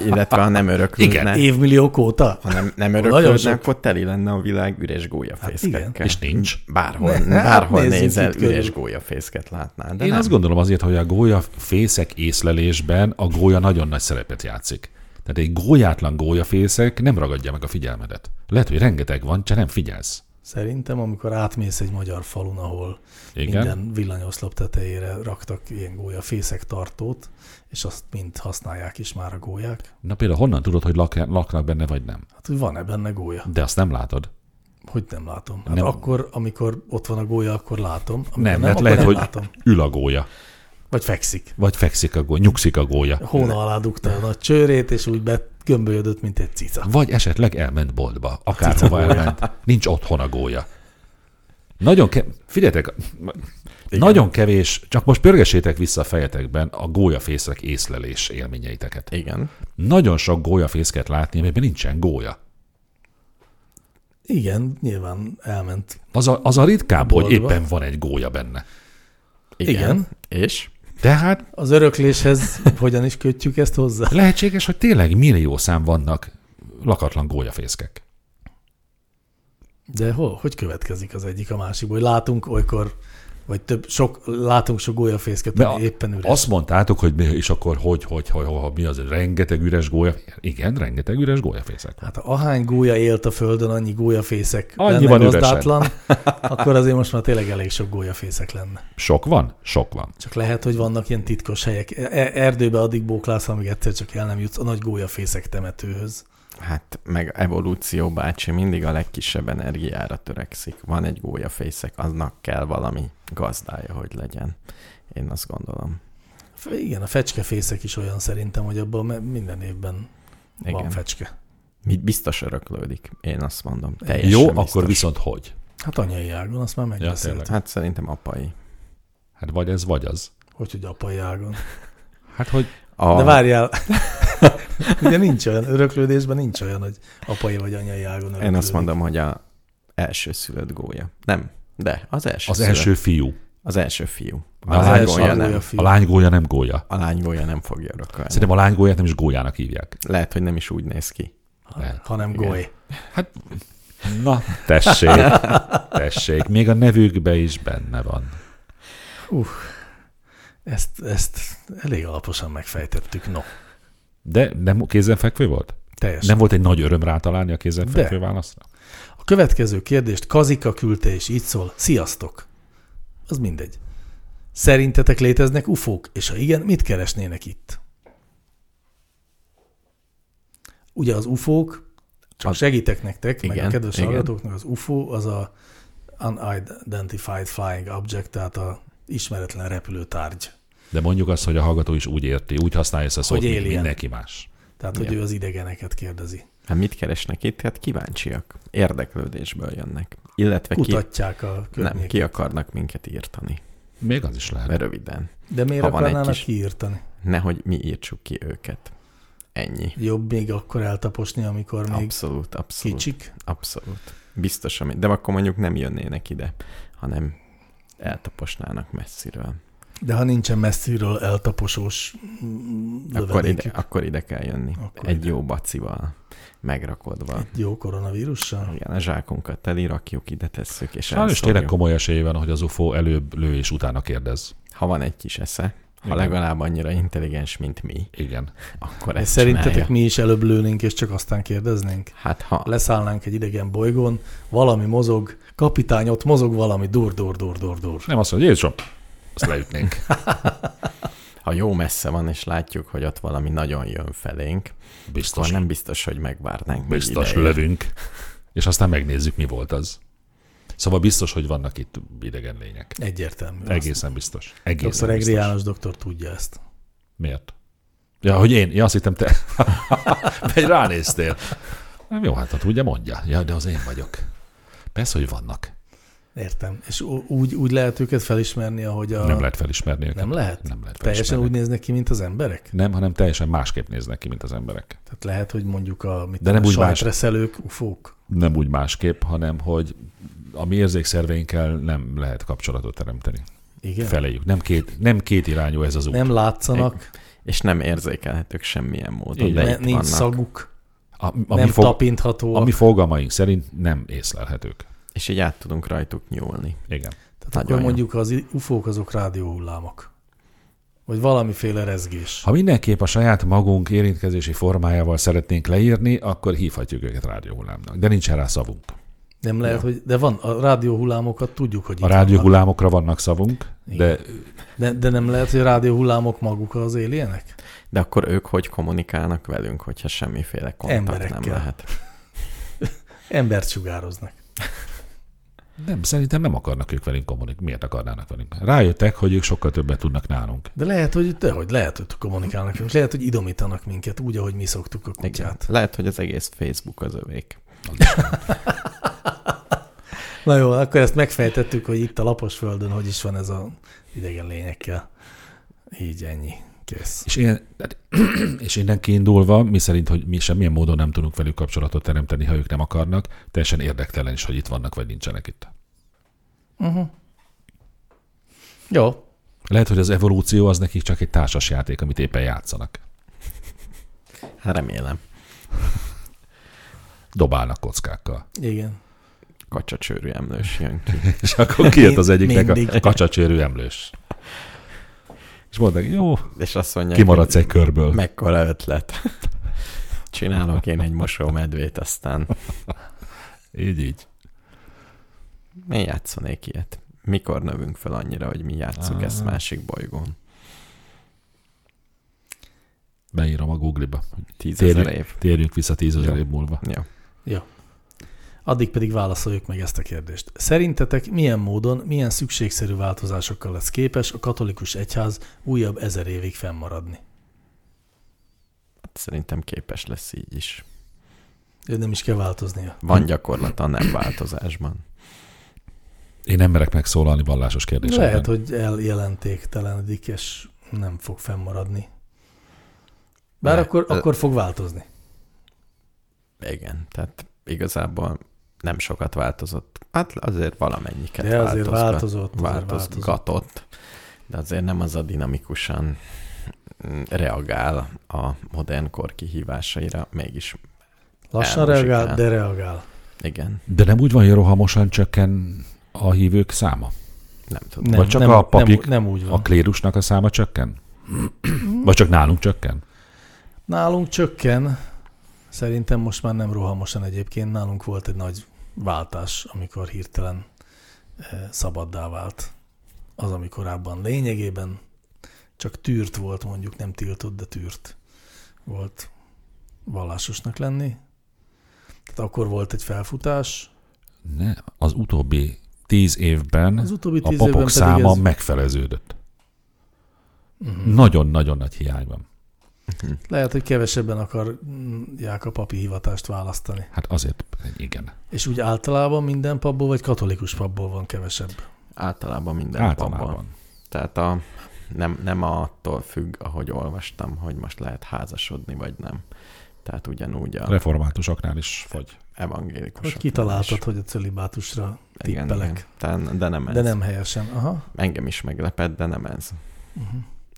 D: Illetve ha Hát nem öröklődnek,
C: Igen.
B: Évmilliók óta?
D: ha nem, nem
B: Nagyon
D: öröklődnek,
B: sok. Hát
D: akkor teli lenne a világ üres gólyafészkekkel.
B: igen.
C: És nincs.
D: Bárhol,
B: Ne, hát
D: bárhol
B: nézzünk
D: nézel,
B: itt körül.
D: üres gólyafészket látnál, de
C: Én
D: nem.
C: azt gondolom azért, hogy a gólya fészek észlelésben a gólya nagyon nagy szerepet játszik. Tehát egy gólyátlan gólyafészek nem ragadja meg a figyelmedet. Lehet, hogy rengeteg van, csak nem figyelsz.
B: Szerintem, amikor átmész egy magyar falun, ahol
C: Igen.
B: minden villanyoszlop tetejére raktak ilyen gólyafészek tartót, és azt mind használják is már a gólyák.
C: Na például honnan tudod, hogy lak- laknak benne vagy nem?
B: Hát, hogy van-e benne gólya?
C: De azt nem látod.
B: Hogy nem látom. Hát
C: Nem.
B: nem. akkor, amikor ott van a gólya, akkor látom. Amikor
C: Nem, nem mert
B: akkor
C: lehet,
B: nem
C: hogy
B: látom.
C: ül a gólya,
B: Vagy fekszik.
C: vagy fekszik a gólya, nyugszik a gólya.
B: Hóna alá dugta a nagy csőrét, és úgy begömbölyödött, mint egy cica.
C: Vagy esetleg elment boltba, akárhova elment. Nincs otthon a gólya. Nagyon ke- Figyeljetek, nagyon kevés, csak most pörgessétek vissza a fejetekben a gólyafészek észlelés élményeiteket.
D: Igen.
C: Nagyon sok gólyafészket látni, amiben nincsen gólya.
B: Igen, nyilván elment.
C: Az a, az a ritkább, hogy
B: Boltba.
C: éppen van egy gólya benne. hát
D: Igen.
B: Igen.
D: És?
C: Tehát
B: Az örökléshez hogyan is kötjük ezt hozzá?
C: lehetséges, hogy tényleg millió szám vannak lakatlan gólyafészkek.
B: De hol, hogy következik az egyik a másikból? Hogy látunk olykor, vagy több, sok, látunk sok gólyafészket,
C: De a,
B: ami éppen üres.
C: azt mondtátok, hogy mi, és akkor hogy, hogy, hogy, hogy, hogy mi az, rengeteg üres gólya. Igen, rengeteg üres gólyafészek van.
B: Hát ha ahány gólya élt a földön, annyi gólyafészek
C: Annyi
B: lenne
C: van üresen.
B: gazdátlan, akkor azért most már tényleg elég sok gólyafészek lenne.
C: Sok van? Sok van.
B: Csak lehet, hogy vannak ilyen titkos helyek. E- Erdőbe addig bóklász, amíg egyszer csak el nem jutsz a nagy gólyafészek temetőhöz.
D: Hát meg evolúció bácsi mindig a legkisebb energiára törekszik. Van egy gólyafészek, annak kell valami gazdája, hogy legyen. Én azt gondolom.
B: F- Igen, a fecskefészek is olyan szerintem, hogy abban me- minden évben Igen. van
D: Igen.
B: fecske.
D: Bi- Biztos öröklődik, én azt mondom. Teljesen
C: Jó,
D: biztos.
C: akkor viszont hogy?
B: Hát anyai ágon, azt már megbeszéltük.
C: tényleg.
B: Ja,
D: Hát szerintem apai.
C: Hát vagy ez, vagy az.
B: hogy, hogy apai ágon.
C: Hát, hogy
D: A...
B: De várjál, ugye nincs olyan, öröklődésben nincs olyan, hogy apai vagy anyai ágon
D: Én azt
B: öröklődik.
D: mondom, hogy a első szülött gólya. Nem, de az első
C: az
D: szülött.
C: első fiú.
D: Az első fiú. A,
C: Na, az
D: lány
C: első
D: gólya
B: gólya
D: nem.
B: f-
C: A lány gólya nem gólya.
D: A lány gólya nem fogja örökölni.
C: Szerintem a lány gólyát nem is gólyának hívják.
D: Lehet, hogy nem is úgy néz ki.
C: Lehet.
B: hanem
D: Igen.
B: goly.
C: Hát, na, tessék, tessék. Még a nevükbe is benne van.
B: Ezt, ezt elég alaposan megfejtettük, no.
C: De nem kézenfekvő volt?
B: Teljesen.
C: Nem volt egy nagy öröm rátalálni a kézenfekvő
B: De.
C: válaszra?
B: A következő kérdést Kazika küldte, és így szól. Sziasztok! Az mindegy. Szerintetek léteznek ufók, és ha igen, mit keresnének itt? Ugye az ufók, csak
D: Az-
B: segítek nektek, meg
D: Igen,
B: a kedves
D: igen.
B: hallgatóknak, az UFO az a Unidentified Flying Object, tehát a ismeretlen repülő tárgy.
C: De mondjuk azt, hogy a hallgató is úgy érti, úgy használja ezt a szót,
B: Hogy
C: mint
B: alien.
C: mindenki más.
B: Tehát, hogy ő az idegeneket kérdezi.
D: Hát mit keresnek itt? Hát kíváncsiak. Érdeklődésből jönnek. Illetve ki,
B: Kutatják a
D: nem,
B: környéket.
D: ki akarnak minket írtani.
C: Még az is lehet.
D: De röviden.
B: De miért
D: ha van egy
B: akarnának
D: kis-
B: kiírtani?
D: Nehogy mi írtsuk ki őket. Ennyi.
B: Jobb még akkor eltaposni, amikor még
D: Abszolút, abszolút.
B: kicsik.
D: Abszolút. Biztos, ami... de akkor mondjuk nem jönnének ide, hanem eltaposnának messziről.
B: De ha nincsen messziről eltaposós mm,
D: Akkor ide,
B: lövedékük,
D: akkor ide kell jönni.
B: Akkor
D: Akkor Egy
B: ide.
D: ide. jó bacival, megrakodva.
B: jó koronavírussal?
D: Igen, a zsákunkat teli, rakjuk, ide tesszük, és
C: Sajnos tényleg
D: elszórjuk.
C: komoly esélye van, hogy az UFO előbb lő és utána kérdez.
D: Ha van egy kis esze, ha
C: Igen.
D: legalább annyira intelligens, mint mi,
C: Igen.
D: akkor
B: De
D: ezt
B: Szerintetek
D: csinálja.
B: mi is előbb lőnénk, és csak aztán kérdeznénk?
D: Hát ha
B: Leszállnánk egy idegen bolygón, valami mozog, kapitány ott mozog valami, dur, dur, dur, dur, dur.
C: Nem azt mondja, Jézusom, azt leütnénk.
D: ha jó messze van, és látjuk, hogy ott valami nagyon jön felénk,
C: Biztos,
D: akkor nem biztos, hogy megvárnánk. még
C: biztos
D: ideig.
C: lövünk. És aztán megnézzük, mi volt az. Szóval biztos, hogy vannak itt idegen lények.
B: Egyértelmű.
C: Egészen biztos.
B: Dr.
C: Egészen
B: Egri
C: biztos.
B: János doktor tudja ezt.
C: Miért? Ja, hogy én? Ja, azt hittem te. Vagy ránéztél. Nem jó, hát ott ugye mondja. Ja, de az én vagyok. Persze, hogy vannak.
B: Értem. És ú- úgy, úgy lehet őket felismerni, ahogy a...
C: Nem lehet felismerni őket.
B: Ah. Nem lehet?
C: Nem lehet
B: Teljesen
C: felismerni.
B: úgy néznek ki, mint az emberek?
C: Nem, hanem teljesen másképp néznek ki, mint az emberek.
B: Tehát lehet, hogy mondjuk a, mit
C: De nem
B: a
C: úgy más.
B: sajtreszelők, ufók.
C: Nem úgy másképp, hanem hogy a mi érzékszerveinkkel nem lehet kapcsolatot teremteni.
B: Igen?
C: Feléjük. Nem két, nem két irányú ez az út.
B: Nem látszanak,
D: És nem érzékelhetők semmilyen módon,
C: Így
D: de
B: ne,
D: itt
B: nincs
D: vannak.
B: szaguk,
C: A, a,
B: nem
C: mi fog,
B: tapintható.
C: a mi fogalmaink szerint nem észlelhetők.
D: És így át tudunk rajtuk nyúlni.
C: Igen.
B: Tehát akkor
D: Nagyon jó.
B: mondjuk az ufók azok rádióhullámok. Vagy valamiféle rezgés.
C: Ha mindenképp a saját magunk érintkezési formájával szeretnénk leírni, akkor hívhatjuk őket rádióhullámnak. De nincsen rá szavunk.
B: Nem lehet, hogy... De van, a rádióhullámokat tudjuk, hogy
C: A
B: itt vannak.
C: rádióhullámokra vannak szavunk, de
B: De, de nem lehet, hogy a rádióhullámok maguk az éljenek?
D: De akkor ők hogy kommunikálnak velünk, hogyha semmiféle kontakt
B: Emberekkel.
D: nem lehet?
B: Embert sugároznak.
C: nem, szerintem nem akarnak ők velünk kommunikálni. Miért akarnának velünk? Rájöttek, hogy ők sokkal többet tudnak nálunk.
B: De lehet, hogy dehogy, lehet, hogy kommunikálnak velünk, lehet, hogy idomítanak minket úgy, ahogy mi szoktuk a
D: Igen.
B: kutyát.
D: Lehet, hogy az egész Facebook az övék.
B: Na jó, akkor ezt megfejtettük, hogy itt a lapos földön hogy is van ez a idegen lényekkel. Így ennyi. Kész.
C: És, én, tehát- és innen kiindulva, mi szerint, hogy mi semmilyen módon nem tudunk velük kapcsolatot teremteni, ha ők nem akarnak, teljesen érdektelen is, hogy itt vannak, vagy nincsenek itt.
B: Jó,
C: Lehet, hogy az evolúció az nekik csak egy társas játék, amit éppen játszanak.
D: Hát remélem.
C: Dobálnak kockákkal.
B: igen.
D: Kacsacsőrű emlős jön ki.
C: És akkor kijött az egyiknek a
B: Mindig.
C: kacsacsérű emlős. És mondták, jó,
D: És azt mondja,
C: kimaradsz egy körből.
D: mekkora ötlet. Csinálok én egy mosómedvét, aztán
C: Így, így.
D: mi játszanék ilyet? Mikor növünk fel annyira, hogy mi játszuk
C: Ah.
D: ezt másik bolygón?
C: Beírom a Google-ba.
D: Tízezer év.
C: Térjünk vissza tízezer
D: Jó.
C: év múlva.
D: Jó.
B: Addig pedig válaszoljuk meg ezt a kérdést. Szerintetek milyen módon, milyen szükségszerű változásokkal lesz képes a katolikus egyház újabb ezer évig fennmaradni?
D: hát Szerintem képes lesz így is.
B: Ő nem is kell változnia.
D: Van gyakorlata a nem változásban.
C: Én nem merek megszólalni vallásos kérdésekben.
B: Lehet, hogy eljelentéktelenedik, és nem fog fennmaradni. Bár
D: Le-
B: akkor,
D: le-
B: akkor fog változni.
D: Igen, tehát igazából nem sokat változott. Hát azért valamennyiket
B: De azért
D: változgat-
B: változott, azért
D: változgatott, de azért nem az a dinamikusan mm, reagál a modern kor kihívásaira, mégis
B: Lassan
D: Elmuzsikál.
B: reagál, de reagál.
D: igen,
C: De nem úgy van, hogy rohamosan csökken a hívők száma?
D: nem tudom.
B: Nem,
C: csak
B: nem,
C: a
B: nem,
C: papik,
B: nem úgy van.
C: A klérusnak a száma csökken? Vagy csak nálunk csökken?
B: Nálunk csökken, szerintem most már nem rohamosan egyébként, nálunk volt egy nagy váltás, amikor hirtelen eh, szabaddá vált. Az, ami korábban lényegében csak tűrt volt, mondjuk nem tiltott, de tűrt volt vallásosnak lenni. Tehát akkor volt egy felfutás.
C: Ne, az utóbbi tíz évben
B: Az utóbbi
C: a
B: tíz évben
C: papok
B: pedig
C: száma
B: ez... Mhm.
C: megfeleződött. Nagyon-nagyon nagy hiány van.
B: Lehet, hogy kevesebben akarják a papi hivatást választani.
C: Hát azért igen.
B: És úgy általában minden papból vagy katolikus papból van kevesebb.
D: Általában minden papban.
C: Általában.
D: Tehát a, nem, nem attól függ, ahogy olvastam, hogy most lehet házasodni, vagy nem. Tehát ugyanúgy a
C: Reformátusoknál is fogy.
D: evangélikusok.
B: Hogy kitaláltad, hogy a celibátusra tippelek.
D: Tehát, de nem ez.
B: De nem helyesen. Aha. Uh-huh.
D: Engem is meglepett, de nem ez.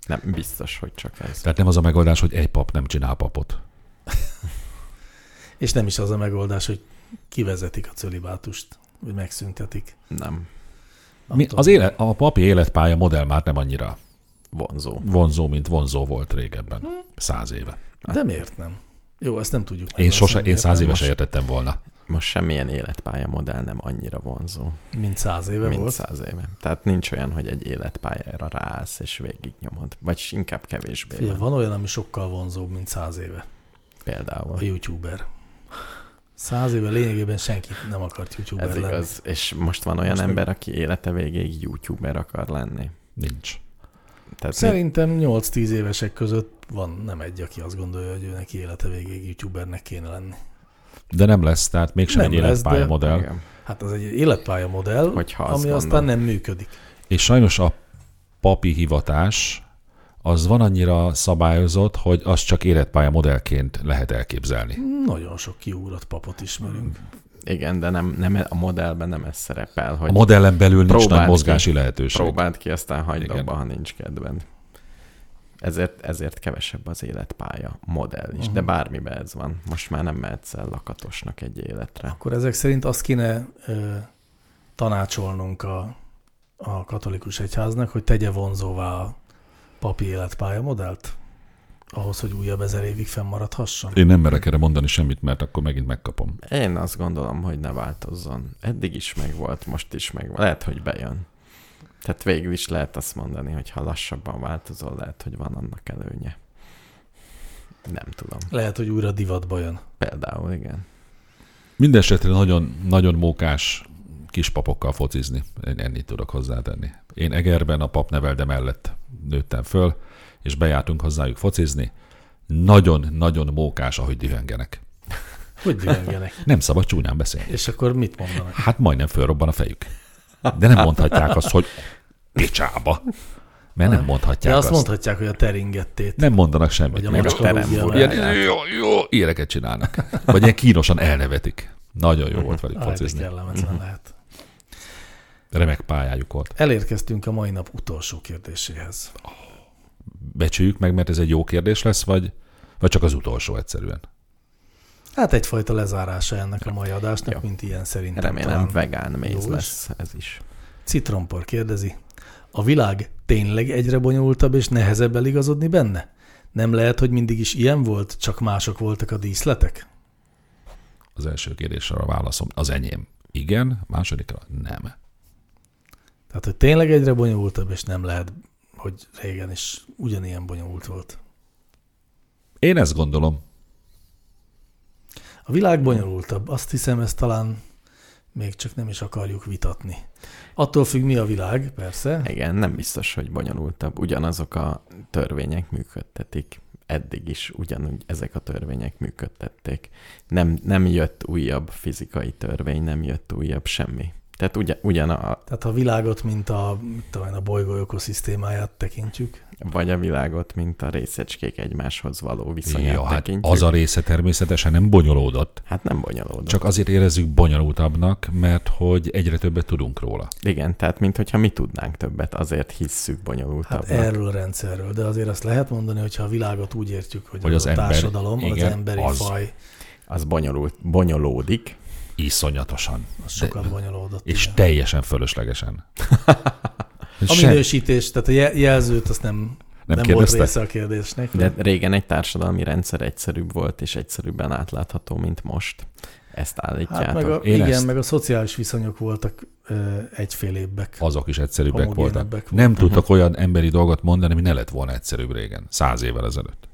D: Nem biztos, hogy csak ez.
C: Tehát nem az a megoldás, hogy egy pap nem csinál papot.
B: És nem is az a megoldás, hogy kivezetik a celibátust, vagy megszüntetik.
D: Nem
C: Mi, az élet, a papi életpálya modell már nem annyira
D: vonzó.
C: vonzó, mint vonzó volt régebben.
B: Mhm.
C: Száz éve.
B: De miért nem? Jó, ezt nem tudjuk.
C: Én
B: megválaszolni,
C: sose, én
B: miért
C: száz
B: nem
C: éve se
B: most,
C: értettem volna.
D: Most semmilyen életpálya modell nem annyira vonzó,
B: Mint száz éve
D: mint
B: volt.
D: száz éve. Tehát nincs olyan, hogy egy életpályára ráállsz és végignyomod. Vagy inkább kevésbé.
B: Figyelj,
D: van.
B: van olyan, ami sokkal vonzóbb, mint száz éve. A
D: Például.
B: youtuber. Száz éve lényegében senki nem akart youtuber
D: Ez
B: lenni.
D: igaz. És most van olyan
B: Most meg-
D: ember, aki élete végéig youtuber akar lenni.
C: Nincs.
D: Tehát Szerint...
B: Szerintem 8-10 évesek között van nem egy, aki azt gondolja, hogy ő neki élete végéig youtubernek kéne lenni.
C: De nem lesz, tehát mégsem
B: Nem
C: egy
B: lesz,
C: életpálya
B: de-
C: modell.
B: Hát az egy életpálya modell,
D: Hogyha azt
B: ami
D: mondom.
B: aztán nem működik.
C: És sajnos a papi hivatás az van annyira szabályozott, hogy azt csak életpálya modellként lehet elképzelni.
B: Nagyon sok kiugrott papot ismerünk.
D: Igen, de nem, nem, a modellben nem ez szerepel, hogy
C: A modellen belül nincs
D: Próbáld
C: nagy
D: ki.
C: mozgási lehetőség.
D: Próbáld ki, aztán hagyd
C: Igen.
D: abba, ha nincs kedved. Ezért, ezért kevesebb az életpálya modell is, uh-huh.
C: Mhm.
D: de bármiben ez van. Most már nem mehetsz el lakatosnak egy életre.
B: Akkor ezek szerint azt kéne ö, tanácsolnunk a, a katolikus egyháznak, hogy tegye vonzóvá a papi életpálya modellt, ahhoz, hogy újabb ezer évig fennmaradhasson.
C: Én nem merek erre mondani semmit, mert akkor megint megkapom.
D: Én azt gondolom, hogy ne változzon. Eddig is megvolt, most is megvolt. Lehet, hogy bejön. Tehát végül is lehet azt mondani, hogy ha lassabban változol, lehet, hogy van annak előnye. Nem tudom.
B: Lehet, hogy újra divatba jön.
D: Például, igen.
C: Mindenesetre nagyon, nagyon mókás kispapokkal focizni. Én ennyit tudok hozzátenni. Én Egerben a papnevelde mellett nőttem föl, és bejártunk hozzájuk focizni. Nagyon-nagyon mókás, ahogy dühöngenek.
B: Hogy dühöngenek?
C: Nem szabad csúnyán beszélni.
B: És akkor mit mondanak?
C: Hát majdnem fölrobban a fejük. De nem mondhatják azt, hogy picsába. Mert nem mondhatják
B: De azt
C: azt.
B: mondhatják, hogy a teringettét.
C: Nem mondanak semmit.
B: Vagy a
C: Meg
B: macska
D: terem
B: rúgja
D: volt.
B: le.
C: Ilyen, jó, jó, ilyeneket csinálnak. Vagy ilyen kínosan elnevetik. Nagyon jó volt velük
B: Aj, de
C: focizni.
B: kellemetlen lehet.
C: Remek pályájuk volt.
B: Elérkeztünk a mai nap utolsó kérdéséhez.
C: Becsüljük meg, mert ez egy jó kérdés lesz, vagy, vagy csak az utolsó egyszerűen.
B: Hát egyfajta lezárása ennek a mai adásnak, mint ilyen szerintem.
D: Remélem
B: talán.
D: vegán méz
B: is.
D: lesz ez is.
B: Citrompor kérdezi. A világ tényleg egyre bonyolultabb és nehezebb eligazodni benne? Nem lehet, hogy mindig is ilyen volt, csak mások voltak a díszletek?
C: Az első kérdésre a válaszom az enyém. Igen, másodikra nem.
B: Tehát, hogy tényleg egyre bonyolultabb, és nem lehet, hogy régen is ugyanilyen bonyolult volt.
C: Én ezt gondolom.
B: A világ bonyolultabb, azt hiszem, ezt talán még csak nem is akarjuk vitatni. Attól függ, mi a világ, persze.
D: Igen, nem biztos, hogy bonyolultabb. Ugyanazok a törvények működtetik eddig is ugyanúgy ezek a törvények működtették. Nem, nem jött újabb fizikai törvény, nem jött újabb semmi. Tehát ugyan, ugyan a,
B: Tehát ha a világot, mint a, mit tudom, én, a bolygó ökoszisztémáját tekintjük,
D: vagy a világot, mint a részecskék egymáshoz való viszonyát
C: Ja, hát
D: tekintjük.
C: az a része természetesen nem bonyolódott,
D: hát nem bonyolódott.
C: csak azért érezzük bonyolultabbnak, mert hogy egyre többet tudunk róla.
D: Igen, tehát mintha mi tudnánk többet, azért hisszük
B: hát
D: bonyolultabbnak.
C: er-
B: erről a rendszerről. De azért azt lehet mondani, hogy ha a világot úgy értjük, hogy,
C: Hogy
B: az,
C: az
B: a
C: ember-
B: társadalom, az
C: igen,
B: emberi
C: az-
B: faj,
D: Az bonyolult, bonyolódik.
C: Iszonyatosan.
B: az sokat bonyolódott.
C: És
B: igen.
C: teljesen fölöslegesen.
B: A
C: Sem-
B: minősítés, tehát a je- jelzőt azt nem, nem, nem volt
C: kérdezte?
B: része a kérdésnek.
D: De régen egy társadalmi rendszer egyszerűbb volt, és egyszerűbben átlátható, mint most. Ezt állítjátok.
B: Hát meg a,
C: Én
B: igen,
C: ezt-
B: meg a szociális viszonyok voltak ö, egyfélébbek.
C: azok is egyszerűbbek voltak.
B: Homogénebbek voltak.
C: Nem tudtak olyan emberi dolgot mondani, ami ne lett volna egyszerűbb régen. Száz évvel ezelőtt.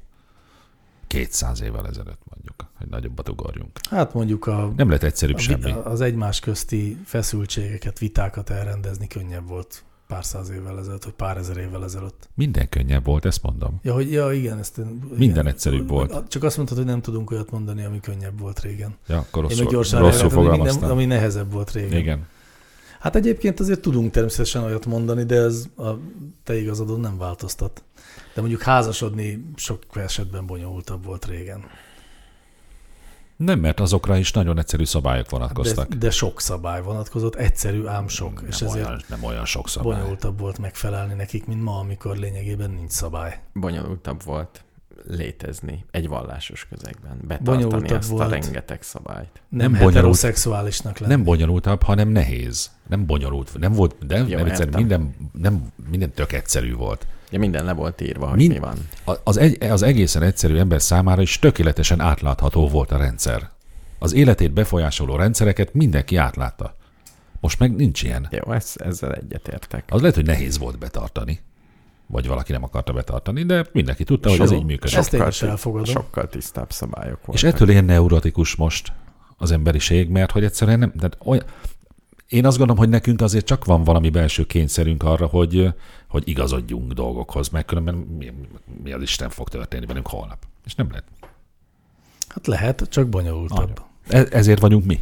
C: Kétszáz évvel ezelőtt mondjuk, hogy nagyobbat ugorjunk.
B: Hát mondjuk a,
C: Nem lett egyszerűbb
B: a,
C: semmi.
B: vi- az egymás közti feszültségeket, vitákat elrendezni könnyebb volt pár száz évvel ezelőtt, vagy pár ezer évvel ezelőtt.
C: Minden könnyebb volt, ezt mondom.
B: Ja, hogy, ja igen, ezt én, igen.
C: Minden egyszerűbb volt.
B: Csak azt mondtad, hogy nem tudunk olyat mondani, ami könnyebb volt régen.
C: Ja, akkor
B: Én meg
C: rosszul,
B: gyorsan
C: rosszul
B: elmondtam, hogy minden,
C: fogalmaztam.
B: ami nehezebb volt régen.
C: Igen.
B: Hát egyébként azért tudunk természetesen olyat mondani, de ez a te igazadon nem változtat. De mondjuk házasodni sok esetben bonyolultabb volt régen.
C: Nem, mert azokra is nagyon egyszerű szabályok
B: Hát De,
C: vonatkoztak.
B: de sok szabály vonatkozott, egyszerű, ám sok, és
C: nem,
B: ezért
C: olyan, nem olyan sok szabály.
B: bonyolultabb volt megfelelni nekik, mint ma, amikor lényegében nincs szabály.
D: Bonyolultabb volt létezni egy vallásos közegben, betartani
B: Bonyolultabb
D: azt
B: volt.
D: a rengeteg szabályt.
B: Nem, nem
C: bonyolult.
B: heteroszexuálisnak lenni.
C: Nem bonyolultabb, hanem nehéz. Nem bonyolult, nem volt, de nem egyszerű,
D: értem.
C: minden, nem, minden tök egyszerű volt.
D: Ugye minden le volt írva, hogy
C: Mind-
D: Mind... mi van.
C: A- Az, egy, az egészen egyszerű ember számára is tökéletesen átlátható volt a rendszer. Az életét befolyásoló rendszereket mindenki átlátta. Most meg nincs ilyen.
D: Jó, ez, ezzel egyetértek.
C: Az lehet, hogy nehéz volt betartani. Vagy valaki nem akarta betartani, de mindenki tudta, hogy ez
D: Sok-
C: így működik.
B: Ezt én is
D: ti-
B: elfogadom.
D: Sokkal tisztább szabályok voltak.
C: És ettől ilyen neurotikus most az emberiség, mert hogy egyszerűen nem... Tehát olyan, én azt gondolom, hogy nekünk azért csak van valami belső kényszerünk arra, hogy, hogy igazodjunk dolgokhoz, mert különben mi, mi az Isten fog történni velünk holnap. És nem lehet.
B: Hát lehet, csak bonyolultabb.
C: Nagyon. E- ezért vagyunk mi.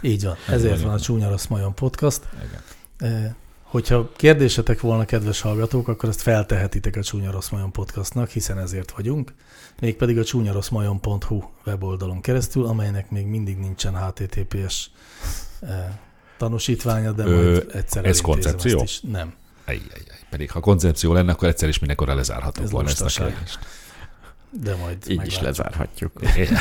B: Így van. Ezért van a Csúnya Rossz Majon podcast.
C: Igen.
B: Eh, Hogyha kérdésetek volna, kedves hallgatók, akkor ezt feltehetitek a Csúnya Rossz Majon podcastnak, hiszen ezért vagyunk. Mégpedig a csúnyarosszmajon.hu weboldalon keresztül, amelynek még mindig nincsen HTTPS eh, tanúsítványa, de
C: Ö,
B: majd egyszer
C: ez
B: elintézem
C: koncepció?
B: Ezt is. Nem.
C: Ej, ej, ej. Pedig ha koncepció lenne, akkor egyszer is mindenkorra lezárhatunk
B: Ez
C: volna ezt a
B: lustaság.
C: kérdést.
B: De majd
D: Így is
B: meglátjuk.
D: lezárhatjuk.
C: ez,
B: Igen,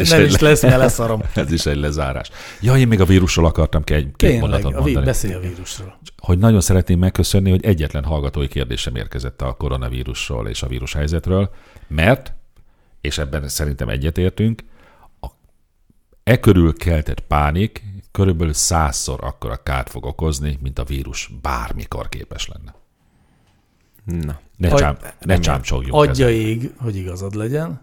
C: is
B: nem
C: egy,
B: is
C: le-
B: lesz, mert leszarom.
C: ez is egy lezárás. Ja, én még a vírusról akartam egy két
B: Tényleg,
C: mondatot
B: a ví-
C: mondani.
B: beszélj a vírusról.
C: hogy nagyon szeretném megköszönni, hogy egyetlen hallgatói kérdés sem érkezett a koronavírusról és a vírushelyzetről, mert, és ebben szerintem egyetértünk, a e körül keltett pánik körülbelül százszor akkora kárt fog okozni, mint a vírus bármikor képes lenne.
D: Na,
C: Ne,
B: Aj-
C: csám, ne csámcsogjunk.
B: Adja
C: ezzel.
B: ég, hogy igazad legyen.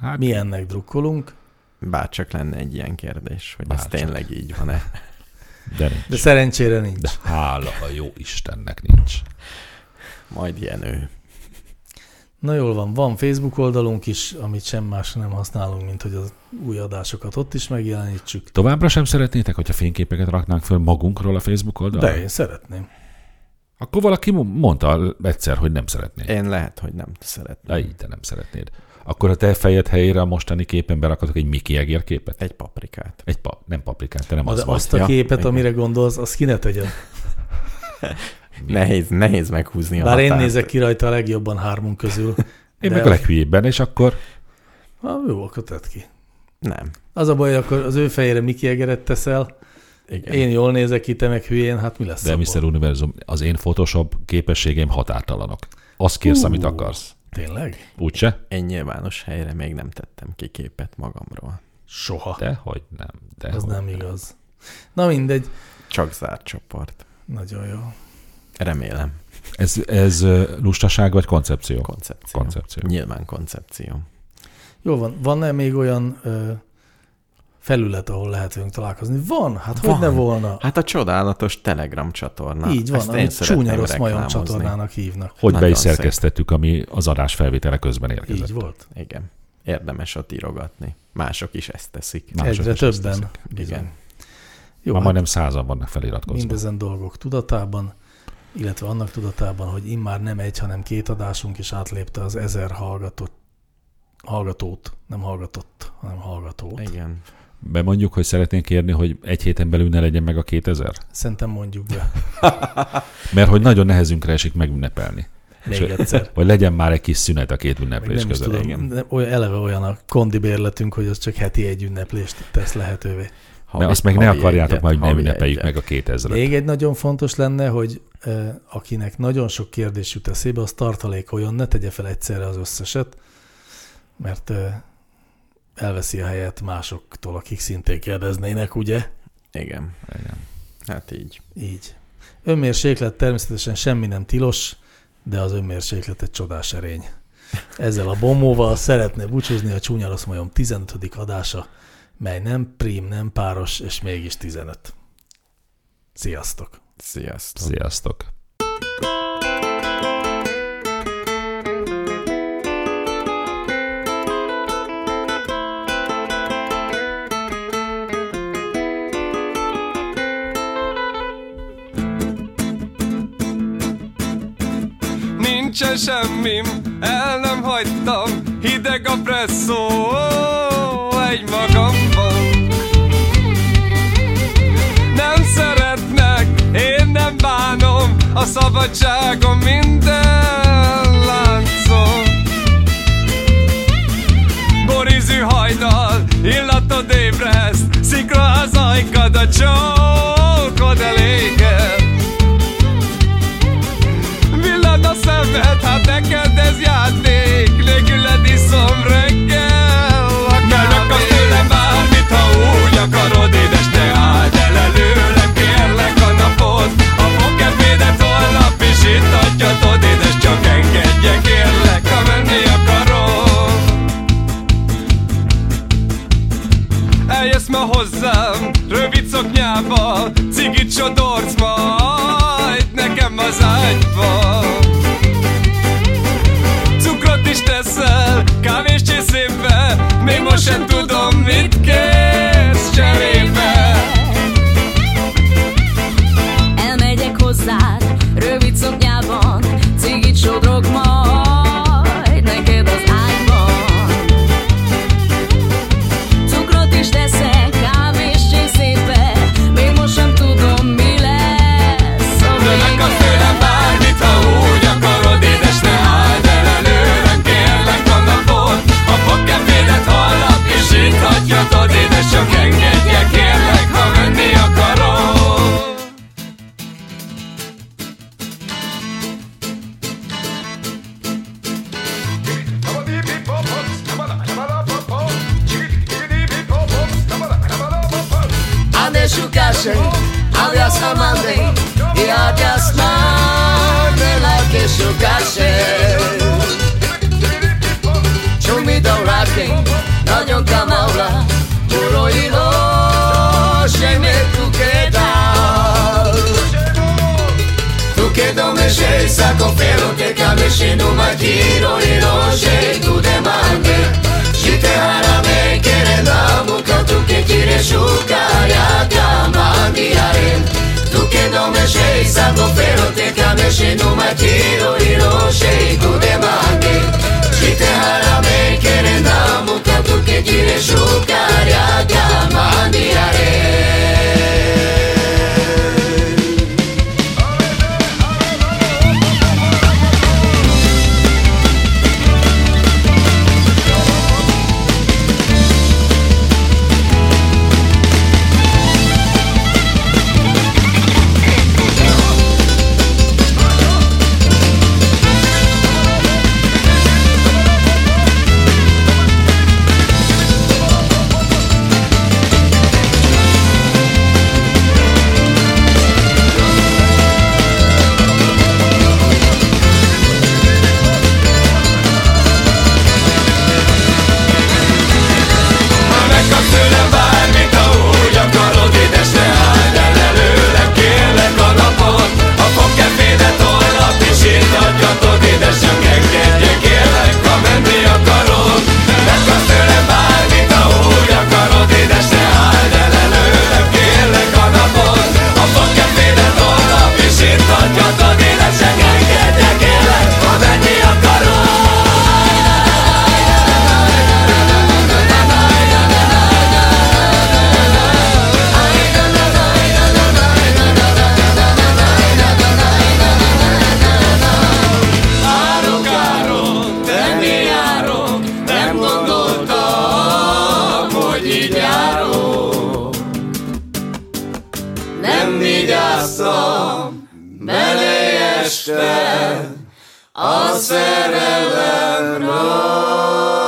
C: Hát-
B: Mi ennek drukkolunk.
D: bárcsak lenne egy ilyen kérdés, hogy
C: Bárcsak.
D: ez tényleg így van-e.
C: De nincs.
B: De szerencsére nincs.
C: De hála a jó Istennek nincs.
D: Majd Jenő.
B: Na jól van, van Facebook oldalunk is, amit sem más nem használunk, mint hogy az új adásokat ott is megjelenítsük.
C: Továbbra sem szeretnétek, hogyha fényképeket raknánk föl magunkról a Facebook oldalra?
B: De én szeretném.
C: Akkor valaki mo- mondta egyszer, hogy nem szeretné.
D: Én lehet, hogy nem szeretném.
C: Na így, te nem szeretnéd. Akkor a te fejed helyére a mostani képen berakatok egy Miki Egér képet?
D: Egy paprikát.
C: Egy pa, nem paprikát, te nem
B: Na,
C: az
B: de
C: vagy.
B: azt a
D: ja,
B: képet,
D: igen.
B: amire gondolsz, azt ki ne tegyen.
D: Nehéz, nehéz meghúzni a
B: Bár én
D: határt.
B: nézek ki rajta a legjobban hármunk közül. de-
C: Én meg a leghülyébben, és akkor
B: Ha, jó, akkor tedd ki.
D: Nem.
B: Az a baj, akkor az ő fejére Miki Egeret teszel,
D: Igen.
B: én jól nézek ki, te meg hülyén, hát mi lesz
C: de
B: abból?
C: Mr. Univerzum, az én Photoshop képességeim határtalanok. Azt kérsz, amit
B: Hú.
C: akarsz.
B: Tényleg?
C: Úgyse?
D: Én nyilvános helyre még nem tettem ki képet magamról.
B: Soha.
C: Dehogy nem. Dehogy.
B: Ez nem igaz. Na mindegy.
D: Csak zárt csoport.
B: Nagyon jó.
D: Remélem.
C: Ez, ez ö, lustaság vagy koncepció?
D: Koncepció.
C: Koncepció.
D: Nyilván koncepció.
B: Jó van. Van-e még olyan ö, felület, ahol lehetünk találkozni. Van, hát hogy
D: Van.
B: ne volna.
D: Hát a csodálatos Telegram csatorna.
B: Így van,
D: Ezt én
B: amit
D: szeretném
B: csúnya rossz majom
D: reklámozni.
B: csatornának hívnak.
C: Hogy be
D: Nagyon
C: is
D: szép.
C: szerkesztettük, ami az adás felvétele közben érkezett.
B: Így volt.
D: Igen. Érdemes ott írogatni. Mások is ezt teszik.
C: Na, Mások
B: Egyre
C: is ezt
B: többen.
C: teszik.
B: Bizony.
D: Igen.
B: Jó,
C: Már
B: hát
C: majdnem százan vannak feliratkozva.
B: mindezen dolgok tudatában, illetve annak tudatában, hogy immár nem egy, hanem két adásunk is átlépte az ezer hallgatott, hallgatót, nem hallgatott, hanem hallgatót.
D: Igen.
C: Bemondjuk, hogy szeretnénk kérni, hogy egy héten belül ne legyen meg a 2000?
B: Szerintem mondjuk be
C: Mert hogy nagyon nehezünkre esik megünnepelni.
B: még
C: És-
B: egyszer.
C: Vagy legyen már egy kis szünet a két
B: Meg
C: ünneplés
B: nem is
C: között.
B: tudom, de olyan, eleve olyan a kondi bérletünk, hogy az csak heti egy ünneplést tesz lehetővé.
D: Havi,
C: Mert azt meg ne
D: havi
C: akarjátok
D: egyet,
C: már, hogy ne
D: havi
C: ünnepeljük
D: egyet.
C: meg a 2000-et.
B: Még egy nagyon fontos lenne, hogy eh, akinek nagyon sok kérdés jut eszébe, az tartalékoljon, ne tegye fel egyszerre az összeset, mert eh, elveszi a helyet másoktól, akik szintén kérdeznének, ugye?
D: Igen.
C: Igen.
D: Hát így.
B: Így. Önmérséklet természetesen semmi nem tilos, de az önmérséklet egy csodás erény. Ezzel a bomóval szeretne búcsúzni a Csúnya Rossz Majom 15. adása, mely nem prím, nem páros, és mégis 15. Sziasztok!
D: Sziasztok.
C: Sziasztok!
F: Nincsen semmim, el nem hagytam Hideg a presszó, egy magamban Nem szeretnek, én nem bánom A szabadságom minden láncom Borizű hajdal, illatod ébrehez Szikra az ajkad, a csókod eléged Villad a szemed, hát neked ez játék Nélküled iszom reggel Mert megkapsz tőlem bármit, ha úgy akarod Édes ne áld el előlem, kérlek a napot A fogkedvédet holnap is itt adjatod Édes csak engedje, kérlek, ha menni akarod Eljössz ma hozzám, rövid szoknyába Cigit sodorsz majd nekem az ágyba Cukrot is teszel, kávés csészébe Még most sem tudom, mit kérsz cserébe
G: Elmegyek hozzád, rövid szoknyában, cigit sodrok majd, neked az ágyban. Cukrot is teszek, kávés csészébe, még most sem tudom, mi lesz a
F: De megkapsz
G: vége.
F: tőlem bármit, ha úgy akarod Édes, ne álld el előlem, kérlek a napot A fogkefédet holnap is itt hagyhatod Édes, csak engedje, kérlek, ha menni akarod
G: Ande su casa, abraça a mãe e abraça a mãe que su casa. Csumi doráking, nagyon kamaula, puro ilo, semmi tukédál. Tukédom és éjszakon félok, ekám és inum a gyíró, ilo, se tudem állni. Site harame, kere namuka, tuké kire sukarja, kamandi arin. Tukédom és éjszakon félok, ekám és inum a gyíró, ilo, se tudem állni. Shiteharabe kerenda mukatu kekire shukarya gamandiare nem vigyáztam bele este a szerelemről.